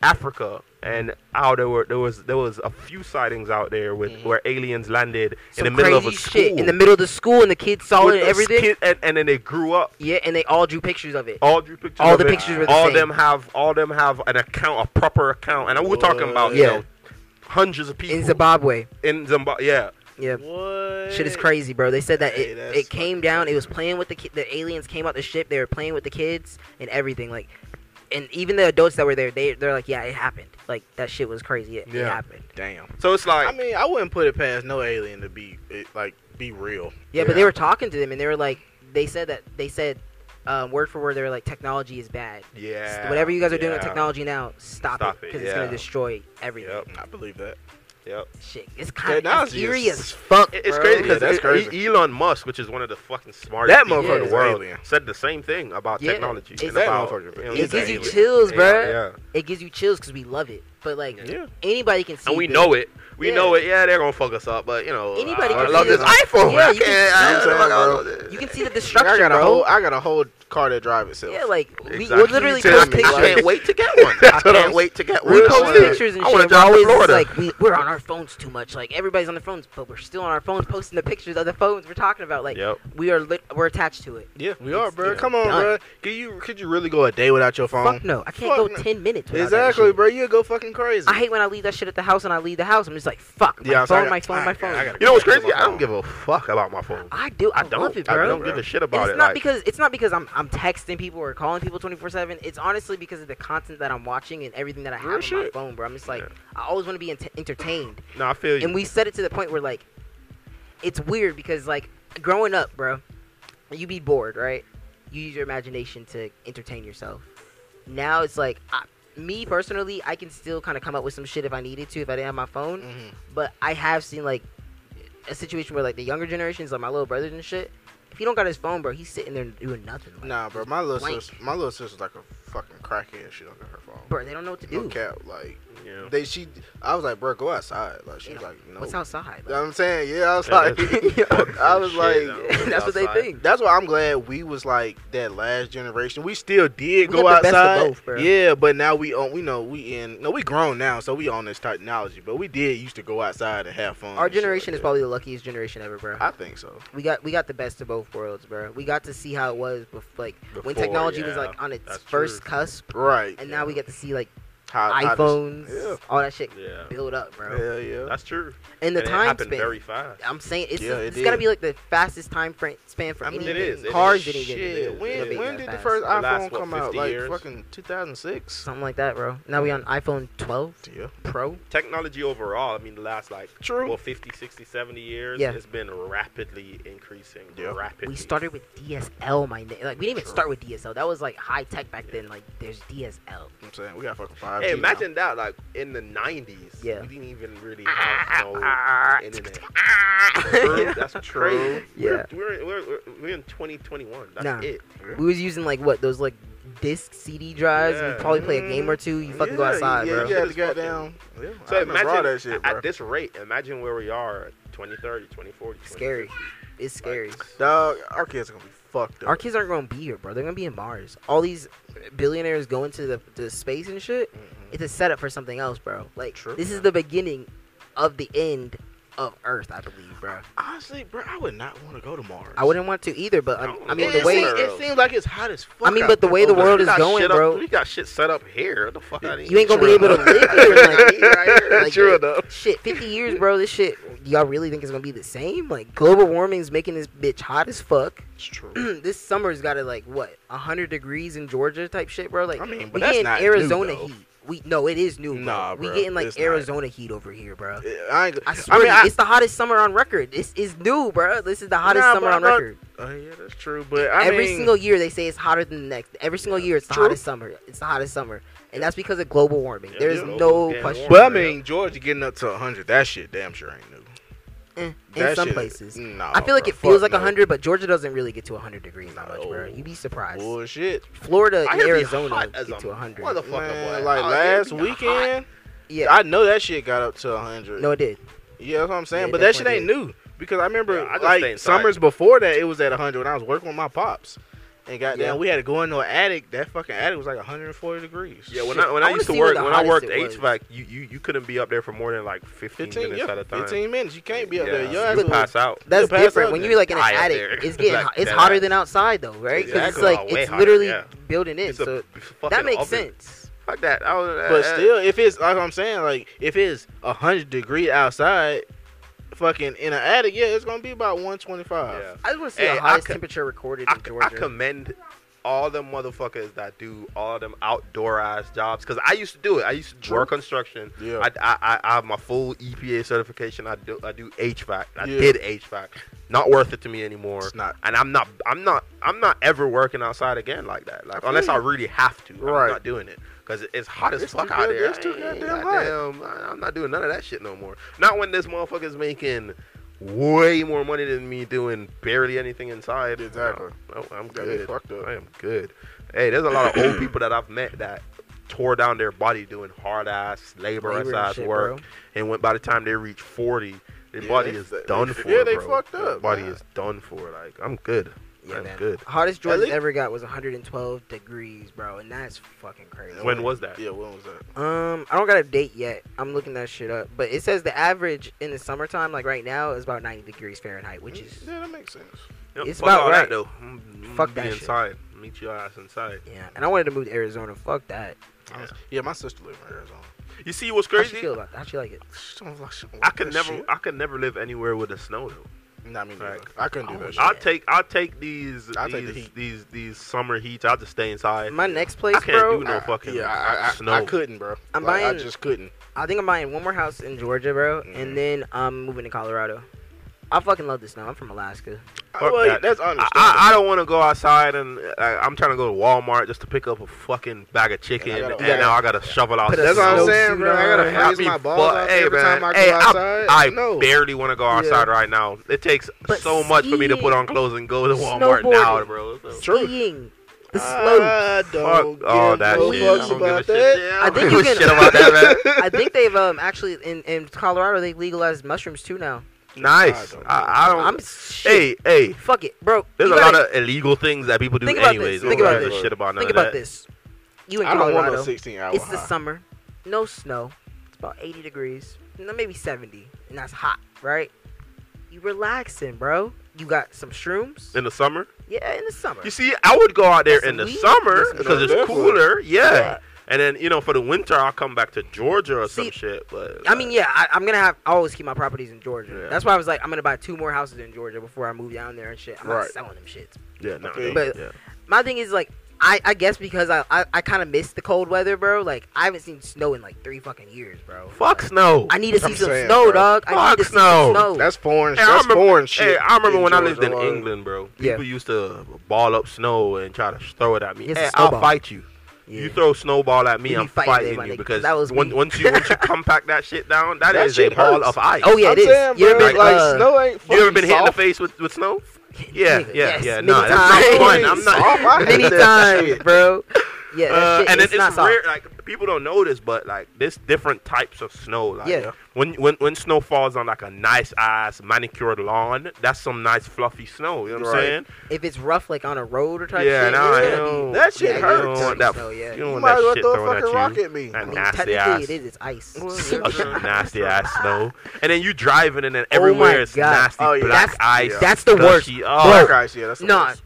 Speaker 3: Africa. And how there were there was there was a few sightings out there with
Speaker 2: Mhm.
Speaker 3: where aliens landed
Speaker 1: Mm-hmm. Some
Speaker 3: in the middle of a
Speaker 1: crazy
Speaker 3: school
Speaker 1: shit in the middle of the school and the kids saw
Speaker 3: with
Speaker 1: it and
Speaker 3: the
Speaker 1: everything.
Speaker 3: skin- and, and then they grew up.
Speaker 1: Yeah, and they all drew pictures of it.
Speaker 3: All drew pictures.
Speaker 1: All
Speaker 3: of
Speaker 1: the
Speaker 3: it.
Speaker 1: pictures were the
Speaker 3: All
Speaker 1: same.
Speaker 3: them have. All them have an account, a proper account, and we're talking about you
Speaker 1: Yeah.
Speaker 3: know hundreds of people
Speaker 1: in Zimbabwe.
Speaker 3: In Zimbabwe, yeah.
Speaker 1: Yeah.
Speaker 2: What?
Speaker 1: Shit is crazy, bro. They said that
Speaker 2: Hey,
Speaker 1: it,
Speaker 2: that's
Speaker 1: it came
Speaker 2: fucking
Speaker 1: down. It
Speaker 2: crazy.
Speaker 1: was playing with the ki- the aliens came out the ship. They were playing with the kids and everything. Like, and even the adults that were there, they they're like, yeah, it happened. Like that shit was crazy. It, it
Speaker 3: Yeah.
Speaker 1: happened.
Speaker 2: Damn.
Speaker 3: So it's like
Speaker 2: I mean, I wouldn't put it past no alien to be it, like be real.
Speaker 1: Yeah, but they
Speaker 3: Yeah.
Speaker 1: were talking to them and they were like, they said that they said um, word for word, they were like, technology is bad. S-
Speaker 3: yeah.
Speaker 1: Whatever you guys are doing with
Speaker 3: yeah.
Speaker 1: technology now, stop,
Speaker 3: Stop
Speaker 1: it
Speaker 3: it,
Speaker 1: because it's gonna
Speaker 3: yeah.
Speaker 1: destroy everything.
Speaker 3: Yep.
Speaker 2: I believe that.
Speaker 3: Yep.
Speaker 1: Shit, it's kind of
Speaker 2: Technology is-
Speaker 1: eerie as fuck.
Speaker 3: It- It's
Speaker 1: bro.
Speaker 3: crazy
Speaker 2: Yeah,
Speaker 3: because
Speaker 2: that's crazy.
Speaker 3: Elon Musk, which is one of the fucking smartest
Speaker 2: That
Speaker 3: people
Speaker 1: motherfucker's
Speaker 3: in the world,
Speaker 2: alien.
Speaker 3: said the same thing about
Speaker 1: Yeah,
Speaker 3: technology.
Speaker 1: it's-
Speaker 3: and
Speaker 1: That
Speaker 3: about,
Speaker 2: motherfucker-
Speaker 3: you know,
Speaker 1: It gives you
Speaker 2: Alien.
Speaker 1: chills,
Speaker 3: yeah,
Speaker 1: bro.
Speaker 3: Yeah.
Speaker 1: It gives you chills because we love it, but like
Speaker 2: Yeah.
Speaker 1: anybody can see.
Speaker 3: And we
Speaker 1: big-
Speaker 3: know it. We
Speaker 1: Yeah.
Speaker 3: know it. Yeah, they're gonna fuck us up, but you know,
Speaker 1: Anybody
Speaker 3: I, I
Speaker 1: can
Speaker 3: love
Speaker 1: do
Speaker 3: this
Speaker 1: that.
Speaker 3: iPhone.
Speaker 1: Yeah,
Speaker 3: I
Speaker 1: you can-
Speaker 2: you
Speaker 3: can't-
Speaker 2: know what I'm
Speaker 3: I-
Speaker 2: saying, bro?
Speaker 1: You can see the
Speaker 2: I
Speaker 1: destruction,
Speaker 2: got a
Speaker 1: bro.
Speaker 2: whole. I got a whole car that drives itself.
Speaker 1: yeah, like we
Speaker 3: Exactly.
Speaker 1: we literally
Speaker 2: You tell
Speaker 1: post
Speaker 2: me,
Speaker 1: pictures.
Speaker 2: like- I can't
Speaker 3: wait to get one. I can't wait to get
Speaker 1: We
Speaker 2: Real
Speaker 1: post
Speaker 2: shit.
Speaker 1: pictures and
Speaker 3: I
Speaker 1: shit.
Speaker 3: wanna
Speaker 1: and We're
Speaker 3: drive to
Speaker 1: always
Speaker 3: Florida.
Speaker 1: like we, we're on our phones too much. Like everybody's on their phones, but we're still on our phones posting the pictures of the phones we're talking about. Like
Speaker 3: Yep.
Speaker 1: we are lit, we're attached to it.
Speaker 2: Yeah, we are,
Speaker 1: It's-
Speaker 2: bro.
Speaker 1: yeah.
Speaker 2: Come on,
Speaker 1: Done.
Speaker 2: bro. Could you could you really go a day without your phone?
Speaker 1: Fuck no, I can't
Speaker 2: Um, Fuck
Speaker 1: go
Speaker 2: no.
Speaker 1: ten minutes. Without that
Speaker 2: Exactly,
Speaker 1: shit.
Speaker 2: bro. You go fucking crazy.
Speaker 1: I hate when I leave that shit at the house and I leave the house. I'm just like, fuck, my
Speaker 2: Yeah, I'm
Speaker 1: phone,
Speaker 2: sorry.
Speaker 1: my phone, my
Speaker 2: I-
Speaker 1: phone.
Speaker 2: I gotta-
Speaker 3: You know what's crazy? I don't give a fuck about my phone.
Speaker 1: I do. I,
Speaker 3: I don't.
Speaker 1: love it, bro.
Speaker 3: I don't give a shit
Speaker 1: And
Speaker 3: about
Speaker 1: it's
Speaker 3: it.
Speaker 1: not
Speaker 3: like,
Speaker 1: because it's not because I'm I'm texting people or calling people 24 seven. It's honestly because of the content that I'm watching and everything that I have
Speaker 2: Real
Speaker 1: on my
Speaker 2: shit.
Speaker 1: phone, bro. I'm just like
Speaker 3: Yeah.
Speaker 1: I always want to be ent- entertained,
Speaker 3: no, I feel you.
Speaker 1: and we set it to the point where like it's weird because like growing up, bro, you be bored, right? You use your imagination to entertain yourself. Now it's like I, me personally, I can still kind of come up with some shit if I needed to if I didn't have my phone
Speaker 2: Mhm.
Speaker 1: but I have seen like a situation where like the younger generations, like my little brothers and shit, if he don't got his phone, bro, he's sitting there doing nothing. Like,
Speaker 2: Nah, bro. My little
Speaker 1: Blank.
Speaker 2: sister, my little sister's like a fucking crackhead. She don't got her phone.
Speaker 1: bro, they don't know what to do.
Speaker 2: No cap. Like
Speaker 3: Yeah.
Speaker 2: they, she. I was like, bro, go outside. Like she
Speaker 1: You
Speaker 2: was
Speaker 1: know,
Speaker 2: like, no.
Speaker 1: What's outside? Like,
Speaker 2: You know what I'm saying? Yeah, I was
Speaker 3: Yeah,
Speaker 2: like,
Speaker 3: that's-
Speaker 2: I was
Speaker 3: Shit,
Speaker 2: like,
Speaker 3: no.
Speaker 1: that's what they
Speaker 3: outside.
Speaker 1: think.
Speaker 2: That's why I'm glad we was like that last generation. We still did
Speaker 1: We
Speaker 2: go
Speaker 1: got the best of
Speaker 2: outside.
Speaker 1: both, bro.
Speaker 2: yeah, but now we on. We know we in. No, we grown now, so we on this technology. But we did used to go outside and have fun.
Speaker 1: Our
Speaker 2: and shit
Speaker 1: generation
Speaker 2: like
Speaker 1: is probably the luckiest generation ever, bro.
Speaker 2: that. I think so.
Speaker 1: We got we got the best of both worlds, bro. We got to see how it was bef- like when
Speaker 3: Before,
Speaker 1: technology was
Speaker 3: yeah.
Speaker 1: like on its
Speaker 3: That's
Speaker 1: first
Speaker 3: true.
Speaker 1: cusp,
Speaker 2: Right.
Speaker 1: and now we get to see like
Speaker 2: How- how this-
Speaker 1: iPhones,
Speaker 2: yeah.
Speaker 1: all that shit
Speaker 3: Yeah.
Speaker 1: build up, bro.
Speaker 2: Hell yeah.
Speaker 3: That's true.
Speaker 1: And the
Speaker 3: and it
Speaker 1: time
Speaker 3: happened
Speaker 1: span.
Speaker 3: very fast.
Speaker 1: I'm saying it's
Speaker 2: Yeah, it
Speaker 1: it's
Speaker 2: did.
Speaker 1: gotta be like the fastest time frame span for
Speaker 2: I mean,
Speaker 1: anything.
Speaker 3: it is, it
Speaker 1: Cars
Speaker 3: is.
Speaker 1: didn't get
Speaker 3: Shit,
Speaker 1: it.
Speaker 3: when-
Speaker 1: innovate
Speaker 3: when
Speaker 1: that
Speaker 2: did the
Speaker 1: fast.
Speaker 2: first
Speaker 3: The
Speaker 2: iPhone
Speaker 3: last, what,
Speaker 2: come out?
Speaker 3: 50
Speaker 2: Like
Speaker 3: years?
Speaker 2: fucking 2006.
Speaker 1: something like that, bro? Now we on iPhone 12
Speaker 2: Yeah.
Speaker 1: Pro.
Speaker 3: Technology overall, I mean, the last like
Speaker 2: True.
Speaker 3: well 50, 60, 70 years,
Speaker 1: Yeah.
Speaker 3: it's been rapidly increasing.
Speaker 2: Yeah.
Speaker 3: Rapidly.
Speaker 1: We started with DSL, my nigga. Like we didn't even
Speaker 2: True.
Speaker 1: start with DSL. That was like high tech back then. Like there's DSL.
Speaker 2: I'm saying we got fucking five.
Speaker 3: Hey, imagine that! Like in the '90s,
Speaker 1: Yeah.
Speaker 3: we didn't even really have no
Speaker 1: Ah,
Speaker 3: internet.
Speaker 1: ah.
Speaker 3: True, that's crazy.
Speaker 1: Yeah.
Speaker 3: we're, we're, we're, we're in 2021. That's
Speaker 1: Nah.
Speaker 3: it.
Speaker 1: we was using like what those like disc CD drives.
Speaker 3: Yeah.
Speaker 1: We probably play a game or two. You fucking go outside,
Speaker 2: yeah,
Speaker 1: bro.
Speaker 2: Yeah,
Speaker 3: Shit
Speaker 2: the
Speaker 3: is fucking-
Speaker 2: goddamn. Yeah,
Speaker 3: So
Speaker 2: I remember all
Speaker 3: imagine
Speaker 2: that shit, bro.
Speaker 3: at this rate. Imagine where we are: 2030, 2040.
Speaker 1: Scary.
Speaker 3: 2050.
Speaker 1: It's scary.
Speaker 2: Dog, our kids are gonna be fucked up.
Speaker 1: Our kids aren't gonna be here, bro. They're gonna be in Mars. All these billionaires going to the, the space and shit.
Speaker 2: Mhm.
Speaker 1: It's a setup for something else, bro. Like
Speaker 2: True,
Speaker 1: this is
Speaker 2: man.
Speaker 1: the beginning of the end of Earth, I believe, bro.
Speaker 2: Honestly, bro, I would not want to go to Mars.
Speaker 1: I wouldn't want to either, but
Speaker 3: I
Speaker 1: I,
Speaker 3: don't
Speaker 1: I mean
Speaker 3: know.
Speaker 2: It,
Speaker 1: the
Speaker 2: it,
Speaker 1: way
Speaker 2: seem- it seems like it's hot as fuck.
Speaker 1: I mean,
Speaker 2: out
Speaker 1: but the
Speaker 2: there,
Speaker 1: way the
Speaker 2: bro.
Speaker 1: world
Speaker 3: We
Speaker 1: is
Speaker 3: got
Speaker 1: going,
Speaker 3: shit up-
Speaker 1: bro.
Speaker 3: We got shit set up here. The fuck out of
Speaker 1: You ain't gonna be
Speaker 3: True
Speaker 1: able to
Speaker 3: enough.
Speaker 1: live here. Like,
Speaker 2: Right
Speaker 1: like,
Speaker 2: True enough.
Speaker 1: shit, 50 years, bro. This shit, y'all really think it's gonna be the same? Like global warming's making this bitch hot as fuck.
Speaker 2: It's true.
Speaker 1: this summer's got to like what 100 degrees in Georgia type shit, bro. Like
Speaker 2: I mean, but
Speaker 1: we
Speaker 2: that's
Speaker 1: getting
Speaker 2: not new,
Speaker 1: Arizona
Speaker 2: though.
Speaker 1: heat. We no, it is new. Bro.
Speaker 2: Nah,
Speaker 1: we
Speaker 2: bro,
Speaker 1: getting like
Speaker 2: it's not.
Speaker 1: Arizona heat over here, bro.
Speaker 2: I, ain't,
Speaker 1: I swear, to
Speaker 2: mean,
Speaker 1: you,
Speaker 2: I,
Speaker 1: it's the hottest summer on record. This is new, bro. This is the hottest
Speaker 2: Nah,
Speaker 1: summer
Speaker 2: but I
Speaker 1: on
Speaker 2: thought-
Speaker 1: record.
Speaker 2: oh, yeah, that's true. But I
Speaker 1: Every
Speaker 2: mean,
Speaker 1: single year they say it's hotter than the next. Every single year it's the
Speaker 2: True.
Speaker 1: hottest summer. It's the hottest summer, and that's because of global warming.
Speaker 3: Yeah,
Speaker 1: There's
Speaker 3: yeah.
Speaker 1: no
Speaker 3: Damn
Speaker 1: question.
Speaker 2: But I mean, Georgia getting up to 100. That shit damn sure ain't new.
Speaker 1: Eh, in
Speaker 2: That
Speaker 1: some
Speaker 2: shit-
Speaker 1: places,
Speaker 2: Nah,
Speaker 1: I feel like
Speaker 2: bro,
Speaker 1: it feels
Speaker 2: fuck
Speaker 1: like
Speaker 2: no. oh,
Speaker 1: 100, but Georgia doesn't really get to 100 degrees that much, bro.
Speaker 2: No.
Speaker 1: You'd be surprised.
Speaker 2: Bullshit.
Speaker 1: Florida
Speaker 3: I
Speaker 1: and
Speaker 3: hear it be
Speaker 1: Arizona
Speaker 3: hot as
Speaker 1: get
Speaker 3: a
Speaker 1: to 100.
Speaker 3: motherfucker,
Speaker 2: Man,
Speaker 3: boy. Oh,
Speaker 2: like
Speaker 3: Out here it
Speaker 2: last
Speaker 3: be hot.
Speaker 2: weekend,
Speaker 1: Yeah,
Speaker 2: I know that shit got up to 100.
Speaker 1: no, it did.
Speaker 2: Yeah, that's what I'm saying.
Speaker 1: Yeah,
Speaker 2: but that shit
Speaker 1: definitely
Speaker 2: ain't new because I remember
Speaker 3: Yeah, I just stay
Speaker 2: like
Speaker 3: inside.
Speaker 2: summers before that it was at 100 when I was working with my pops. And goddamn,
Speaker 1: Yeah.
Speaker 2: we had to go into an attic. That fucking attic was like 140 degrees.
Speaker 3: Yeah, when
Speaker 1: Shit.
Speaker 3: I when
Speaker 1: I
Speaker 3: I,
Speaker 1: wanna
Speaker 3: used to
Speaker 1: see where
Speaker 3: work
Speaker 1: the
Speaker 3: when I worked
Speaker 1: hottest it was.
Speaker 3: HVAC, you, you you couldn't be up there for more than like 15,
Speaker 2: 15
Speaker 3: minutes
Speaker 2: yeah,
Speaker 3: at a time.
Speaker 2: 15 minutes. You can't be up there. Your
Speaker 3: Yeah. You
Speaker 2: ass
Speaker 3: would
Speaker 2: will-
Speaker 3: pass out.
Speaker 1: That's
Speaker 2: pass
Speaker 1: different.
Speaker 2: out
Speaker 1: When
Speaker 2: there.
Speaker 1: you're like in an
Speaker 3: High up
Speaker 1: attic,
Speaker 3: there.
Speaker 1: it's getting
Speaker 3: Like
Speaker 1: hot. it's
Speaker 3: dead
Speaker 1: hotter
Speaker 3: ass.
Speaker 1: than outside though, right? Because
Speaker 3: Exactly.
Speaker 1: it's
Speaker 3: Oh,
Speaker 1: like
Speaker 3: way
Speaker 1: it's
Speaker 3: hotter,
Speaker 1: literally
Speaker 3: yeah.
Speaker 1: building in,
Speaker 3: It's a
Speaker 1: so
Speaker 3: b- fucking
Speaker 1: that makes
Speaker 3: oven.
Speaker 1: sense.
Speaker 3: Fuck that. I Uh, was,
Speaker 2: But still, if it's like I'm saying, like if it's 100 degree outside, fucking in an attic, yeah, it's gonna be about 125.
Speaker 3: yeah.
Speaker 1: I just want to see
Speaker 3: Hey,
Speaker 1: the
Speaker 3: I
Speaker 1: highest
Speaker 3: co-
Speaker 1: temperature recorded
Speaker 3: I,
Speaker 1: in
Speaker 3: c-
Speaker 1: Georgia.
Speaker 3: I commend all them motherfuckers that do all them outdoor ass jobs because I used to do it. I used to
Speaker 2: True.
Speaker 3: work construction.
Speaker 2: Yeah.
Speaker 3: I, I, I, I have my full EPA certification. I do I do HVAC. I
Speaker 2: Yeah.
Speaker 3: did HVAC. Not worth it to me anymore.
Speaker 2: It's not.
Speaker 3: And I'm not I'm not I'm not ever working outside again like that. Like
Speaker 2: feel
Speaker 3: unless I
Speaker 2: you.
Speaker 3: really have to.
Speaker 2: Right.
Speaker 3: I'm not doing it because it's hot as
Speaker 2: It's
Speaker 3: fuck
Speaker 2: too
Speaker 3: out
Speaker 2: good-
Speaker 3: there.
Speaker 2: it's too
Speaker 3: I ain't
Speaker 2: goddamn hot.
Speaker 3: goddamn- I- I'm not doing none of that shit no more. Not when this motherfucker's making way more money than me doing barely anything inside.
Speaker 2: Exactly.
Speaker 3: No, no, I'm
Speaker 2: Yeah,
Speaker 3: good.
Speaker 2: fucked up.
Speaker 3: I am good. Hey, there's a lot of old people that I've met that tore down their body doing hard ass labor,
Speaker 1: Labor and
Speaker 3: ass
Speaker 1: shit,
Speaker 3: work,
Speaker 1: bro.
Speaker 3: and when by the time they reach 40, their
Speaker 2: Yeah,
Speaker 3: body
Speaker 2: they-
Speaker 3: is
Speaker 2: they-
Speaker 3: done
Speaker 2: they-
Speaker 3: for.
Speaker 2: yeah, they
Speaker 3: bro.
Speaker 2: fucked
Speaker 3: Their
Speaker 2: up,
Speaker 3: body
Speaker 2: man.
Speaker 3: is done for. Like I'm good.
Speaker 1: Yeah,
Speaker 3: I'm
Speaker 1: man.
Speaker 3: good.
Speaker 1: Hottest Georgia
Speaker 2: least-
Speaker 1: ever got was 112 degrees, bro, and that's fucking crazy.
Speaker 3: When was that?
Speaker 2: Yeah, when was that?
Speaker 1: Um, I don't got a date yet. I'm looking that shit up, but it says the average in the summertime, like right now, is about 90 degrees Fahrenheit, which is
Speaker 2: yeah, that makes sense.
Speaker 3: Yep,
Speaker 1: It's
Speaker 3: fuck
Speaker 1: about
Speaker 3: all
Speaker 1: right.
Speaker 3: that though. Mm,
Speaker 1: Fuck
Speaker 3: be
Speaker 1: that shit.
Speaker 3: inside. Meet your ass inside.
Speaker 1: yeah. And I wanted to move to Arizona. Fuck that.
Speaker 2: I was-
Speaker 3: Yeah.
Speaker 2: yeah, my sister lives in Arizona.
Speaker 3: You see what's
Speaker 1: How she
Speaker 3: crazy?
Speaker 1: feel about? How she like it?
Speaker 2: She don't like- she don't
Speaker 3: I
Speaker 2: like
Speaker 3: could
Speaker 2: that
Speaker 3: never,
Speaker 2: shit.
Speaker 3: I could never live anywhere with the snow though.
Speaker 2: Nah, me neither.
Speaker 3: Like,
Speaker 2: I couldn't do
Speaker 1: I
Speaker 2: that.
Speaker 1: don't-
Speaker 2: Shit.
Speaker 1: I-
Speaker 3: I'll take, I'll take these,
Speaker 2: I'll
Speaker 3: these,
Speaker 2: take the heat.
Speaker 3: these, these summer heats. I'll just stay inside.
Speaker 1: My next place,
Speaker 3: I can't
Speaker 1: bro.
Speaker 3: do no fucking
Speaker 2: yeah, I, I,
Speaker 3: snow.
Speaker 2: I couldn't, bro.
Speaker 1: I'm
Speaker 2: Like,
Speaker 1: buying-
Speaker 2: I just couldn't.
Speaker 1: I think I'm buying one more house in Georgia, bro,
Speaker 2: Mhm.
Speaker 1: and then I'm moving to Colorado. I fucking love the snow. I'm from Alaska.
Speaker 2: I, well,
Speaker 3: that.
Speaker 2: that's
Speaker 3: I,
Speaker 2: understandable.
Speaker 3: I, I don't want to go outside and uh, I'm trying to go to Walmart just to pick up a fucking bag of chicken
Speaker 2: Yeah, I gotta-
Speaker 3: and now I gotta shovel out.
Speaker 1: Put a
Speaker 2: that's what I'm
Speaker 1: snow
Speaker 2: saying,
Speaker 1: suit
Speaker 2: bro. I
Speaker 1: on.
Speaker 2: gotta
Speaker 3: I
Speaker 2: freeze
Speaker 3: be
Speaker 2: my balls
Speaker 3: bu-
Speaker 2: out
Speaker 3: hey,
Speaker 2: every
Speaker 3: man.
Speaker 2: time I go
Speaker 3: Hey, I'm-
Speaker 2: outside.
Speaker 3: I
Speaker 2: no.
Speaker 3: barely want to go outside right now. It takes
Speaker 1: But
Speaker 3: so much for me to put
Speaker 1: skiing,
Speaker 3: on clothes and go to Walmart now,
Speaker 1: snowboarding,
Speaker 3: bro. So-
Speaker 2: True. Uh,
Speaker 1: Skiing, the slopes.
Speaker 2: I
Speaker 3: Fuck
Speaker 2: don't
Speaker 3: all
Speaker 2: give
Speaker 3: that
Speaker 2: no
Speaker 3: shit.
Speaker 2: fucks
Speaker 3: I don't give a
Speaker 2: about
Speaker 3: shit.
Speaker 2: that.
Speaker 3: Yeah,
Speaker 1: I
Speaker 3: I don't
Speaker 1: think
Speaker 3: give a
Speaker 1: you can-
Speaker 3: shit about that, man.
Speaker 1: I think they've um actually in, in Colorado they legalized mushrooms too now.
Speaker 3: Nice.
Speaker 2: I don't-
Speaker 3: I, I don't.
Speaker 1: I'm shit.
Speaker 3: Oh, hey, hey.
Speaker 1: Fuck it, bro.
Speaker 3: There's
Speaker 1: You
Speaker 3: a lot
Speaker 1: gotta-
Speaker 3: of illegal things that people do
Speaker 1: Think about
Speaker 3: anyways.
Speaker 1: this, think
Speaker 3: I don't
Speaker 1: about
Speaker 3: give a
Speaker 2: this.
Speaker 3: shit about none
Speaker 1: Think
Speaker 3: of
Speaker 1: about
Speaker 3: that.
Speaker 1: this. You in
Speaker 2: I don't want
Speaker 1: Colorado.
Speaker 2: no 16 hour
Speaker 1: it's the
Speaker 2: high.
Speaker 1: summer, no snow. It's about 80 degrees, no, maybe 70, and that's hot, right? You relaxing, bro. You got some shrooms.
Speaker 3: In the summer,
Speaker 1: Yeah, in the summer.
Speaker 3: you see, I would go out there
Speaker 1: That's
Speaker 3: in the
Speaker 1: weed.
Speaker 3: summer
Speaker 1: That's
Speaker 3: because it's
Speaker 2: medical.
Speaker 3: cooler. Yeah. And then you know, for the winter, I'll come back to Georgia or
Speaker 1: See,
Speaker 3: some shit. But
Speaker 1: I mean, yeah, I, I'm gonna have. I always keep my properties in Georgia.
Speaker 3: Yeah.
Speaker 1: That's why I was like, I'm gonna buy two more houses in Georgia before I move down there and shit. I'm
Speaker 2: Right.
Speaker 1: not selling them shits.
Speaker 3: yeah, no,
Speaker 2: Okay.
Speaker 1: But-
Speaker 3: yeah.
Speaker 1: My thing is like, I, I guess because I, I, I kind of miss the cold weather, bro. Like, I haven't seen snow in like three fucking years, bro.
Speaker 3: fuck snow.
Speaker 1: I need to see
Speaker 2: I'm
Speaker 1: some
Speaker 2: saying,
Speaker 1: snow,
Speaker 2: bro.
Speaker 1: dog. I need
Speaker 3: Fuck
Speaker 1: to see some
Speaker 3: snow.
Speaker 1: snow.
Speaker 2: That's foreign.
Speaker 3: Hey, I
Speaker 2: that's
Speaker 3: remember-
Speaker 2: foreign shit.
Speaker 3: Hey, I remember
Speaker 2: in
Speaker 3: when I lived
Speaker 2: Georgia,
Speaker 3: in
Speaker 2: like,
Speaker 3: England, bro.
Speaker 1: Yeah.
Speaker 3: People used to ball up snow and try to throw it at me.
Speaker 1: It's a
Speaker 3: Hey, I'll
Speaker 1: snowball.
Speaker 3: fight you.
Speaker 1: Yeah.
Speaker 3: You throw snowball at me,
Speaker 1: You
Speaker 3: I'm
Speaker 1: fight
Speaker 3: fighting
Speaker 1: me, my
Speaker 3: you
Speaker 1: nigga.
Speaker 3: because
Speaker 1: That was
Speaker 3: once,
Speaker 1: me.
Speaker 3: once you once you compact that shit down,
Speaker 2: That
Speaker 3: that is a
Speaker 2: shit
Speaker 3: ball
Speaker 2: hurts.
Speaker 3: of ice.
Speaker 1: Oh, yeah,
Speaker 2: I'm
Speaker 1: it is.
Speaker 2: saying,
Speaker 1: You ever
Speaker 2: bro,
Speaker 1: been,
Speaker 2: like
Speaker 1: uh,
Speaker 2: snow ain't
Speaker 3: you ever been hit in the
Speaker 2: fucking
Speaker 3: face with, with snow? Yeah,
Speaker 1: Nigga,
Speaker 3: yeah,
Speaker 1: yes,
Speaker 3: yeah.
Speaker 1: many
Speaker 3: Nah, that's
Speaker 1: times.
Speaker 3: not fun. I'm
Speaker 2: soft.
Speaker 3: not.
Speaker 2: Oh, I hate
Speaker 1: Many
Speaker 2: that
Speaker 1: times,
Speaker 2: shit.
Speaker 1: bro. Yeah, that
Speaker 3: Uh,
Speaker 1: shit,
Speaker 3: and
Speaker 1: it's,
Speaker 3: it's,
Speaker 1: not
Speaker 3: it's
Speaker 1: soft.
Speaker 3: rare. Like people don't know this, but like there's different types of snow. Like
Speaker 1: Yeah.
Speaker 3: when when when snow falls on like a nice ass manicured lawn, that's some nice fluffy snow. You know what
Speaker 2: Right.
Speaker 3: I'm saying?
Speaker 1: If it's rough, like on a road or type
Speaker 3: Yeah,
Speaker 1: shit,
Speaker 3: nah,
Speaker 1: it's
Speaker 3: you
Speaker 1: gonna be-
Speaker 3: know,
Speaker 2: That shit
Speaker 1: yeah, you
Speaker 2: hurts.
Speaker 1: don't
Speaker 3: You
Speaker 1: want
Speaker 3: don't want
Speaker 1: that snow,
Speaker 3: that.
Speaker 1: yeah.
Speaker 3: You don't
Speaker 2: You
Speaker 3: want
Speaker 2: might
Speaker 3: that
Speaker 2: as well
Speaker 3: shit
Speaker 2: throw a
Speaker 3: thrown
Speaker 2: fucking
Speaker 3: at
Speaker 2: rock
Speaker 3: you.
Speaker 2: at me.
Speaker 1: I
Speaker 3: That
Speaker 1: mean,
Speaker 3: nasty
Speaker 1: technically,
Speaker 3: ass,
Speaker 1: it is. It's ice.
Speaker 2: Well,
Speaker 3: such
Speaker 2: yeah.
Speaker 3: nasty ass snow. And then you driving, and then
Speaker 1: Oh my
Speaker 3: everywhere is
Speaker 1: God.
Speaker 3: nasty
Speaker 2: Oh, yeah.
Speaker 1: That's-
Speaker 3: black ice.
Speaker 1: that's the worst.
Speaker 3: dusty.
Speaker 1: Bro.
Speaker 3: Oh,
Speaker 2: Black ice, yeah, that's the
Speaker 1: No,
Speaker 2: worst.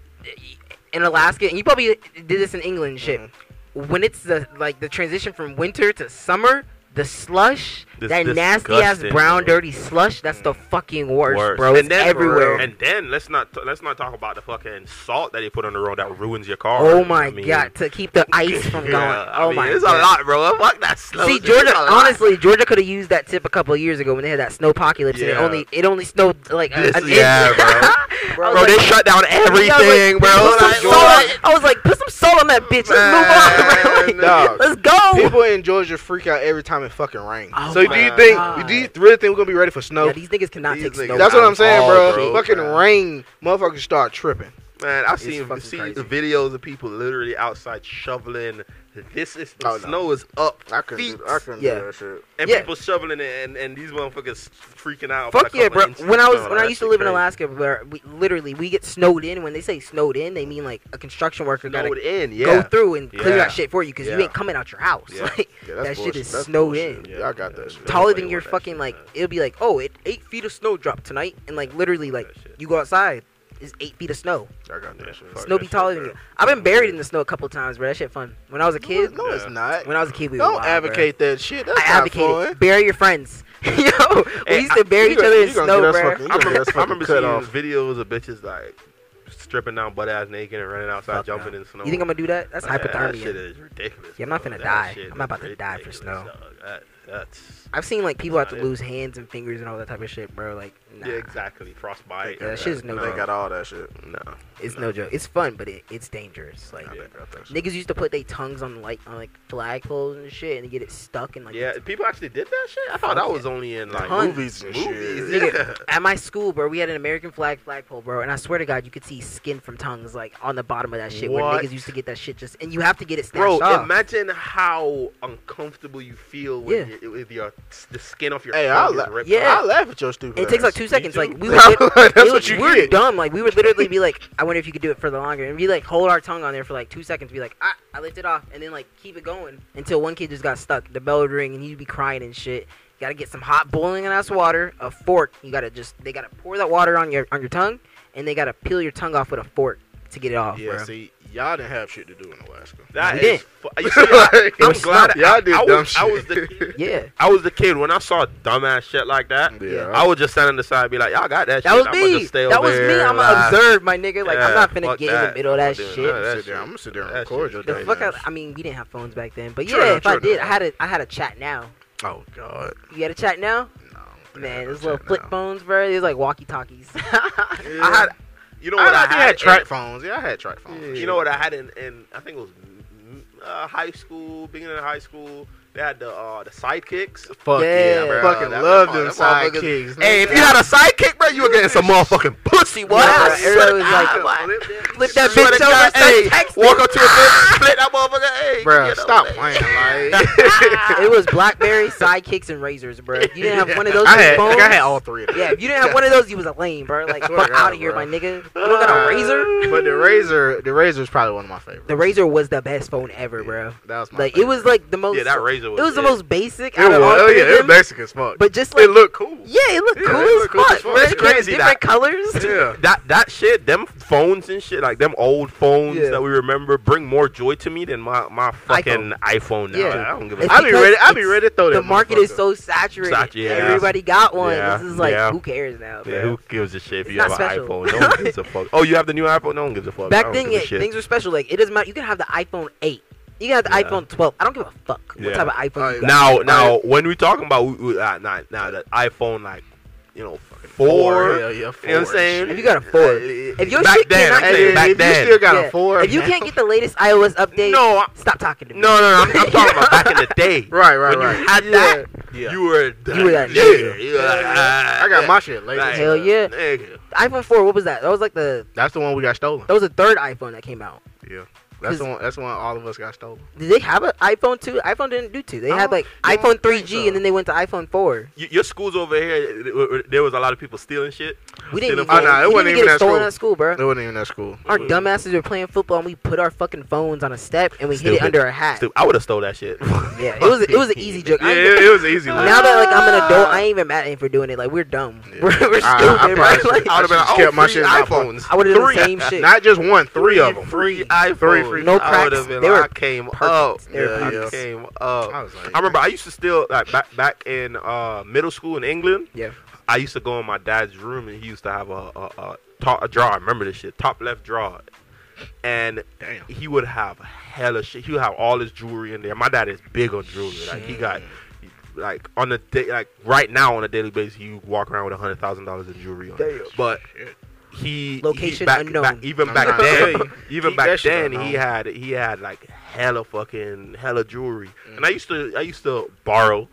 Speaker 1: in Alaska, and you probably did this in England, and shit.
Speaker 3: Mm-hmm.
Speaker 1: When it's the like the transition from winter to summer, the slush,
Speaker 3: It's
Speaker 1: that nasty ass
Speaker 3: disgusting,
Speaker 1: brown,
Speaker 3: bro.
Speaker 1: dirty slush, that's the fucking worst,
Speaker 3: worse.
Speaker 1: bro. it's everywhere.
Speaker 3: And then let's not t- let's not talk about the fucking salt that they put on the road that ruins your car.
Speaker 1: oh my
Speaker 3: I mean,
Speaker 1: god, to keep the ice from going.
Speaker 3: Yeah, I
Speaker 1: oh
Speaker 3: mean,
Speaker 1: my
Speaker 3: it's
Speaker 1: god.
Speaker 3: a lot, bro. Fuck that slow.
Speaker 1: See,
Speaker 3: shit.
Speaker 1: Georgia.
Speaker 3: It's a lot.
Speaker 1: Honestly, Georgia could have used that tip a couple of years ago when they had that snowpocalypse, and it
Speaker 3: Yeah.
Speaker 1: only it only snowed like a,
Speaker 3: This-
Speaker 1: an
Speaker 3: yeah,
Speaker 1: inch.
Speaker 3: bro.
Speaker 1: I
Speaker 3: bro,
Speaker 1: was
Speaker 3: they
Speaker 1: like-
Speaker 3: shut down
Speaker 1: Yeah, I was
Speaker 3: everything,
Speaker 1: like,
Speaker 3: bro.
Speaker 1: put some
Speaker 3: Like,
Speaker 1: salt
Speaker 3: what?
Speaker 1: on- I was like, put some salt on that bitch. Let's move on. bro. Like,
Speaker 2: Man, dog.
Speaker 1: Let's go.
Speaker 2: People in Georgia freak out every time it fucking rains.
Speaker 1: Oh
Speaker 2: so do
Speaker 1: my
Speaker 2: you think?
Speaker 1: God.
Speaker 2: Do you really think we're gonna be ready for snow?
Speaker 1: yeah, these niggas cannot
Speaker 3: These
Speaker 1: take
Speaker 3: niggas-
Speaker 1: snow.
Speaker 2: That's what
Speaker 1: out.
Speaker 2: I'm saying,
Speaker 3: Oh,
Speaker 2: bro.
Speaker 3: bro.
Speaker 2: Fucking
Speaker 3: Yeah.
Speaker 2: rain, motherfuckers start tripping.
Speaker 3: Man, I've
Speaker 1: It's
Speaker 3: seen
Speaker 1: fucking
Speaker 3: seen
Speaker 1: crazy.
Speaker 3: videos of people literally outside shoveling. This is the
Speaker 2: Oh, no.
Speaker 3: snow is up,
Speaker 2: I couldn't. Do, I
Speaker 3: Feet.
Speaker 2: couldn't
Speaker 1: Yeah.
Speaker 2: do that shit.
Speaker 3: and
Speaker 1: Yeah.
Speaker 3: people shoveling it, and, and these motherfuckers freaking out. about
Speaker 1: Fuck
Speaker 3: a
Speaker 1: yeah,
Speaker 3: couple
Speaker 1: bro.
Speaker 3: inches
Speaker 1: When I
Speaker 3: of
Speaker 1: was
Speaker 3: snow.
Speaker 1: when I
Speaker 3: That
Speaker 1: used to
Speaker 3: shit
Speaker 1: live in
Speaker 3: crazy.
Speaker 1: Alaska, where we literally we get snowed in. When they say snowed in, they mean like a construction worker got
Speaker 3: snowed
Speaker 1: to
Speaker 3: in, yeah.
Speaker 1: go through and clear
Speaker 3: Yeah.
Speaker 1: that shit for you because you
Speaker 3: Yeah.
Speaker 1: ain't coming out your house.
Speaker 3: Yeah.
Speaker 1: Like,
Speaker 2: Yeah,
Speaker 1: that
Speaker 2: that's
Speaker 1: shit
Speaker 2: bullshit.
Speaker 1: is
Speaker 2: That's
Speaker 1: snowed
Speaker 2: bullshit.
Speaker 1: in.
Speaker 2: Yeah, I got that. Shit.
Speaker 3: Tall-
Speaker 1: taller
Speaker 3: Nobody
Speaker 1: than your
Speaker 3: want that
Speaker 1: fucking
Speaker 3: shit,
Speaker 1: like
Speaker 3: man.
Speaker 1: it'll be like oh it eight feet of snow dropped tonight and like literally like
Speaker 3: that shit.
Speaker 1: you go outside it's eight feet of snow
Speaker 2: I got
Speaker 3: Yeah,
Speaker 2: that shit.
Speaker 3: fuck
Speaker 1: snow
Speaker 3: that
Speaker 1: be
Speaker 3: shit,
Speaker 1: taller than
Speaker 3: bro.
Speaker 1: you i've been buried in the snow a couple times bro that shit fun when i was a kid
Speaker 2: No, it's
Speaker 3: Yeah.
Speaker 2: not.
Speaker 1: when i was a kid we
Speaker 2: Don't
Speaker 1: were wild, bro.
Speaker 2: advocate that shit. That's
Speaker 1: i
Speaker 2: not
Speaker 1: advocate
Speaker 2: fun.
Speaker 1: it. bury your friends yo we
Speaker 3: Hey,
Speaker 1: used to bury
Speaker 2: You
Speaker 1: each
Speaker 2: gonna-
Speaker 1: other
Speaker 2: you
Speaker 1: in
Speaker 2: gonna
Speaker 1: snow
Speaker 2: get us
Speaker 1: bro
Speaker 2: fucking- you
Speaker 3: I
Speaker 2: gonna get us
Speaker 3: remember, I
Speaker 2: fucking
Speaker 3: remember
Speaker 2: cut
Speaker 3: seeing
Speaker 2: off.
Speaker 3: videos of bitches like stripping down butt ass naked and running outside,
Speaker 1: Fuck no.
Speaker 3: jumping in snow.
Speaker 1: you think i'm gonna do that that's
Speaker 3: Yeah, That shit
Speaker 1: hypothermia
Speaker 3: is ridiculous.
Speaker 1: Yeah, I'm not
Speaker 3: bro.
Speaker 1: finna
Speaker 3: That
Speaker 1: die.
Speaker 3: shit
Speaker 1: I'm not
Speaker 3: is
Speaker 1: about to die for snow.
Speaker 3: ridiculous, dog. That- that's
Speaker 1: i've seen like people have to
Speaker 3: Nah,
Speaker 1: lose hands and fingers and all that type of shit bro like nah
Speaker 3: yeah, exactly frostbite.
Speaker 1: Yeah, that shit's no
Speaker 2: They
Speaker 1: joke.
Speaker 2: got all that shit.
Speaker 3: No,
Speaker 1: it's no joke it's fun but it, it's dangerous like
Speaker 2: I think I think so.
Speaker 1: Niggas used to put their tongues on like on like flagpoles and shit and get it stuck and like
Speaker 3: yeah, people actually did that shit. I thought that was only in like
Speaker 1: Tons.
Speaker 2: Movies and
Speaker 3: movies.
Speaker 2: shit.
Speaker 3: Yeah.
Speaker 1: At my school, bro, we had an American flag flagpole, bro, and I swear to God, you could see skin from tongues like on the bottom of that shit. Where
Speaker 3: What?
Speaker 1: niggas used to get that shit just, and you have to get it
Speaker 3: Bro,
Speaker 1: snatched off.
Speaker 3: imagine how uncomfortable you feel when
Speaker 1: Yeah.
Speaker 3: you, with your the skin off your
Speaker 2: Hey, I
Speaker 3: tongue is
Speaker 2: la-
Speaker 3: ripped
Speaker 1: Yeah.
Speaker 3: off.
Speaker 2: I laugh at your stupid.
Speaker 1: it takes like
Speaker 2: ass.
Speaker 1: two seconds.
Speaker 3: too.
Speaker 1: Like we would,
Speaker 2: That's
Speaker 1: lit-
Speaker 2: what
Speaker 1: it was-
Speaker 2: you
Speaker 1: we were
Speaker 2: get.
Speaker 1: dumb. Like we would literally be like, I wonder if you could do it for the longer, and we like hold our tongue on there for like two seconds. Be like, ah, I lift it off, and then like keep it going until one kid just got stuck. The bell would ring, and he'd be crying and shit. You gotta get some hot boiling ass water, a fork. You gotta just they gotta pour that water on your on your tongue, and they gotta peel your tongue off with a fork to get it off.
Speaker 2: Yeah,
Speaker 1: bro.
Speaker 2: see, y'all didn't have shit to do in Alaska.
Speaker 3: That
Speaker 1: We
Speaker 3: is.
Speaker 1: did.
Speaker 3: Fu- you see, I,
Speaker 1: It
Speaker 3: am
Speaker 1: was
Speaker 3: glad
Speaker 2: Y'all
Speaker 3: I,
Speaker 2: did
Speaker 3: I
Speaker 2: dumb
Speaker 3: was, I
Speaker 2: shit.
Speaker 3: was the
Speaker 1: yeah.
Speaker 3: I was the kid when I saw dumbass shit like that.
Speaker 1: Yeah.
Speaker 3: I would just stand on the side and be like, y'all got that,
Speaker 1: That
Speaker 3: shit.
Speaker 1: was
Speaker 3: I'm gonna
Speaker 1: me.
Speaker 3: just stay
Speaker 1: That
Speaker 3: over
Speaker 1: was me.
Speaker 3: here
Speaker 1: I'm
Speaker 3: and uh,
Speaker 1: gonna
Speaker 3: laugh."
Speaker 1: observe, my nigga. Like I'm
Speaker 3: Yeah,
Speaker 1: not finna
Speaker 3: fuck
Speaker 1: get in the
Speaker 3: that.
Speaker 1: middle of that
Speaker 3: I'm doing
Speaker 1: shit.
Speaker 3: none of
Speaker 2: I'm
Speaker 3: that
Speaker 2: gonna sit down.
Speaker 3: shit.
Speaker 2: I'm gonna sit down and
Speaker 3: That
Speaker 2: record
Speaker 3: shit
Speaker 2: your
Speaker 3: is
Speaker 1: the
Speaker 2: dumb
Speaker 1: fuck? I,
Speaker 2: ass.
Speaker 1: I mean, we didn't have phones back then, but
Speaker 2: True
Speaker 1: yeah,
Speaker 2: enough,
Speaker 1: if
Speaker 2: true
Speaker 1: I did, I
Speaker 2: enough.
Speaker 1: had a I had a chat now.
Speaker 2: Oh god.
Speaker 1: You had a chat now,
Speaker 2: No,
Speaker 1: man. Those little flip phones, bro. They're like walkie talkies.
Speaker 3: I had, you know what I,
Speaker 2: I,
Speaker 3: had,
Speaker 2: had
Speaker 3: in-
Speaker 2: track phones. Yeah, I had track phones.
Speaker 3: You know what I had in, in I think it was mm, uh, high school, beginning of high school. They had the uh, the sidekicks.
Speaker 2: Fuck
Speaker 1: yeah,
Speaker 2: I
Speaker 1: bro.
Speaker 2: fucking
Speaker 3: That-
Speaker 2: love
Speaker 3: that
Speaker 2: them
Speaker 3: motherfuckers-
Speaker 2: sidekicks.
Speaker 3: Hey, if you had a sidekick, bro, you were getting some motherfucking pussy. What?
Speaker 1: Yeah, bro,
Speaker 3: I swear
Speaker 1: everybody
Speaker 3: to
Speaker 1: was
Speaker 3: God,
Speaker 1: like,
Speaker 3: boy.
Speaker 1: flip that
Speaker 3: Swear to
Speaker 1: bitch over,
Speaker 3: God,
Speaker 1: hey,
Speaker 3: hey, walk up to a bitch, split that motherfucker. Hey,
Speaker 2: bro,
Speaker 3: you know,
Speaker 2: stop
Speaker 3: like-
Speaker 2: playing. Like
Speaker 1: it was BlackBerry, sidekicks, and razors, bro. If you didn't have one of those
Speaker 2: I
Speaker 1: two
Speaker 2: had,
Speaker 1: phones,
Speaker 2: like, I had all three of them.
Speaker 1: yeah, if you didn't have one of those, you was a lame, bro. Like
Speaker 2: Swear to
Speaker 1: fuck out
Speaker 2: God,
Speaker 1: of here,
Speaker 2: bro.
Speaker 1: my nigga. You don't got a razor.
Speaker 2: But the razor, the razor is probably one of my favorites.
Speaker 1: The razor was the best phone ever, bro.
Speaker 2: That was my
Speaker 1: Like it
Speaker 2: favorite.
Speaker 1: was like the most.
Speaker 3: Yeah, that razor It
Speaker 1: It was the most basic.
Speaker 2: It
Speaker 1: out
Speaker 2: was,
Speaker 1: of all
Speaker 2: oh
Speaker 1: three
Speaker 2: yeah,
Speaker 1: of
Speaker 2: it was
Speaker 1: them,
Speaker 2: Mexican as fuck.
Speaker 1: But just like
Speaker 2: it looked cool.
Speaker 1: yeah, it looked
Speaker 2: Yeah,
Speaker 1: cool
Speaker 2: it
Speaker 1: as
Speaker 2: looked cool as
Speaker 1: fuck.
Speaker 2: fuck.
Speaker 1: bro.
Speaker 2: It's
Speaker 1: It had
Speaker 3: crazy
Speaker 1: Different
Speaker 3: that-
Speaker 1: colors.
Speaker 2: Yeah.
Speaker 3: that that shit, them phones and shit, like them old phones
Speaker 1: Yeah.
Speaker 3: that we remember, bring more joy to me than my, my fucking iPhone, now.
Speaker 1: Yeah.
Speaker 3: Like, I don't give a
Speaker 1: It's
Speaker 2: I be
Speaker 1: because
Speaker 2: ready. I be
Speaker 1: it's-
Speaker 2: ready to throw that
Speaker 1: The market is
Speaker 2: motherfucker.
Speaker 1: so saturated.
Speaker 3: Sat- yeah.
Speaker 1: Everybody got one.
Speaker 3: Yeah.
Speaker 1: This is like,
Speaker 3: Yeah.
Speaker 1: who cares now? bro?
Speaker 3: Yeah, who gives a shit if
Speaker 1: It's
Speaker 3: you have
Speaker 1: not
Speaker 3: an
Speaker 1: special.
Speaker 3: iPhone? No one gives a fuck. Oh, you have the new iPhone? No one gives a fuck. I
Speaker 1: Back
Speaker 3: don't
Speaker 1: then,
Speaker 3: give a
Speaker 1: yeah,
Speaker 3: shit.
Speaker 1: things were special. Like it doesn't matter. You can have the iPhone 8. You can have the
Speaker 3: Yeah.
Speaker 1: iPhone 12. I don't give a fuck
Speaker 3: Yeah.
Speaker 1: what type of iPhone you
Speaker 2: Alright,
Speaker 1: got.
Speaker 3: now, now, when we talking about we- we- uh, not now the iPhone, like you know, four.
Speaker 2: Yeah, yeah,
Speaker 3: You know what I'm
Speaker 2: four.
Speaker 3: saying?
Speaker 1: If you got a four, if your
Speaker 3: back
Speaker 1: shit
Speaker 3: then,
Speaker 1: cannot
Speaker 3: I'm
Speaker 1: get-
Speaker 3: saying back
Speaker 2: if
Speaker 3: then.
Speaker 2: you still got
Speaker 1: Yeah.
Speaker 2: a four,
Speaker 1: if you
Speaker 2: man.
Speaker 1: can't get the latest iOS update,
Speaker 3: no, I-
Speaker 1: stop talking to me.
Speaker 3: no, no, no. I'm, I'm talking about back in the day.
Speaker 2: right, right,
Speaker 3: when
Speaker 2: right.
Speaker 3: you had
Speaker 1: Yeah.
Speaker 3: that,
Speaker 2: Yeah.
Speaker 3: you were done.
Speaker 1: You were that
Speaker 3: yeah,
Speaker 1: nigga.
Speaker 3: you were like, ah,
Speaker 2: I got my shit later.
Speaker 3: like,
Speaker 1: Hell yeah.
Speaker 3: nigga.
Speaker 1: The iPhone 4, what was that? That was like the
Speaker 2: That's the one we got stolen.
Speaker 1: that was the third iPhone that came out. Cause-
Speaker 2: That's the one. That's the one all of us got stolen.
Speaker 1: Did they have an iPhone 2? iPhone didn't do 2. They had
Speaker 2: I
Speaker 3: Oh,
Speaker 2: don't-
Speaker 1: like
Speaker 2: I don't
Speaker 1: iPhone
Speaker 2: think
Speaker 1: 3G
Speaker 2: so.
Speaker 1: and then they went to iPhone 4.
Speaker 3: Y- Your schools over here, th- w- w- there was a lot of people stealing shit.
Speaker 1: We didn't
Speaker 3: Still
Speaker 1: even,
Speaker 3: a-
Speaker 2: Oh, nah, it
Speaker 1: we
Speaker 2: wasn't
Speaker 1: didn't
Speaker 2: even
Speaker 1: get
Speaker 2: at
Speaker 1: stolen
Speaker 2: school.
Speaker 1: at school, bro.
Speaker 2: It wasn't even at school.
Speaker 1: Our
Speaker 3: was-
Speaker 1: dumbasses were playing football and we put our fucking phones on a step and we hid
Speaker 3: Stupid.
Speaker 1: it under our hat.
Speaker 3: Still- I would have stole that shit.
Speaker 1: Yeah, it was it was an easy joke.
Speaker 2: Yeah,
Speaker 1: I ain't-
Speaker 2: it, it was easy. one.
Speaker 1: now that like I'm an
Speaker 3: Ah.
Speaker 1: adult, I ain't even mad at him for doing it. Like we're dumb.
Speaker 2: Yeah.
Speaker 1: We're, we're stupid,
Speaker 2: I- I probably
Speaker 1: bro.
Speaker 2: should've-
Speaker 1: Like,
Speaker 2: I
Speaker 3: I would have been
Speaker 2: should've
Speaker 3: like, oh,
Speaker 2: kept my
Speaker 3: free
Speaker 2: shit in my pocket.
Speaker 3: iPhones.
Speaker 1: I would have done the
Speaker 3: Three.
Speaker 1: same shit.
Speaker 2: Not just one, three of them.
Speaker 3: Free iPhones.
Speaker 2: Three free.
Speaker 1: No
Speaker 3: I would
Speaker 1: cracks.
Speaker 3: have been
Speaker 1: They
Speaker 3: like,
Speaker 1: were
Speaker 3: I came
Speaker 1: perfect.
Speaker 3: up.
Speaker 1: They were
Speaker 3: Yeah, I
Speaker 2: perfect.
Speaker 3: came up.
Speaker 2: I was like,
Speaker 3: I remember I used to still like back back in uh, middle school in England.
Speaker 1: Yeah.
Speaker 3: I used to go in my dad's room and he used to have a a, a, top, a drawer. I remember this shit, top left drawer, and
Speaker 2: Damn.
Speaker 3: he would have hella shit. He would have all his jewelry in there. My dad is big on jewelry. Like he got like on the day like right now on a daily basis, he walk around with a hundred thousand dollars in jewelry on.
Speaker 1: Damn.
Speaker 3: But he
Speaker 1: Location
Speaker 3: he back,
Speaker 1: unknown.
Speaker 3: back- even
Speaker 2: I'm
Speaker 3: back
Speaker 2: trying to tell
Speaker 3: then,
Speaker 2: you.
Speaker 3: even
Speaker 2: Keep
Speaker 3: back
Speaker 2: that shit
Speaker 3: then, he
Speaker 2: unknown.
Speaker 3: had he had like hella fucking hella jewelry. And
Speaker 2: Mm.
Speaker 3: I used to I used to borrow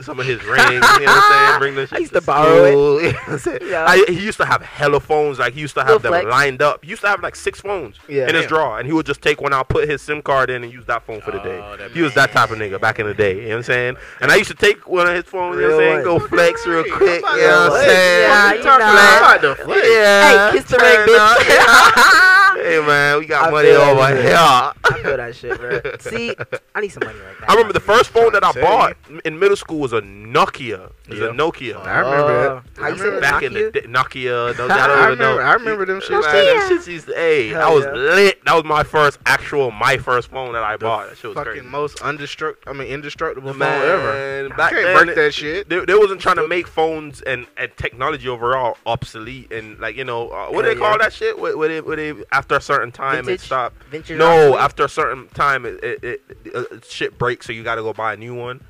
Speaker 3: some of his rings. You know what I'm saying? Bring this.
Speaker 1: I
Speaker 3: shit
Speaker 1: used to borrow it.
Speaker 3: school, you know what I'm saying?
Speaker 1: Yeah.
Speaker 3: I, he used to have hella phones. Like he used to have
Speaker 1: Little
Speaker 3: them
Speaker 1: flex.
Speaker 3: lined up. He used to have like six phones
Speaker 1: Yeah.
Speaker 3: in his
Speaker 2: Damn.
Speaker 3: drawer, and he would just take one out, put his SIM card in, and use that phone for the
Speaker 2: Oh,
Speaker 3: day.
Speaker 2: that
Speaker 3: He was that type of nigga back in the day. You know what I'm saying? And I used to take one of his phones. You know what I'm
Speaker 1: Real
Speaker 3: saying? Go
Speaker 1: life.
Speaker 3: flex real
Speaker 2: Hey,
Speaker 3: quick.
Speaker 2: I'm
Speaker 3: You know
Speaker 2: about
Speaker 3: what
Speaker 2: to
Speaker 3: I'm saying?
Speaker 1: flex. Yeah, you
Speaker 2: Talking
Speaker 1: know.
Speaker 2: about the flex.
Speaker 3: Yeah.
Speaker 1: Hey, kiss the ring,
Speaker 3: turn up.
Speaker 1: bitch.
Speaker 3: Hey man, we got
Speaker 1: I
Speaker 3: money
Speaker 1: feel
Speaker 3: over
Speaker 1: you.
Speaker 3: here. I
Speaker 1: I feel that shit, bro. See, I need some money like that.
Speaker 3: remember the first phone that I
Speaker 2: Say.
Speaker 3: bought in middle school was a Nokia. It was
Speaker 2: Yeah.
Speaker 3: a Nokia.
Speaker 2: I remember
Speaker 1: Uh, how you
Speaker 2: I
Speaker 1: say
Speaker 2: remember
Speaker 1: it?
Speaker 3: Back in the
Speaker 1: Nokia?
Speaker 3: day, Nokia. No, I don't
Speaker 2: I
Speaker 3: even know.
Speaker 2: remember. I remember them shit.
Speaker 3: Man, that shit used to, hey,
Speaker 1: Hell
Speaker 3: I was
Speaker 1: yeah.
Speaker 3: lit. That was my first actual, my first phone that I bought. That shit was
Speaker 2: fucking
Speaker 3: crazy.
Speaker 2: most undestruct. I mean, indestructible
Speaker 3: Man,
Speaker 2: phone ever.
Speaker 3: Back
Speaker 2: can't
Speaker 3: then,
Speaker 2: break that shit.
Speaker 3: They, they wasn't trying to make phones and, and technology overall obsolete and like you know uh, what do they
Speaker 1: Hell
Speaker 3: call
Speaker 1: yeah.
Speaker 3: that shit? Where, where they, where they after a certain time it
Speaker 1: Vintage?
Speaker 3: stopped.
Speaker 1: Venture
Speaker 3: No,
Speaker 1: Rock.
Speaker 3: after a certain time, it, it, it, uh, shit breaks, so you got to go buy a new one.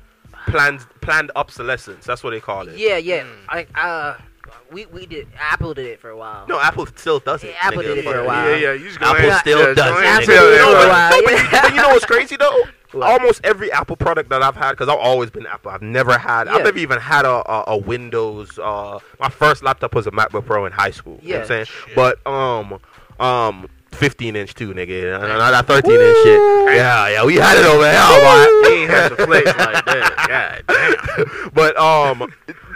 Speaker 3: Planned planned obsolescence. That's what they call it.
Speaker 1: yeah, yeah.
Speaker 2: Mm.
Speaker 1: I uh, we we did Apple did it for a while.
Speaker 3: No, Apple still does it.
Speaker 1: Yeah, Apple
Speaker 3: nigga.
Speaker 1: did it for a
Speaker 3: Fuck.
Speaker 1: while.
Speaker 2: Yeah, yeah. You just go
Speaker 3: Apple
Speaker 2: ahead-
Speaker 3: still
Speaker 2: yeah, go
Speaker 3: does it,
Speaker 2: ahead and
Speaker 1: nigga.
Speaker 2: tell
Speaker 1: Apple did it
Speaker 2: that, bro.
Speaker 1: for a while.
Speaker 3: No, but, you- but you know what's crazy though?
Speaker 1: What?
Speaker 3: Almost every Apple product that I've had, because I've always been Apple. I've never had.
Speaker 1: Yeah.
Speaker 3: I've never even had a, a, a Windows. Uh, my first laptop was a MacBook Pro in high school. You know what I'm saying?
Speaker 2: Shit.
Speaker 3: But um um. 15 inch too, nigga. and Not that 13 inch shit. Yeah, yeah, we had it over Oh, here. all
Speaker 2: You ain't have to flex like that. God damn.
Speaker 3: right. But um,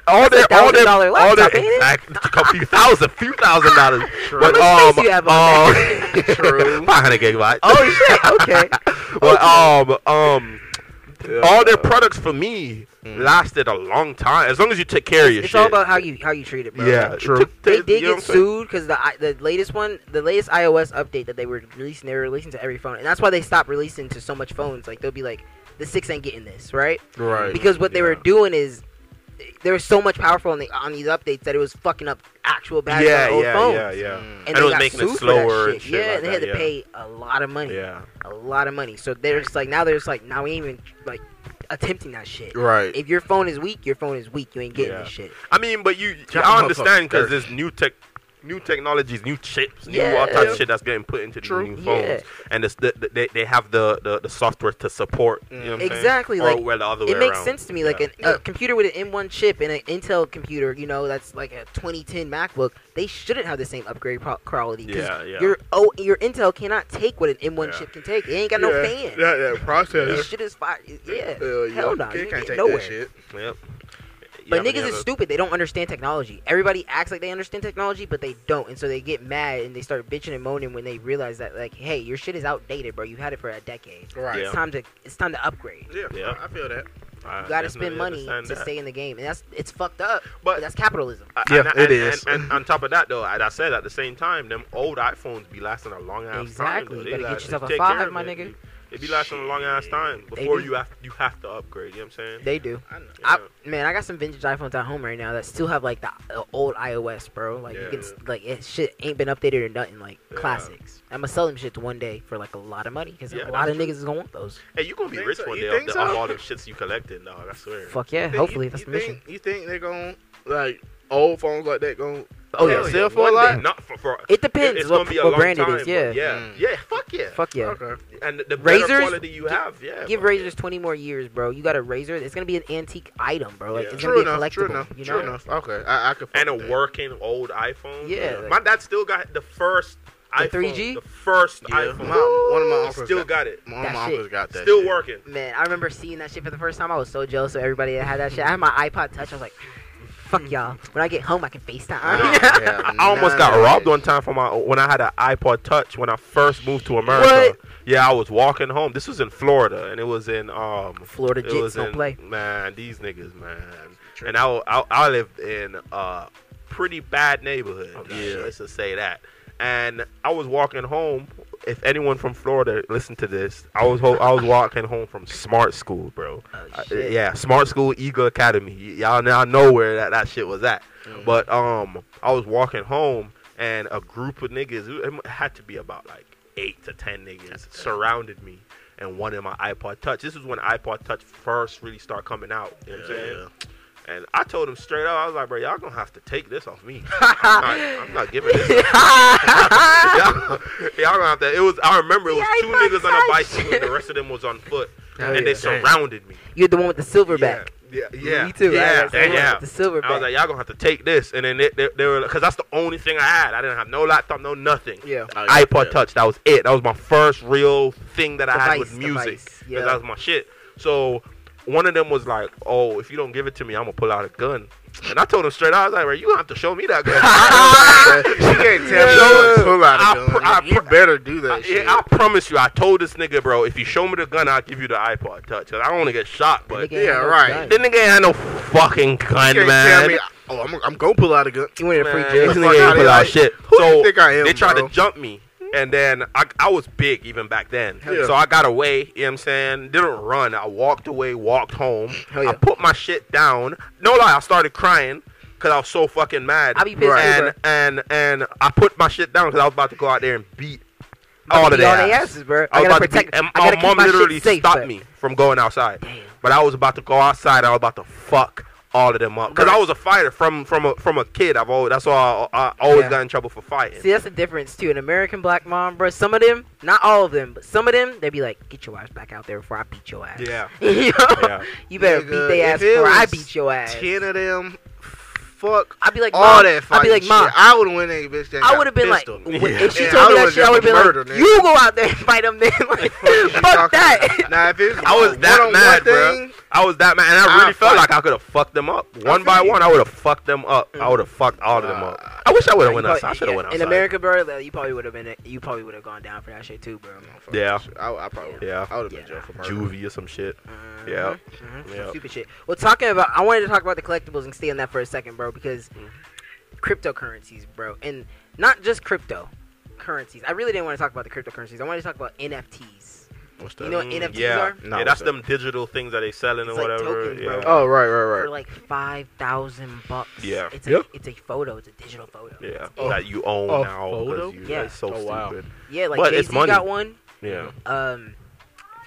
Speaker 3: all
Speaker 1: That's
Speaker 3: their,
Speaker 1: a
Speaker 3: all their,
Speaker 1: $1,000
Speaker 3: all their,
Speaker 1: laptop, ain't it?
Speaker 3: exact, a few thousand, few thousand dollars.
Speaker 2: True.
Speaker 3: But
Speaker 1: How
Speaker 3: um,
Speaker 1: much space you have on
Speaker 3: um,
Speaker 2: True.
Speaker 3: 500 gigabytes.
Speaker 1: Oh shit. Okay.
Speaker 3: But um um
Speaker 2: Yeah.
Speaker 3: all their products for me lasted a long time. As long as you take care of your
Speaker 1: Hmm. it's
Speaker 3: shit.
Speaker 1: all about how you how you treat it, bro.
Speaker 3: yeah,
Speaker 2: it True.
Speaker 3: took-
Speaker 1: They
Speaker 3: took-
Speaker 1: did
Speaker 3: you
Speaker 1: get
Speaker 3: know what I'm saying?
Speaker 1: sued because the I- the latest one, the latest iOS update that they were releasing, they were releasing to every phone, and that's why they stopped releasing to so much phones. Like they'll be like, the six ain't getting this, right?
Speaker 2: Right.
Speaker 1: Because what they were
Speaker 2: Yeah.
Speaker 1: doing is there was so much powerful on, the, on these updates that it was fucking up actual batteries on
Speaker 3: Yeah,
Speaker 1: the old
Speaker 3: yeah,
Speaker 1: phones.
Speaker 3: yeah, yeah.
Speaker 2: Mm.
Speaker 1: And
Speaker 3: And it
Speaker 1: they
Speaker 3: was
Speaker 1: got
Speaker 3: making it
Speaker 1: sued for that
Speaker 3: slower
Speaker 1: shit.
Speaker 3: and shit
Speaker 1: yeah,
Speaker 3: like
Speaker 1: they had
Speaker 3: that,
Speaker 1: to
Speaker 3: yeah.
Speaker 1: pay a lot of money.
Speaker 3: Yeah.
Speaker 1: A lot of money. So they're just like now they're just like now we ain't even like attempting that shit.
Speaker 2: Right.
Speaker 1: If your phone is weak, your phone is weak. You ain't getting
Speaker 3: Yeah.
Speaker 1: this shit.
Speaker 3: I mean, but you
Speaker 2: Y'all
Speaker 3: I understand
Speaker 2: motherfuckers dirty.
Speaker 3: cuz there's new tech new technologies, new chips, new
Speaker 1: Yeah.
Speaker 3: all types of shit that's getting put into
Speaker 2: True.
Speaker 3: these new phones.
Speaker 1: Yeah.
Speaker 3: And it's the, the, they they have the, the, the software to support, you know what I'm saying?
Speaker 1: Exactly,
Speaker 3: Or
Speaker 1: like,
Speaker 3: where the other way
Speaker 1: it makes
Speaker 3: around.
Speaker 1: sense to me
Speaker 3: Yeah.
Speaker 1: like an, a computer with an m1 chip and an intel computer you know that's like a 2010 macbook they shouldn't have the same upgrade pro- quality 'cause
Speaker 3: Yeah, yeah.
Speaker 1: your oh your intel cannot take what an m1
Speaker 3: Yeah.
Speaker 1: chip can take it ain't got no fan
Speaker 2: That, that
Speaker 1: this
Speaker 2: process.
Speaker 1: shit is fire yeah
Speaker 2: Hell yeah.
Speaker 1: hell no
Speaker 2: It
Speaker 1: you
Speaker 2: can't
Speaker 1: can't
Speaker 2: take
Speaker 1: nowhere
Speaker 2: that shit.
Speaker 3: Yep. you
Speaker 1: But
Speaker 3: have any
Speaker 1: niggas is
Speaker 3: other-
Speaker 1: stupid. They don't understand technology. Everybody acts like they understand technology, but they don't. And so they get mad and they start bitching and moaning when they realize that, like, hey, your shit is outdated, bro. You've had it for a decade.
Speaker 2: Right.
Speaker 1: It's time to it's time to upgrade. You
Speaker 2: Yeah,
Speaker 3: Yeah.
Speaker 2: I, I feel that.
Speaker 3: I
Speaker 1: gotta
Speaker 3: definitely
Speaker 1: spend money
Speaker 3: understand
Speaker 1: to
Speaker 3: that.
Speaker 1: stay in the game, and that's it's fucked up.
Speaker 3: But-
Speaker 1: But that's capitalism.
Speaker 3: Uh,
Speaker 2: Yeah,
Speaker 3: and,
Speaker 2: it
Speaker 3: and-
Speaker 2: is.
Speaker 3: And, and on top of that, though, as I said, at the same time, them old iPhones be lasting a long ass
Speaker 1: Exactly.
Speaker 3: time. though.
Speaker 1: You better
Speaker 3: They
Speaker 1: get
Speaker 3: like-
Speaker 1: yourself a
Speaker 3: take care
Speaker 1: five,
Speaker 3: of
Speaker 1: my
Speaker 3: it.
Speaker 1: nigga.
Speaker 3: It be lasting a long ass time
Speaker 1: They
Speaker 3: before
Speaker 1: do.
Speaker 3: you have you have to upgrade. You know what I'm saying?
Speaker 1: They do.
Speaker 2: I know.
Speaker 1: I, man, I got some vintage iPhones at home right now that still have like the uh, old iOS, bro. Like you
Speaker 3: Yeah.
Speaker 1: can s- like it shit ain't been updated or nothing. Like
Speaker 3: Yeah.
Speaker 1: classics. I'ma sell them shits one day for like a lot of money because a
Speaker 3: Yeah,
Speaker 1: lot
Speaker 3: that's
Speaker 1: of
Speaker 3: true.
Speaker 1: niggas is gonna want those.
Speaker 3: hey, you gonna be
Speaker 2: You
Speaker 3: rich
Speaker 2: think
Speaker 3: one
Speaker 2: so?
Speaker 3: day
Speaker 2: You
Speaker 3: off,
Speaker 2: think
Speaker 3: the, off
Speaker 2: so?
Speaker 3: all the shits you collected, dog. I swear.
Speaker 1: Fuck yeah.
Speaker 2: Think-
Speaker 1: Hopefully
Speaker 2: you,
Speaker 1: that's
Speaker 2: you
Speaker 1: the mission.
Speaker 2: Think, you think they're gonna like old phones like that going
Speaker 1: Oh
Speaker 2: yeah,
Speaker 1: yeah.
Speaker 2: yeah.
Speaker 1: so-
Speaker 2: sell for a
Speaker 3: one
Speaker 2: lot?
Speaker 3: day. Not for, for
Speaker 1: It depends
Speaker 3: It's
Speaker 1: what,
Speaker 3: gonna be a
Speaker 1: what
Speaker 3: long
Speaker 1: brand
Speaker 3: time,
Speaker 1: it is.
Speaker 3: but
Speaker 1: Yeah.
Speaker 3: Yeah.
Speaker 2: Mm.
Speaker 3: Yeah. Fuck yeah.
Speaker 1: Fuck yeah.
Speaker 2: Okay.
Speaker 3: And the better
Speaker 1: Razors?
Speaker 3: quality you have, yeah.
Speaker 1: Give
Speaker 3: fuck
Speaker 1: razors 20 more years, bro. You got a razor. It's gonna be an antique item, bro. Like
Speaker 3: Yeah.
Speaker 1: it's
Speaker 2: True
Speaker 1: gonna be a
Speaker 2: enough,
Speaker 1: collectible.
Speaker 2: true enough,
Speaker 1: you know?
Speaker 2: true enough. Okay, I, I could. fuck
Speaker 3: and a
Speaker 2: with that.
Speaker 3: working old iPhone.
Speaker 1: Yeah, like-
Speaker 3: my dad still got the first
Speaker 1: The
Speaker 3: iPhone,
Speaker 1: 3G?
Speaker 3: the first
Speaker 2: Yeah,
Speaker 3: iPhone.
Speaker 2: my- one of my uncles
Speaker 3: still
Speaker 2: got-
Speaker 3: got it,
Speaker 2: One
Speaker 1: That
Speaker 2: of my
Speaker 1: shit.
Speaker 2: uncles got that.
Speaker 3: still
Speaker 2: shit.
Speaker 3: working.
Speaker 1: Man, I remember seeing that shit for the first time. I was so jealous of everybody that had that shit. I had my iPod Touch. I was like, fuck y'all. When I get home, I can FaceTime.
Speaker 2: Nah, yeah,
Speaker 3: I I almost
Speaker 2: nah,
Speaker 3: got
Speaker 2: nah.
Speaker 3: robbed one time for my when I had an iPod Touch when I first moved to America. Yeah, I was walking home. This was in Florida, and it was in um
Speaker 1: Florida
Speaker 3: it
Speaker 1: Jits
Speaker 3: was
Speaker 1: don't
Speaker 3: in
Speaker 1: play.
Speaker 3: man these niggas man. And I I, I lived in a pretty bad neighborhood.
Speaker 2: Okay.
Speaker 3: Let's just say that. And I was walking home. If anyone from Florida listen to this, I was ho- I was walking home from Smart School, bro.
Speaker 1: Oh,
Speaker 3: Uh,
Speaker 1: shit.
Speaker 3: yeah, Smart School Eagle Academy. Y- y'all now know where that, that shit was at.
Speaker 2: Mm.
Speaker 3: But um, I was walking home and a group of niggas, it it had to be about like eight to ten niggas, surrounded me and wanted my iPod Touch. This is when iPod Touch first really start coming out. You know what I'm saying? And I told him straight up, I was like, bro, y'all gonna have to take this off me. I'm not, I'm not giving this. up." y'all, y'all gonna have to. It was. I remember it was
Speaker 1: Yeah,
Speaker 3: two
Speaker 1: iPod
Speaker 3: niggas on a
Speaker 1: Touch.
Speaker 3: bicycle, and the rest of them was on foot,
Speaker 2: Oh,
Speaker 3: and
Speaker 2: yeah.
Speaker 3: they surrounded me.
Speaker 1: You're the one with the silverback.
Speaker 3: Yeah, yeah, yeah.
Speaker 1: Me too. I
Speaker 3: Yeah,
Speaker 1: got the one with
Speaker 3: yeah.
Speaker 1: The silverback.
Speaker 3: I was like, y'all gonna have to take this, and then they, they, they were, cause that's the only thing I had. I didn't have no laptop, no nothing.
Speaker 1: yeah.
Speaker 2: Oh, yeah,
Speaker 3: iPod
Speaker 2: yeah.
Speaker 3: Touch. That was it. That was my first real thing that I had with
Speaker 1: Device,
Speaker 3: music.
Speaker 1: device,
Speaker 3: 'cause
Speaker 1: yeah.
Speaker 3: That was my shit. So one of them was like, "Oh, if you don't give it to me, I'm gonna pull out a gun." And I told him straight out, "I was like, bro, you gonna have to show me that gun."
Speaker 2: she can't tell me
Speaker 3: Yeah.
Speaker 2: what to pull out
Speaker 3: I
Speaker 2: of
Speaker 3: pr- I
Speaker 2: gun. You
Speaker 3: pr-
Speaker 2: better do that
Speaker 3: I,
Speaker 2: shit.
Speaker 3: yeah, I promise you, I told this nigga, bro, if you show me the gun, I'll give you the iPod Touch. Cause I don't want to get shot, but
Speaker 1: Nigga ain't
Speaker 2: yeah,
Speaker 1: no
Speaker 2: right.
Speaker 1: gun.
Speaker 3: this nigga ain't had no fucking gun,
Speaker 2: You can't
Speaker 3: man.
Speaker 2: tell me, oh, I'm, I'm gonna pull out a gun.
Speaker 1: You wanted a free
Speaker 3: Man,
Speaker 1: drink.
Speaker 3: this
Speaker 2: Get the
Speaker 3: nigga
Speaker 2: fuck
Speaker 3: ain't
Speaker 2: outta
Speaker 3: pull
Speaker 2: here.
Speaker 3: out shit.
Speaker 2: Who
Speaker 3: so
Speaker 2: do you think I am,
Speaker 3: they tried
Speaker 2: bro?
Speaker 3: to jump me, and then I, I was big even back then.
Speaker 2: Hell yeah.
Speaker 3: So I got away. You know what I'm saying? Didn't run. I walked away. Walked home.
Speaker 1: Hell yeah.
Speaker 3: I put my shit down. No lie, I started crying. Cause I was so fucking mad.
Speaker 1: I be pissed
Speaker 2: Right.
Speaker 1: too,
Speaker 3: and, and and I put my shit down because I was about to go out there and beat
Speaker 1: I'm
Speaker 3: all
Speaker 1: about
Speaker 3: of
Speaker 1: to be
Speaker 3: their
Speaker 1: on their
Speaker 3: ass.
Speaker 1: asses, bro.
Speaker 3: I
Speaker 1: I, gotta
Speaker 3: was about to
Speaker 1: protect.
Speaker 3: be, and
Speaker 1: I gotta
Speaker 3: my mom
Speaker 1: keep my
Speaker 3: literally
Speaker 1: shit safe,
Speaker 3: stopped
Speaker 1: but-
Speaker 3: me from going outside.
Speaker 1: Damn.
Speaker 3: But I was about to go outside. I was about to fuck all of them up because I was a fighter from from a from a kid. I've always that's why I, I always
Speaker 1: Yeah.
Speaker 3: got in trouble for fighting.
Speaker 1: See, that's the difference too. An American black mom, bro. Some of them, not all of them, but some of them, they'd be like, "Get your ass back out there before I beat your ass."
Speaker 3: yeah,
Speaker 1: you, know?
Speaker 3: yeah.
Speaker 1: you better
Speaker 2: Nigga,
Speaker 1: beat their
Speaker 2: if
Speaker 1: ass
Speaker 2: it
Speaker 1: before I
Speaker 2: was
Speaker 1: beat your ass.
Speaker 2: Ten of them, fuck
Speaker 1: I'd be like,
Speaker 2: all
Speaker 1: Mom,
Speaker 2: that
Speaker 1: I'd
Speaker 2: fighting
Speaker 1: be like, Mom.
Speaker 2: shit. I would have went in that bitch.
Speaker 1: I would have been like,
Speaker 2: What
Speaker 1: w-
Speaker 3: Yeah.
Speaker 1: if she
Speaker 2: Yeah, I
Speaker 1: told me that
Speaker 2: would've
Speaker 1: shit, I would
Speaker 2: just
Speaker 1: have been
Speaker 2: murdered,
Speaker 1: like,
Speaker 2: nigga.
Speaker 1: "You go out there and fight them, nigga." Like,
Speaker 2: you
Speaker 1: fuck
Speaker 2: talking
Speaker 1: that.
Speaker 2: about? Nah, if it's
Speaker 3: I was
Speaker 2: a
Speaker 3: that
Speaker 2: one-on-one
Speaker 3: mad, bruh.
Speaker 2: thing,
Speaker 3: I was that man, and I
Speaker 2: I
Speaker 3: really felt
Speaker 2: fight.
Speaker 3: like I could have fucked them up one
Speaker 2: feel
Speaker 3: by
Speaker 2: you.
Speaker 3: one. I would have fucked them up. I would have fucked all of them
Speaker 2: Nah.
Speaker 3: up. I wish I would have went
Speaker 1: You probably-
Speaker 3: outside. I should
Speaker 1: Mm.
Speaker 3: have
Speaker 1: yeah,
Speaker 3: went outside.
Speaker 1: In America, bro, like, you probably would have been. You probably would have gone down for that shit too, bro.
Speaker 2: No, fuck
Speaker 3: Yeah.
Speaker 2: that shit. I, I probably would've-
Speaker 3: Yeah.
Speaker 2: I would have been
Speaker 1: Yeah.
Speaker 2: jail for murder.
Speaker 3: juvie or some shit.
Speaker 1: Mhm,
Speaker 3: Yeah.
Speaker 1: mhm, some
Speaker 3: Yeah.
Speaker 1: Stupid shit. Well, talking about, I wanted to talk about the collectibles and stay on that for a second, bro, because
Speaker 3: Mm.
Speaker 1: cryptocurrencies, bro, and not just crypto currencies. I really didn't want to talk about the cryptocurrencies. I wanted to talk about NFTs.
Speaker 2: What's
Speaker 1: You
Speaker 2: that?
Speaker 1: know what
Speaker 3: Mm,
Speaker 1: NFTs
Speaker 3: yeah.
Speaker 1: are?
Speaker 2: Nah,
Speaker 3: yeah, that's
Speaker 2: what's that?
Speaker 3: them digital things that they selling
Speaker 1: It's
Speaker 3: or
Speaker 1: like
Speaker 3: whatever.
Speaker 1: tokens, bro.
Speaker 3: yeah.
Speaker 2: Oh right, right, right.
Speaker 1: For like five thousand bucks.
Speaker 3: Yeah.
Speaker 1: It's a
Speaker 2: Yep.
Speaker 1: it's a photo. It's a digital photo.
Speaker 3: Yeah,
Speaker 2: Oh.
Speaker 3: that you own
Speaker 2: Oh,
Speaker 3: now
Speaker 2: photo?
Speaker 3: because you
Speaker 1: Yeah.
Speaker 3: yeah. so
Speaker 2: Oh, wow.
Speaker 3: stupid.
Speaker 1: Yeah. Like
Speaker 3: But
Speaker 1: Jay
Speaker 3: it's
Speaker 1: Z
Speaker 3: money.
Speaker 1: got one.
Speaker 3: Yeah,
Speaker 1: Um,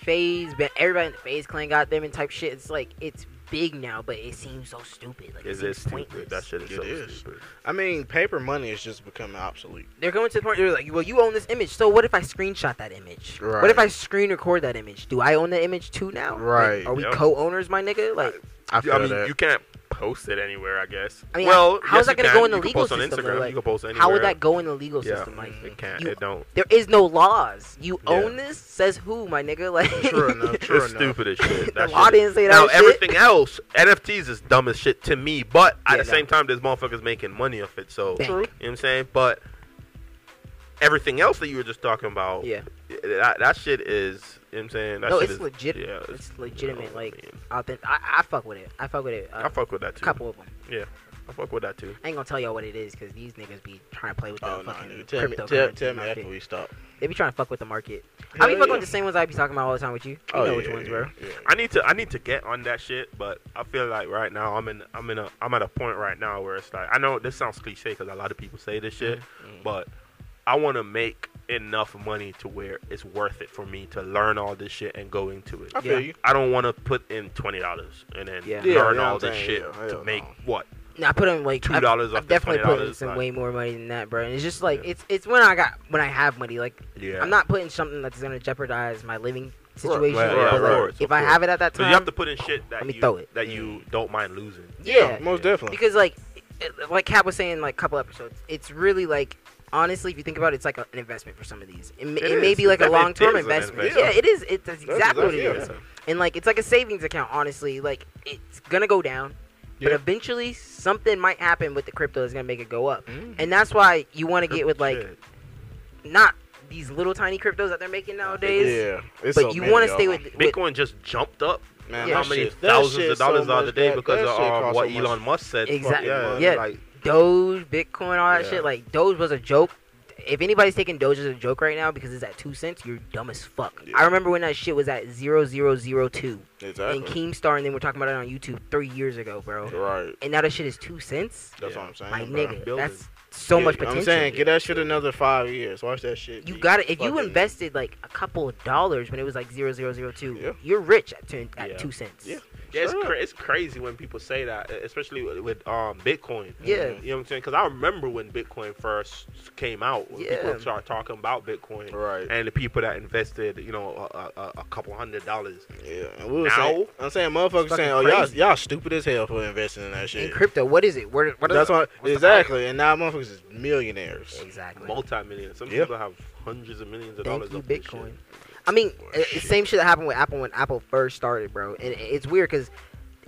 Speaker 1: Phase, everybody in the Phase Clan got them and type shit. It's like it's big now, but it seems so stupid. Like
Speaker 3: is
Speaker 1: it
Speaker 3: it
Speaker 1: seems
Speaker 3: stupid?
Speaker 1: pointless.
Speaker 3: That shit is
Speaker 2: It
Speaker 3: so
Speaker 2: is.
Speaker 3: stupid.
Speaker 2: I mean, paper money is just becoming obsolete.
Speaker 1: they're going to the point where they're like, well, you own this image, so what if I screenshot that image? What if
Speaker 2: Right.
Speaker 1: I screen record that image? Do I own that image too now? Like,
Speaker 2: Right.
Speaker 1: are we
Speaker 3: Yep.
Speaker 1: co-owners, my nigga? Like,
Speaker 2: I
Speaker 3: I mean, you can't post it anywhere, I guess.
Speaker 1: I mean,
Speaker 3: well,
Speaker 1: how is
Speaker 3: yes,
Speaker 1: that
Speaker 3: you
Speaker 1: gonna
Speaker 3: can.
Speaker 1: go in the
Speaker 3: You can
Speaker 1: legal
Speaker 3: post on
Speaker 1: system, though,
Speaker 3: Instagram.
Speaker 1: like,
Speaker 3: you can post anywhere.
Speaker 1: How would that go in the legal
Speaker 3: Yeah,
Speaker 1: system? Like,
Speaker 3: it can't.
Speaker 1: you-
Speaker 3: it don't.
Speaker 1: there is no laws. You
Speaker 3: Yeah.
Speaker 1: own this. Says who, my nigga? Like,
Speaker 2: True enough. True enough.
Speaker 3: It's stupid as
Speaker 1: the
Speaker 3: shit. That
Speaker 1: law
Speaker 3: shit.
Speaker 1: didn't say that.
Speaker 3: Now
Speaker 1: shit.
Speaker 3: everything else, NFTs is dumb as shit to me. But at
Speaker 1: Yeah,
Speaker 3: the
Speaker 1: no.
Speaker 3: same time, there's motherfuckers making money off it. So
Speaker 1: Bank.
Speaker 3: you know what I'm saying. But everything else that you were just talking about,
Speaker 1: Yeah.
Speaker 3: that, that shit is. You know what I'm saying. That
Speaker 1: No,
Speaker 3: shit
Speaker 1: it's
Speaker 3: is,
Speaker 1: legit-
Speaker 3: Yeah,
Speaker 1: it's legitimate, like,
Speaker 3: I, mean,
Speaker 1: Authentic. I, I fuck with it. I fuck with it.
Speaker 3: I
Speaker 1: Uh,
Speaker 3: fuck with that
Speaker 1: a
Speaker 3: too.
Speaker 1: couple of them.
Speaker 3: I fuck with that too.
Speaker 1: I ain't gonna tell y'all what it is because these niggas be trying to play with the
Speaker 2: Oh no,
Speaker 1: fucking
Speaker 2: nigga. Tell me,
Speaker 1: crypto.
Speaker 2: tell, tell me
Speaker 1: market.
Speaker 2: after we stop.
Speaker 1: They be trying to fuck with the market. I
Speaker 2: Hell
Speaker 1: be fucking
Speaker 2: yeah.
Speaker 1: with the same ones I be talking about all the time with you. You
Speaker 2: Oh
Speaker 1: know
Speaker 2: yeah,
Speaker 1: which ones, bro.
Speaker 2: yeah,
Speaker 3: I need to I need to get on that shit, but I feel like right now I'm in I'm in a I'm at a point right now where it's like I know this sounds cliche because a lot of people say this shit,
Speaker 1: Mm-hmm.
Speaker 2: Mhm.
Speaker 3: but I want to make enough money to where it's worth it for me to learn all this shit and go into it.
Speaker 2: I feel
Speaker 1: Yeah.
Speaker 2: you.
Speaker 3: I don't want to put in twenty dollars and then
Speaker 1: Yeah.
Speaker 2: Yeah,
Speaker 3: learn
Speaker 2: yeah,
Speaker 3: all
Speaker 2: I'm
Speaker 3: this
Speaker 2: saying,
Speaker 3: shit
Speaker 2: yeah,
Speaker 3: to
Speaker 2: hell
Speaker 3: make
Speaker 2: no.
Speaker 3: what
Speaker 1: Nah, I put in like
Speaker 3: two
Speaker 1: I've-
Speaker 3: dollars
Speaker 1: I've
Speaker 3: off the
Speaker 1: definitely
Speaker 3: twenty
Speaker 1: put in
Speaker 3: dollars.
Speaker 1: some way more money than that, bro. And it's just like it's it's when I got when I have money. Like
Speaker 3: yeah,
Speaker 1: I'm not putting something that's gonna jeopardize my living situation.
Speaker 3: right,
Speaker 1: but,
Speaker 3: of
Speaker 1: like,
Speaker 3: course,
Speaker 1: if
Speaker 3: of
Speaker 1: I
Speaker 3: course.
Speaker 1: have it at that
Speaker 3: So
Speaker 1: time,
Speaker 3: you have to put in shit that
Speaker 1: Let me
Speaker 3: you
Speaker 1: throw it.
Speaker 3: that you don't mind losing.
Speaker 1: yeah,
Speaker 2: most definitely.
Speaker 1: because like it- like Cap was saying like a couple episodes, it's really like honestly, if you think about it, it's like a- an investment for some of these. It, ma-
Speaker 3: It
Speaker 1: it may
Speaker 3: is.
Speaker 1: be like a
Speaker 3: It
Speaker 1: long term
Speaker 3: is an
Speaker 1: investment.
Speaker 3: investment.
Speaker 1: Yeah, it is. It, that's
Speaker 2: That's
Speaker 1: exactly what it
Speaker 2: exactly-
Speaker 1: is. And like it's like a savings account. Honestly, like it's gonna go down. But
Speaker 2: Yeah.
Speaker 1: eventually, something might happen with the crypto that's gonna make it go up,
Speaker 2: Mm.
Speaker 1: and that's why you want to get with like
Speaker 3: Shit.
Speaker 1: not these little tiny cryptos that they're making nowadays.
Speaker 2: yeah, it's
Speaker 1: but
Speaker 2: so
Speaker 1: you
Speaker 2: many
Speaker 1: want to
Speaker 2: of
Speaker 1: stay
Speaker 2: them.
Speaker 1: with, with
Speaker 3: Bitcoin just jumped up
Speaker 2: Man,
Speaker 1: Yeah.
Speaker 2: that
Speaker 3: how many
Speaker 2: shit- that
Speaker 3: thousands
Speaker 2: shit
Speaker 3: of dollars
Speaker 2: so
Speaker 3: the other
Speaker 2: much-
Speaker 3: day
Speaker 2: that-
Speaker 3: because
Speaker 2: that
Speaker 3: of
Speaker 2: shit
Speaker 3: uh,
Speaker 2: cost
Speaker 3: what
Speaker 2: so much.
Speaker 3: Elon Musk said. Fuck
Speaker 1: Exactly.
Speaker 3: Yeah.
Speaker 1: Yeah.
Speaker 3: Like,
Speaker 1: Doge, Bitcoin, all that
Speaker 2: Yeah.
Speaker 1: shit. Like Doge was a joke. If anybody's taking Doge as a joke right now because it's at two cents, you're dumb as fuck.
Speaker 2: Yeah.
Speaker 1: I remember when that shit was at zero zero zero two and
Speaker 2: exactly.
Speaker 1: Keemstar, and then we're talking about it on YouTube three years ago, bro.
Speaker 2: Right.
Speaker 1: And now that shit is two cents.
Speaker 2: That's
Speaker 3: Yeah.
Speaker 2: what I'm saying.
Speaker 1: Like
Speaker 2: bro.
Speaker 1: nigga,
Speaker 3: Building.
Speaker 1: that's so
Speaker 2: Yeah,
Speaker 1: much
Speaker 2: I'm
Speaker 1: potential.
Speaker 2: saying, get that shit another five years. Watch that shit.
Speaker 1: you
Speaker 2: be
Speaker 1: got it. If you
Speaker 2: fucking-
Speaker 1: invested like a couple of dollars when it was like zero zero zero two,
Speaker 2: Yeah.
Speaker 1: you're rich at, two at
Speaker 3: Yeah.
Speaker 1: two cents.
Speaker 2: Yeah.
Speaker 3: Yeah, it's,
Speaker 2: Straight up.
Speaker 3: cra- it's crazy when people say that, e- especially with, with um, Bitcoin.
Speaker 1: Yeah.
Speaker 2: Mm-hmm.
Speaker 3: You know what I'm saying? Because I remember when Bitcoin first came out, when
Speaker 1: Yeah.
Speaker 3: people started talking about Bitcoin
Speaker 2: Right.
Speaker 3: and the people that invested, you know, a, a, a couple hundred dollars.
Speaker 2: yeah. And we were
Speaker 3: Now?
Speaker 2: saying, I'm saying,
Speaker 1: It's
Speaker 2: motherfuckers
Speaker 1: fucking
Speaker 2: saying, oh y'all,
Speaker 1: crazy.
Speaker 2: y'all stupid as hell for investing in that
Speaker 1: And
Speaker 2: shit.
Speaker 1: crypto, what is it? Where, what is
Speaker 2: That's
Speaker 1: it?
Speaker 2: why
Speaker 1: What's the
Speaker 2: exactly. And now motherfuckers is millionaires.
Speaker 1: Exactly.
Speaker 3: Multi million. Some
Speaker 2: Yeah.
Speaker 3: people have hundreds of millions of
Speaker 1: Thank
Speaker 3: dollars.
Speaker 1: you,
Speaker 3: up this shit.
Speaker 1: Bitcoin. I mean,
Speaker 2: Boy,
Speaker 1: it- it's same shit that happened with Apple when Apple first started, bro. And it- it's weird because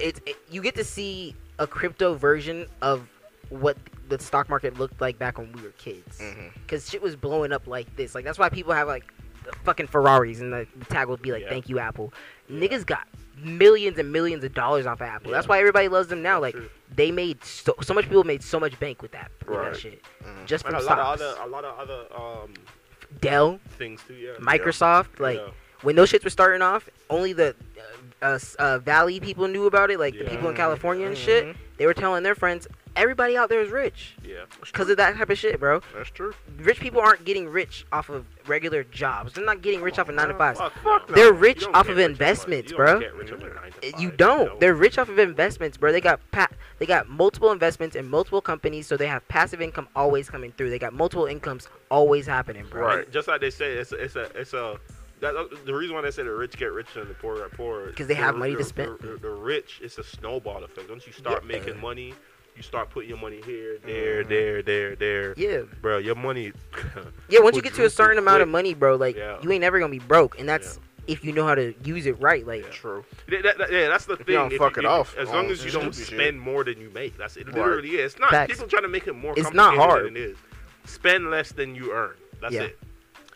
Speaker 1: it's it, you get to see a crypto version of what the stock market looked like back when we were kids.
Speaker 2: Mhm.
Speaker 1: Because shit was blowing up like this. Like that's why people have like the fucking Ferraris and the, the tag would be like,
Speaker 3: Yeah.
Speaker 1: "Thank you, Apple."
Speaker 3: Yeah.
Speaker 1: Niggas got millions and millions of dollars off of Apple. That's
Speaker 3: Yeah.
Speaker 1: why everybody loves them now. Like
Speaker 3: True.
Speaker 1: they made so, so much people made so much bank with that, with
Speaker 3: Right. Mm.
Speaker 1: that shit.
Speaker 2: Mhm.
Speaker 1: Just
Speaker 3: And
Speaker 1: from
Speaker 3: a lot
Speaker 1: stocks.
Speaker 3: of other, a lot of other um,
Speaker 1: Dell,
Speaker 3: things too. Yeah.
Speaker 1: Microsoft,
Speaker 3: Yeah.
Speaker 1: like
Speaker 3: Yeah.
Speaker 1: when those shits were starting off, only the uh, uh, uh, Valley people knew about it, like the
Speaker 3: Yeah. Mm-hmm.
Speaker 1: people in California and shit.
Speaker 2: Mhm.
Speaker 1: They were telling their friends, everybody out there is rich
Speaker 3: yeah.
Speaker 1: because of that type of shit, bro.
Speaker 2: That's true.
Speaker 1: Rich people aren't getting rich off of regular jobs. They're not getting rich off of nine to fives.
Speaker 3: Fuck no.
Speaker 1: They're
Speaker 3: You
Speaker 1: rich
Speaker 3: don't
Speaker 1: off
Speaker 3: get
Speaker 1: of
Speaker 3: rich a
Speaker 1: investments,
Speaker 3: you
Speaker 1: bro.
Speaker 3: don't get rich off a nine to
Speaker 1: It-
Speaker 3: five.
Speaker 1: Eh, You don't. They're rich off of investments, bro. They got pa- they got multiple investments in multiple companies, so they have passive income always coming through. They got multiple incomes always happening, bro.
Speaker 3: Right. Just like they say, it's a, it's a, it's a. That, uh, the reason why they say the rich get richer and the poor get poorer
Speaker 1: 'Cause they
Speaker 3: the-
Speaker 1: have money to
Speaker 3: the-
Speaker 1: spend.
Speaker 3: The, the, the rich, it's a snowball effect. Once you start
Speaker 1: Yeah.
Speaker 3: making money, you start putting your money here, there,
Speaker 2: Mhm.
Speaker 3: there, there, there.
Speaker 1: Yeah.
Speaker 3: Bro, your money.
Speaker 1: Yeah, once you get to a
Speaker 3: Quadruple
Speaker 1: certain amount of
Speaker 3: quick.
Speaker 1: money, bro, like
Speaker 3: Yeah.
Speaker 1: you ain't never gonna be broke, and that's if you know how to use it right. Like,
Speaker 3: Yeah.
Speaker 2: True.
Speaker 3: That- that- that- yeah, that's the thing.
Speaker 2: don't
Speaker 3: If
Speaker 2: fuck it off
Speaker 3: As
Speaker 2: on
Speaker 3: long as you don't
Speaker 2: stupid shit.
Speaker 3: spend more than you make, that's it.
Speaker 2: Right.
Speaker 3: Literally, is. It's not.
Speaker 1: Facts.
Speaker 3: People trying to make it more.
Speaker 1: It's not
Speaker 3: complicated
Speaker 1: hard.
Speaker 3: Than it is. Spend less than you earn. That's
Speaker 1: Yeah.
Speaker 3: it.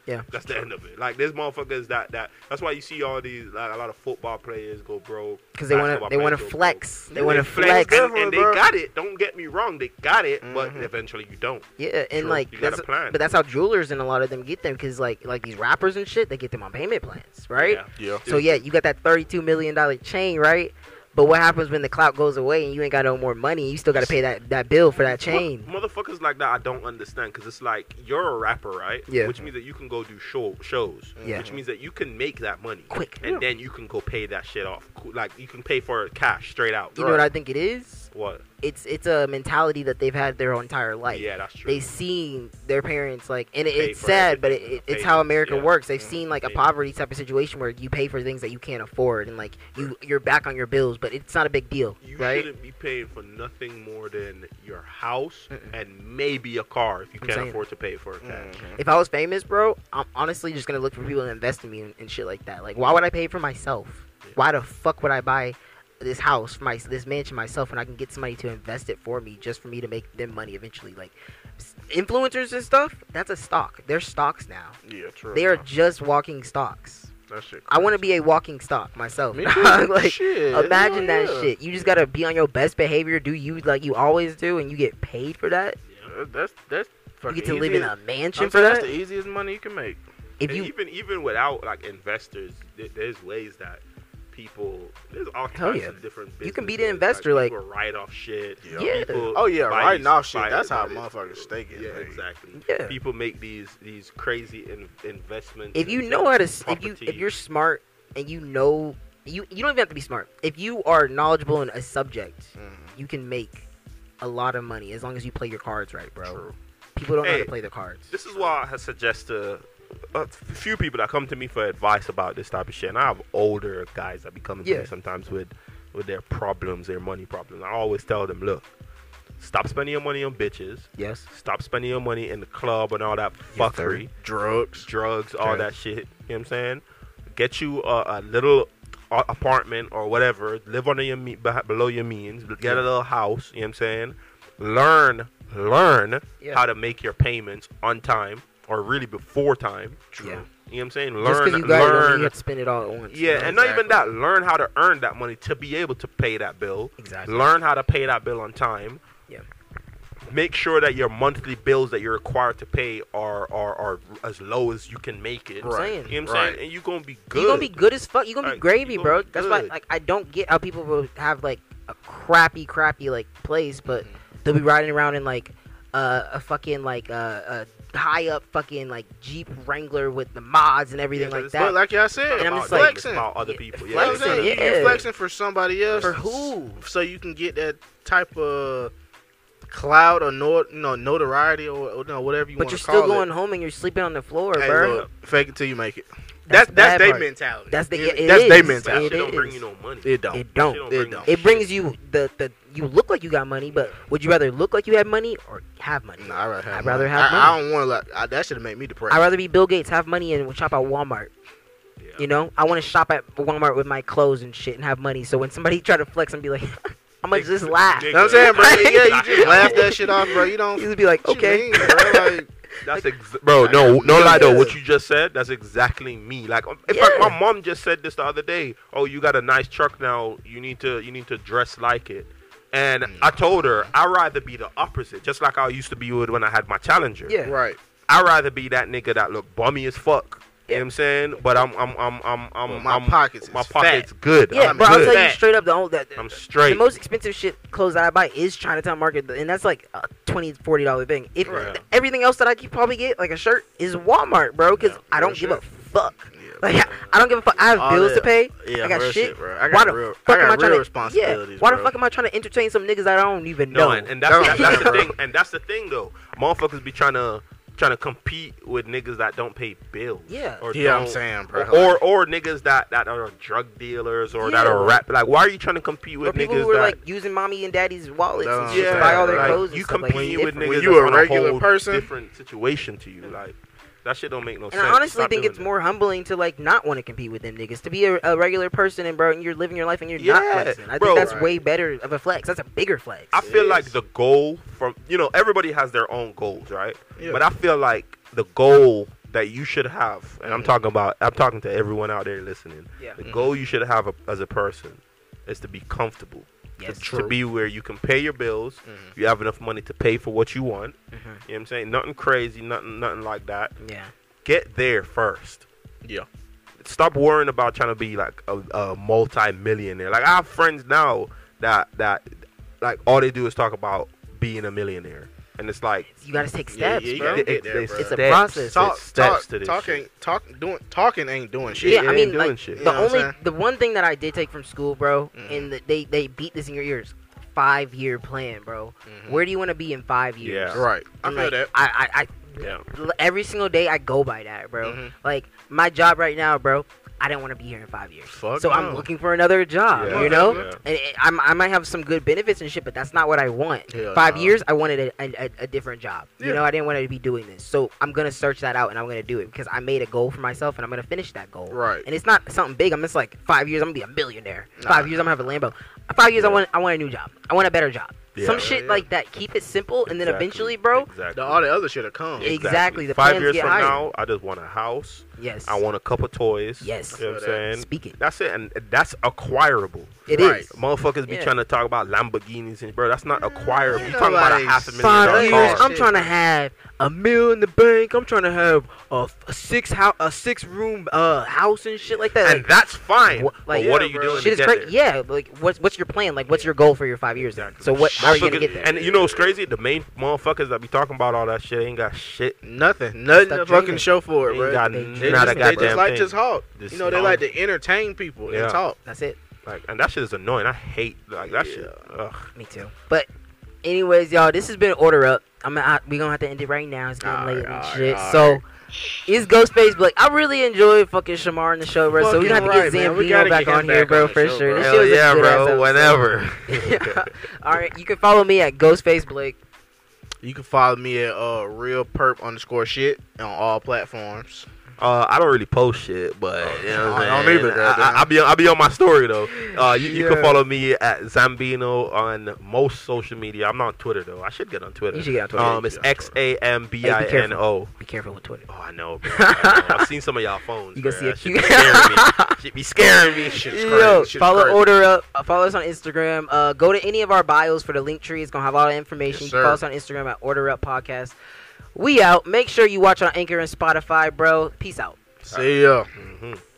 Speaker 1: Yeah.
Speaker 3: That's the end of it. Like there's motherfuckers that that. That's why you see all these like a lot of football players go broke
Speaker 1: Cause they wanna
Speaker 3: basketball
Speaker 1: they wanna
Speaker 3: players go
Speaker 1: flex.
Speaker 3: broke.
Speaker 1: They wanna
Speaker 3: flex,
Speaker 1: flex. Mm-hmm.
Speaker 2: good.
Speaker 3: and, and they
Speaker 2: bro.
Speaker 3: got it. Don't get me wrong, they got it, but
Speaker 2: Mhm.
Speaker 3: eventually you don't.
Speaker 1: Yeah, and
Speaker 3: True.
Speaker 1: like
Speaker 3: You
Speaker 1: that's
Speaker 3: gotta plan.
Speaker 1: but that's how jewelers and a lot of them get them because like like these rappers and shit they get them on payment plans, right?
Speaker 3: Yeah.
Speaker 2: Yeah.
Speaker 1: So yeah, you got that thirty two million dollar chain, right? But what happens when the clout goes away and you ain't got no more money? You still gotta pay that that bill for that chain.
Speaker 3: Mo- Motherfuckers like that, I don't understand because it's like you're a rapper, right?
Speaker 1: Yeah.
Speaker 3: Which means that you can go do show shows.
Speaker 1: Yeah.
Speaker 3: Which means that you can make that money
Speaker 1: Quick.
Speaker 3: and then you can go pay that shit off. Cool, Like you can pay for it cash straight out.
Speaker 1: You know what I think it is?
Speaker 3: What?
Speaker 1: it's it's a mentality that they've had their entire life.
Speaker 3: yeah, that's true.
Speaker 1: They seen their parents like, and it,
Speaker 3: Pay
Speaker 1: it's
Speaker 3: for
Speaker 1: sad, but it,
Speaker 3: everything,
Speaker 1: it,
Speaker 3: pay
Speaker 1: it's how
Speaker 3: for-
Speaker 1: America
Speaker 3: yeah.
Speaker 1: works. They've
Speaker 3: Mhm.
Speaker 1: seen like a
Speaker 3: Yeah.
Speaker 1: poverty type of situation where you pay for things that you can't afford, and like you you're back on your bills, but it's not a big deal,
Speaker 3: you
Speaker 1: right?
Speaker 3: shouldn't be paying for nothing more than your house
Speaker 1: Mm-mm.
Speaker 3: and maybe a car if you
Speaker 1: I'm
Speaker 3: can't
Speaker 1: saying.
Speaker 3: afford to pay for it. cash.
Speaker 2: Mm-hmm.
Speaker 1: If I was famous, bro, I'm honestly just gonna look for people to invest in me and, and shit like that. Like, why would I pay for myself?
Speaker 3: Yeah.
Speaker 1: Why the fuck would I buy this house, my this mansion myself, when I can get somebody to invest it for me just for me to make them money eventually? Like, s- influencers and stuff, that's a stock. They're stocks now.
Speaker 2: Yeah, true.
Speaker 1: They are just walking stocks.
Speaker 2: That shit.
Speaker 1: I want to be a walking stock myself.
Speaker 2: Me
Speaker 1: dog.
Speaker 2: too.
Speaker 1: like,
Speaker 2: Shit.
Speaker 1: imagine
Speaker 2: Hell
Speaker 1: that
Speaker 2: yeah.
Speaker 1: shit. You just gotta be on your best behavior. Do you like you always do, and you get paid for that.
Speaker 3: Yeah.
Speaker 2: That- Uh, That's that's.
Speaker 1: You
Speaker 2: fucking
Speaker 1: get to live in
Speaker 2: easy.
Speaker 1: a mansion
Speaker 2: I'm
Speaker 1: for
Speaker 2: saying that's
Speaker 1: that.
Speaker 2: the easiest money you can make.
Speaker 1: If
Speaker 3: And
Speaker 1: you
Speaker 3: even even without like investors, th- there's ways that people there's all
Speaker 1: Hell
Speaker 3: kinds
Speaker 1: yeah.
Speaker 3: of different.
Speaker 1: You can be the
Speaker 3: business ways,
Speaker 1: investor, like-
Speaker 3: people write off shit.
Speaker 2: Yeah.
Speaker 1: Yeah.
Speaker 3: People
Speaker 2: Oh, yeah,
Speaker 3: buy
Speaker 2: writing
Speaker 3: these-
Speaker 2: off shit,
Speaker 3: buy-
Speaker 2: that's how
Speaker 3: buy this-
Speaker 2: motherfuckers think it,
Speaker 3: Yeah,
Speaker 2: like-
Speaker 3: exactly.
Speaker 1: Yeah.
Speaker 3: People make these these crazy in- investments.
Speaker 1: if
Speaker 3: and
Speaker 1: you know how to s- if you
Speaker 3: property.
Speaker 1: if you're smart and you know you you don't even have to be smart. If you are knowledgeable in a subject,
Speaker 2: mm.
Speaker 1: you can make a lot of money as long as you play your cards right, bro.
Speaker 2: True.
Speaker 1: People don't know how
Speaker 3: Hey,
Speaker 1: to play their cards.
Speaker 3: This is why I suggest to a few people that come to me for advice about this type of shit. And I have older guys that be coming to
Speaker 1: Yeah.
Speaker 3: me sometimes with with their problems, their money problems. I always tell them, look, stop spending your money on bitches.
Speaker 1: Yes.
Speaker 3: Stop spending your money in the club and all that fuckery,
Speaker 2: drugs.
Speaker 3: drugs, all
Speaker 2: Drugs.
Speaker 3: that shit. You know what I'm saying? Get you a, a little a- apartment or whatever. Live under your me- beh- below your means. Get
Speaker 1: Yeah.
Speaker 3: a little house. You know what I'm saying? Learn, learn
Speaker 1: Yeah.
Speaker 3: how to make your payments on time or really before time.
Speaker 1: Yeah.
Speaker 3: You know what I'm saying?
Speaker 1: Just
Speaker 3: Learn,
Speaker 1: because you got it, doesn't mean
Speaker 3: learn.
Speaker 1: you have to spend it all at once.
Speaker 3: yeah,
Speaker 1: you know?
Speaker 3: and not even that.
Speaker 2: Exactly.
Speaker 3: Learn how to earn that money to be able to pay that bill.
Speaker 1: exactly.
Speaker 3: Learn how to pay that bill on time.
Speaker 1: Yeah.
Speaker 3: Make sure that your monthly bills that you're required to pay are are, are as low as you can make it.
Speaker 1: I'm saying.
Speaker 3: You know what I'm
Speaker 2: Right.
Speaker 3: saying? And you're gonna be good.
Speaker 1: You're gonna be good as fuck. You're gonna be
Speaker 3: Like,
Speaker 1: gravy,
Speaker 3: you gonna
Speaker 1: bro.
Speaker 3: be
Speaker 1: That's why,
Speaker 3: good.
Speaker 1: like, I don't get how people will have like a crappy, crappy like place, but
Speaker 3: Mm-hmm.
Speaker 1: they'll be riding around in like uh, a fucking like uh, a high up fucking like Jeep Wrangler with the mods and everything
Speaker 3: but
Speaker 1: like
Speaker 3: it's
Speaker 2: But
Speaker 1: that.
Speaker 2: like y'all
Speaker 3: It's
Speaker 2: said,
Speaker 1: And I'm
Speaker 3: about
Speaker 1: just
Speaker 3: them,
Speaker 1: like-
Speaker 3: it's
Speaker 2: flexing.
Speaker 3: about other
Speaker 1: Yeah,
Speaker 3: people.
Speaker 2: You know what I'm
Speaker 1: Flexing,
Speaker 2: saying? You-
Speaker 1: yeah.
Speaker 2: You're flexing for somebody else.
Speaker 1: For who?
Speaker 2: So you can get that type of cloud or no, you know, notoriety or, or no, whatever you
Speaker 1: but
Speaker 2: want
Speaker 1: you're
Speaker 2: to
Speaker 1: still
Speaker 2: call
Speaker 1: going
Speaker 2: it.
Speaker 1: home and you're sleeping on the floor,
Speaker 2: Hey,
Speaker 1: bro.
Speaker 2: look, fake it till you make it.
Speaker 1: That's
Speaker 2: That's
Speaker 1: the bad
Speaker 2: that's their
Speaker 1: part.
Speaker 2: mentality.
Speaker 1: That's the-
Speaker 2: It-
Speaker 1: it
Speaker 2: that's
Speaker 1: is.
Speaker 2: their
Speaker 3: That
Speaker 2: mentality.
Speaker 1: It
Speaker 3: shit don't bring
Speaker 1: is.
Speaker 3: you no money.
Speaker 2: It don't.
Speaker 1: It don't.
Speaker 3: Shit don't
Speaker 2: It
Speaker 3: bring
Speaker 2: don't.
Speaker 3: you
Speaker 1: It brings you the the you look like you got money, but would you rather look like you had money or have money?
Speaker 2: Nah, I'd rather have.
Speaker 1: I'd rather
Speaker 2: money.
Speaker 1: have
Speaker 2: I, I don't want to. Like, I, that should have made me depressed.
Speaker 1: I'd rather be Bill Gates, have money, and shop at Walmart.
Speaker 3: Yeah.
Speaker 1: You know, I want to shop at Walmart with my clothes and shit and have money. So when somebody try to flex and be like, "How much does this last?"
Speaker 3: Nigga,
Speaker 2: you know what I'm saying, bro?
Speaker 1: Right.
Speaker 2: Yeah, you just laugh that shit off, bro. You don't.
Speaker 1: He'd be like,
Speaker 2: what you
Speaker 1: "Okay."
Speaker 2: mean, bro? Like,
Speaker 3: That's ex- bro. No, no
Speaker 2: Yeah.
Speaker 3: lie though. What you just said, that's exactly me. Like, um, in fact,
Speaker 1: Yeah.
Speaker 3: my mom just said this the other day. Oh, you got a nice truck now. You need to, you need to dress like it. And
Speaker 1: Mm.
Speaker 3: I told her I'd rather be the opposite, just like I used to be with when I had my Challenger.
Speaker 1: Yeah.
Speaker 2: right.
Speaker 3: I'd rather be that nigga that look bummy as fuck. You
Speaker 1: Yeah.
Speaker 3: know what I'm saying? But I'm, I'm, I'm, I'm, I'm,
Speaker 2: Well, my
Speaker 3: I'm-
Speaker 2: pockets is
Speaker 3: my pockets good.
Speaker 1: Yeah,
Speaker 3: I'm
Speaker 1: bro. I'll
Speaker 3: good.
Speaker 1: tell you
Speaker 2: Fat.
Speaker 1: straight up, the only that
Speaker 3: I'm
Speaker 1: the
Speaker 3: straight.
Speaker 1: most expensive shit clothes that I buy is Chinatown Market, and that's like a twenty forty dollar thing. If
Speaker 3: Right.
Speaker 1: everything else that I could probably get, like a shirt, is Walmart, bro, because
Speaker 2: Yeah,
Speaker 1: I don't give
Speaker 2: real
Speaker 1: a
Speaker 2: shit.
Speaker 1: fuck.
Speaker 2: Yeah,
Speaker 1: Like I, I don't give a fuck. I have
Speaker 2: All
Speaker 1: bills
Speaker 2: that.
Speaker 1: to pay.
Speaker 2: Yeah,
Speaker 1: I got
Speaker 2: real
Speaker 1: shit.
Speaker 2: bro. I
Speaker 1: Why
Speaker 2: got
Speaker 1: the
Speaker 2: real,
Speaker 1: fuck
Speaker 2: I
Speaker 1: am I trying
Speaker 2: got real
Speaker 1: to? Yeah.
Speaker 2: responsibilities.
Speaker 1: Why the
Speaker 2: bro.
Speaker 1: fuck am I trying to entertain some niggas I don't even
Speaker 3: No,
Speaker 1: know?
Speaker 3: and, and that's,
Speaker 2: No.
Speaker 3: that- that's the thing, and that's the thing though. Motherfuckers be trying to trying to compete with niggas that don't pay bills.
Speaker 1: Yeah.
Speaker 3: or
Speaker 2: Yeah, I'm
Speaker 3: don't-
Speaker 2: saying, bro.
Speaker 3: Or or niggas that, that are drug dealers or that
Speaker 1: Yeah.
Speaker 3: are rap. Like, why are you trying to compete
Speaker 1: Or
Speaker 3: with
Speaker 1: people
Speaker 3: niggas
Speaker 1: who were
Speaker 3: that?
Speaker 1: like using mommy and daddy's wallets
Speaker 2: No,
Speaker 1: and shit
Speaker 2: yeah,
Speaker 1: to buy all their
Speaker 3: like,
Speaker 1: clothes. and
Speaker 3: you
Speaker 1: stuff.
Speaker 3: compete
Speaker 1: like, it's
Speaker 3: with
Speaker 1: different.
Speaker 3: niggas.
Speaker 2: When you
Speaker 3: that's
Speaker 2: a
Speaker 3: on
Speaker 2: regular
Speaker 3: whole
Speaker 2: person-
Speaker 3: different situation to you. Like that shit don't make no
Speaker 1: And
Speaker 3: sense.
Speaker 1: I honestly
Speaker 3: Stop
Speaker 1: think
Speaker 3: doing
Speaker 1: it's
Speaker 3: that.
Speaker 1: more humbling to like not want to compete with them niggas. To be a, a regular person and bro, and you're living your life and you're
Speaker 3: Yeah,
Speaker 1: not flexing. I
Speaker 3: bro.
Speaker 1: think that's
Speaker 2: Right.
Speaker 1: way better of a flex. That's a bigger flex.
Speaker 3: I feel
Speaker 2: It
Speaker 3: like
Speaker 2: is.
Speaker 3: the goal from you know everybody has their own goals, right?
Speaker 2: Yeah.
Speaker 3: But I feel like the goal that you should have, and I'm
Speaker 2: Mhm.
Speaker 3: talking about, I'm talking to everyone out there listening.
Speaker 1: Yeah.
Speaker 3: The
Speaker 2: Mhm.
Speaker 3: goal you should have a, as a person is to be comfortable,
Speaker 1: yes.
Speaker 3: to, to be where you can pay your bills,
Speaker 2: Mhm.
Speaker 3: you have enough money to pay for what you want.
Speaker 1: Mhm.
Speaker 3: You know what I'm saying? Nothing crazy, nothing, nothing like that.
Speaker 1: Yeah.
Speaker 3: Get there first.
Speaker 2: Yeah.
Speaker 3: Stop worrying about trying to be like a, a multi-millionaire. Like I have friends now that that like all they do is talk about being a millionaire, and it's like
Speaker 1: You gotta take
Speaker 2: Yeah, yeah,
Speaker 1: steps,
Speaker 2: you
Speaker 1: bro.
Speaker 2: gotta-
Speaker 3: it- it-
Speaker 2: get there,
Speaker 3: it's
Speaker 2: bro.
Speaker 1: It's a
Speaker 3: steps.
Speaker 1: process.
Speaker 3: It's
Speaker 2: Talk,
Speaker 3: steps
Speaker 2: talk,
Speaker 3: to this
Speaker 2: talking,
Speaker 3: shit.
Speaker 2: talk, doing, talking ain't doing shit.
Speaker 1: Yeah, I
Speaker 3: It ain't
Speaker 1: mean,
Speaker 3: doing
Speaker 1: like,
Speaker 3: shit.
Speaker 1: the
Speaker 2: You know what I'm
Speaker 1: only
Speaker 2: saying?
Speaker 1: the one thing that I did take from school, bro,
Speaker 2: Mhm.
Speaker 1: and the, they they beat this in your ears. five year plan, bro. Where do you want to be in five years?
Speaker 3: Yeah.
Speaker 2: Right. Mm-hmm. I
Speaker 1: I'm
Speaker 2: know
Speaker 1: like,
Speaker 2: that.
Speaker 1: I, I, I
Speaker 3: Yeah.
Speaker 1: l- every single day I go by that, bro.
Speaker 2: Mhm.
Speaker 1: Like my job right now, bro. I don't want to be here in five years,
Speaker 2: Fuck
Speaker 1: so I'm
Speaker 2: no.
Speaker 1: looking for another job.
Speaker 3: Yeah.
Speaker 1: You know,
Speaker 3: Yeah.
Speaker 1: and it, I'm, I might have some good benefits and shit, but that's not what I want.
Speaker 2: Hell
Speaker 1: five
Speaker 2: no.
Speaker 1: years, I wanted a, a, a- a different job. You
Speaker 2: Yeah.
Speaker 1: know, I didn't want to be doing this, so I'm gonna search that out and I'm gonna do it because I made a goal for myself and I'm gonna finish that goal.
Speaker 2: Right.
Speaker 1: And it's not something big. I'm just like five years, I'm gonna be a billionaire.
Speaker 2: Nah.
Speaker 1: Five years, I'm gonna have a Lambo. Five years, I
Speaker 3: Yeah.
Speaker 1: want, I want a new job. I want a better job.
Speaker 3: Yeah.
Speaker 1: Some
Speaker 3: Yeah,
Speaker 1: shit
Speaker 2: yeah.
Speaker 1: like that. Keep it simple, and then
Speaker 3: Exactly.
Speaker 1: eventually, bro.
Speaker 3: Exactly.
Speaker 2: The, all the other shit will come.
Speaker 1: Exactly. The
Speaker 3: Five
Speaker 1: plans
Speaker 3: years
Speaker 1: get
Speaker 3: from
Speaker 1: higher.
Speaker 3: now, I just want a house.
Speaker 1: Yes.
Speaker 3: I want a couple toys.
Speaker 1: Yes.
Speaker 3: You know what I'm
Speaker 2: Feel that.
Speaker 3: saying?
Speaker 1: Speak it.
Speaker 3: That's it, and that's acquirable.
Speaker 1: It is.
Speaker 2: Right.
Speaker 3: Motherfuckers be
Speaker 1: Yeah.
Speaker 3: trying to talk about Lamborghinis and bro, that's not acquirable.
Speaker 2: ain't
Speaker 3: You talking about a
Speaker 2: nobody
Speaker 3: half a
Speaker 1: Five
Speaker 2: Million
Speaker 3: million
Speaker 1: years.
Speaker 2: dollar
Speaker 3: dollar
Speaker 2: car.
Speaker 1: I'm trying to have a mill in the bank. I'm trying to have a, f- a six house, a six room uh house and shit like that.
Speaker 3: and that's fine.
Speaker 1: Wha-
Speaker 3: but
Speaker 1: like-
Speaker 3: what
Speaker 2: Yeah,
Speaker 3: are you
Speaker 2: bro.
Speaker 3: doing?
Speaker 1: Like,
Speaker 3: to
Speaker 1: shit is
Speaker 3: get
Speaker 1: crazy.
Speaker 3: there?
Speaker 1: Yeah. Like, what's what's your plan? Like, what's your goal for your five years? then?
Speaker 3: Exactly.
Speaker 1: So what? How are you gonna get there?
Speaker 3: And you know what's crazy? The main motherfuckers that be talking about all that shit ain't got shit.
Speaker 2: Nothing. Nothing
Speaker 1: Stuck
Speaker 2: to fucking
Speaker 1: dreaming.
Speaker 2: show for it,
Speaker 3: Ain't
Speaker 2: bro.
Speaker 3: got
Speaker 1: They
Speaker 3: n-
Speaker 1: just-
Speaker 2: They
Speaker 3: not
Speaker 2: just,
Speaker 3: a
Speaker 2: they
Speaker 3: goddamn
Speaker 2: just like
Speaker 3: thing.
Speaker 2: to talk.
Speaker 3: This
Speaker 2: you know, they
Speaker 3: song.
Speaker 2: like to entertain people
Speaker 3: Yeah.
Speaker 2: and talk.
Speaker 1: That's it.
Speaker 3: Like, and that shit is annoying. I hate like that shit. Ugh.
Speaker 1: Me too. But anyways, y'all, this has been order up. I'm I, we gonna have to end it right now. It's getting
Speaker 2: Alright,
Speaker 1: late and
Speaker 2: alright,
Speaker 1: shit.
Speaker 2: alright.
Speaker 1: So it's Ghostface Blake. I really enjoyed fucking Shamar in the show, bro. so we
Speaker 2: Fucking
Speaker 1: gonna have to
Speaker 2: right,
Speaker 1: get
Speaker 2: man. We
Speaker 1: Zambino
Speaker 2: gotta
Speaker 1: back
Speaker 2: get him
Speaker 1: on here,
Speaker 2: back
Speaker 1: bro,
Speaker 2: on the
Speaker 1: for
Speaker 2: show,
Speaker 1: sure.
Speaker 2: bro.
Speaker 1: This shit
Speaker 3: Hell
Speaker 1: was a
Speaker 3: yeah,
Speaker 1: good-ass
Speaker 3: bro.
Speaker 1: episode.
Speaker 3: Whenever.
Speaker 1: All right, you can follow me at Ghostface Blake.
Speaker 2: You can follow me at uh, real perp underscore shit on all platforms.
Speaker 3: Uh, I don't really post shit, but
Speaker 1: Oh,
Speaker 3: you know what
Speaker 2: I
Speaker 3: I'm
Speaker 2: don't
Speaker 3: saying?
Speaker 2: either,
Speaker 3: I, I,
Speaker 2: goddamn.
Speaker 3: I be on, I be on my story though. Uh, you, you
Speaker 2: Yeah.
Speaker 3: can follow me at Zambino on most social media. I'm not on Twitter though. I should get on Twitter.
Speaker 1: You should get on Twitter.
Speaker 3: Um, it's
Speaker 2: Yeah,
Speaker 3: X A M B I N O.
Speaker 1: Oh, Be careful with Twitter.
Speaker 3: Oh, I know, bro. I know. I've seen some of y'all phones.
Speaker 1: You gonna
Speaker 3: bro.
Speaker 1: see a
Speaker 3: That shit
Speaker 1: few-
Speaker 3: be scaring me. Shit be scaring me.
Speaker 2: Shit. It's crazy.
Speaker 1: Yo,
Speaker 2: It's just
Speaker 1: follow
Speaker 2: crazy.
Speaker 1: Order Up. Uh, follow us on Instagram. Uh, go to any of our bios for the link tree. It's gonna have all the information.
Speaker 2: Yes,
Speaker 1: you can follow us
Speaker 2: sir.
Speaker 1: on Instagram at Order Up Podcast. We out. Make sure you watch on Anchor and Spotify, bro. Peace out.
Speaker 2: See ya.
Speaker 3: Mhm.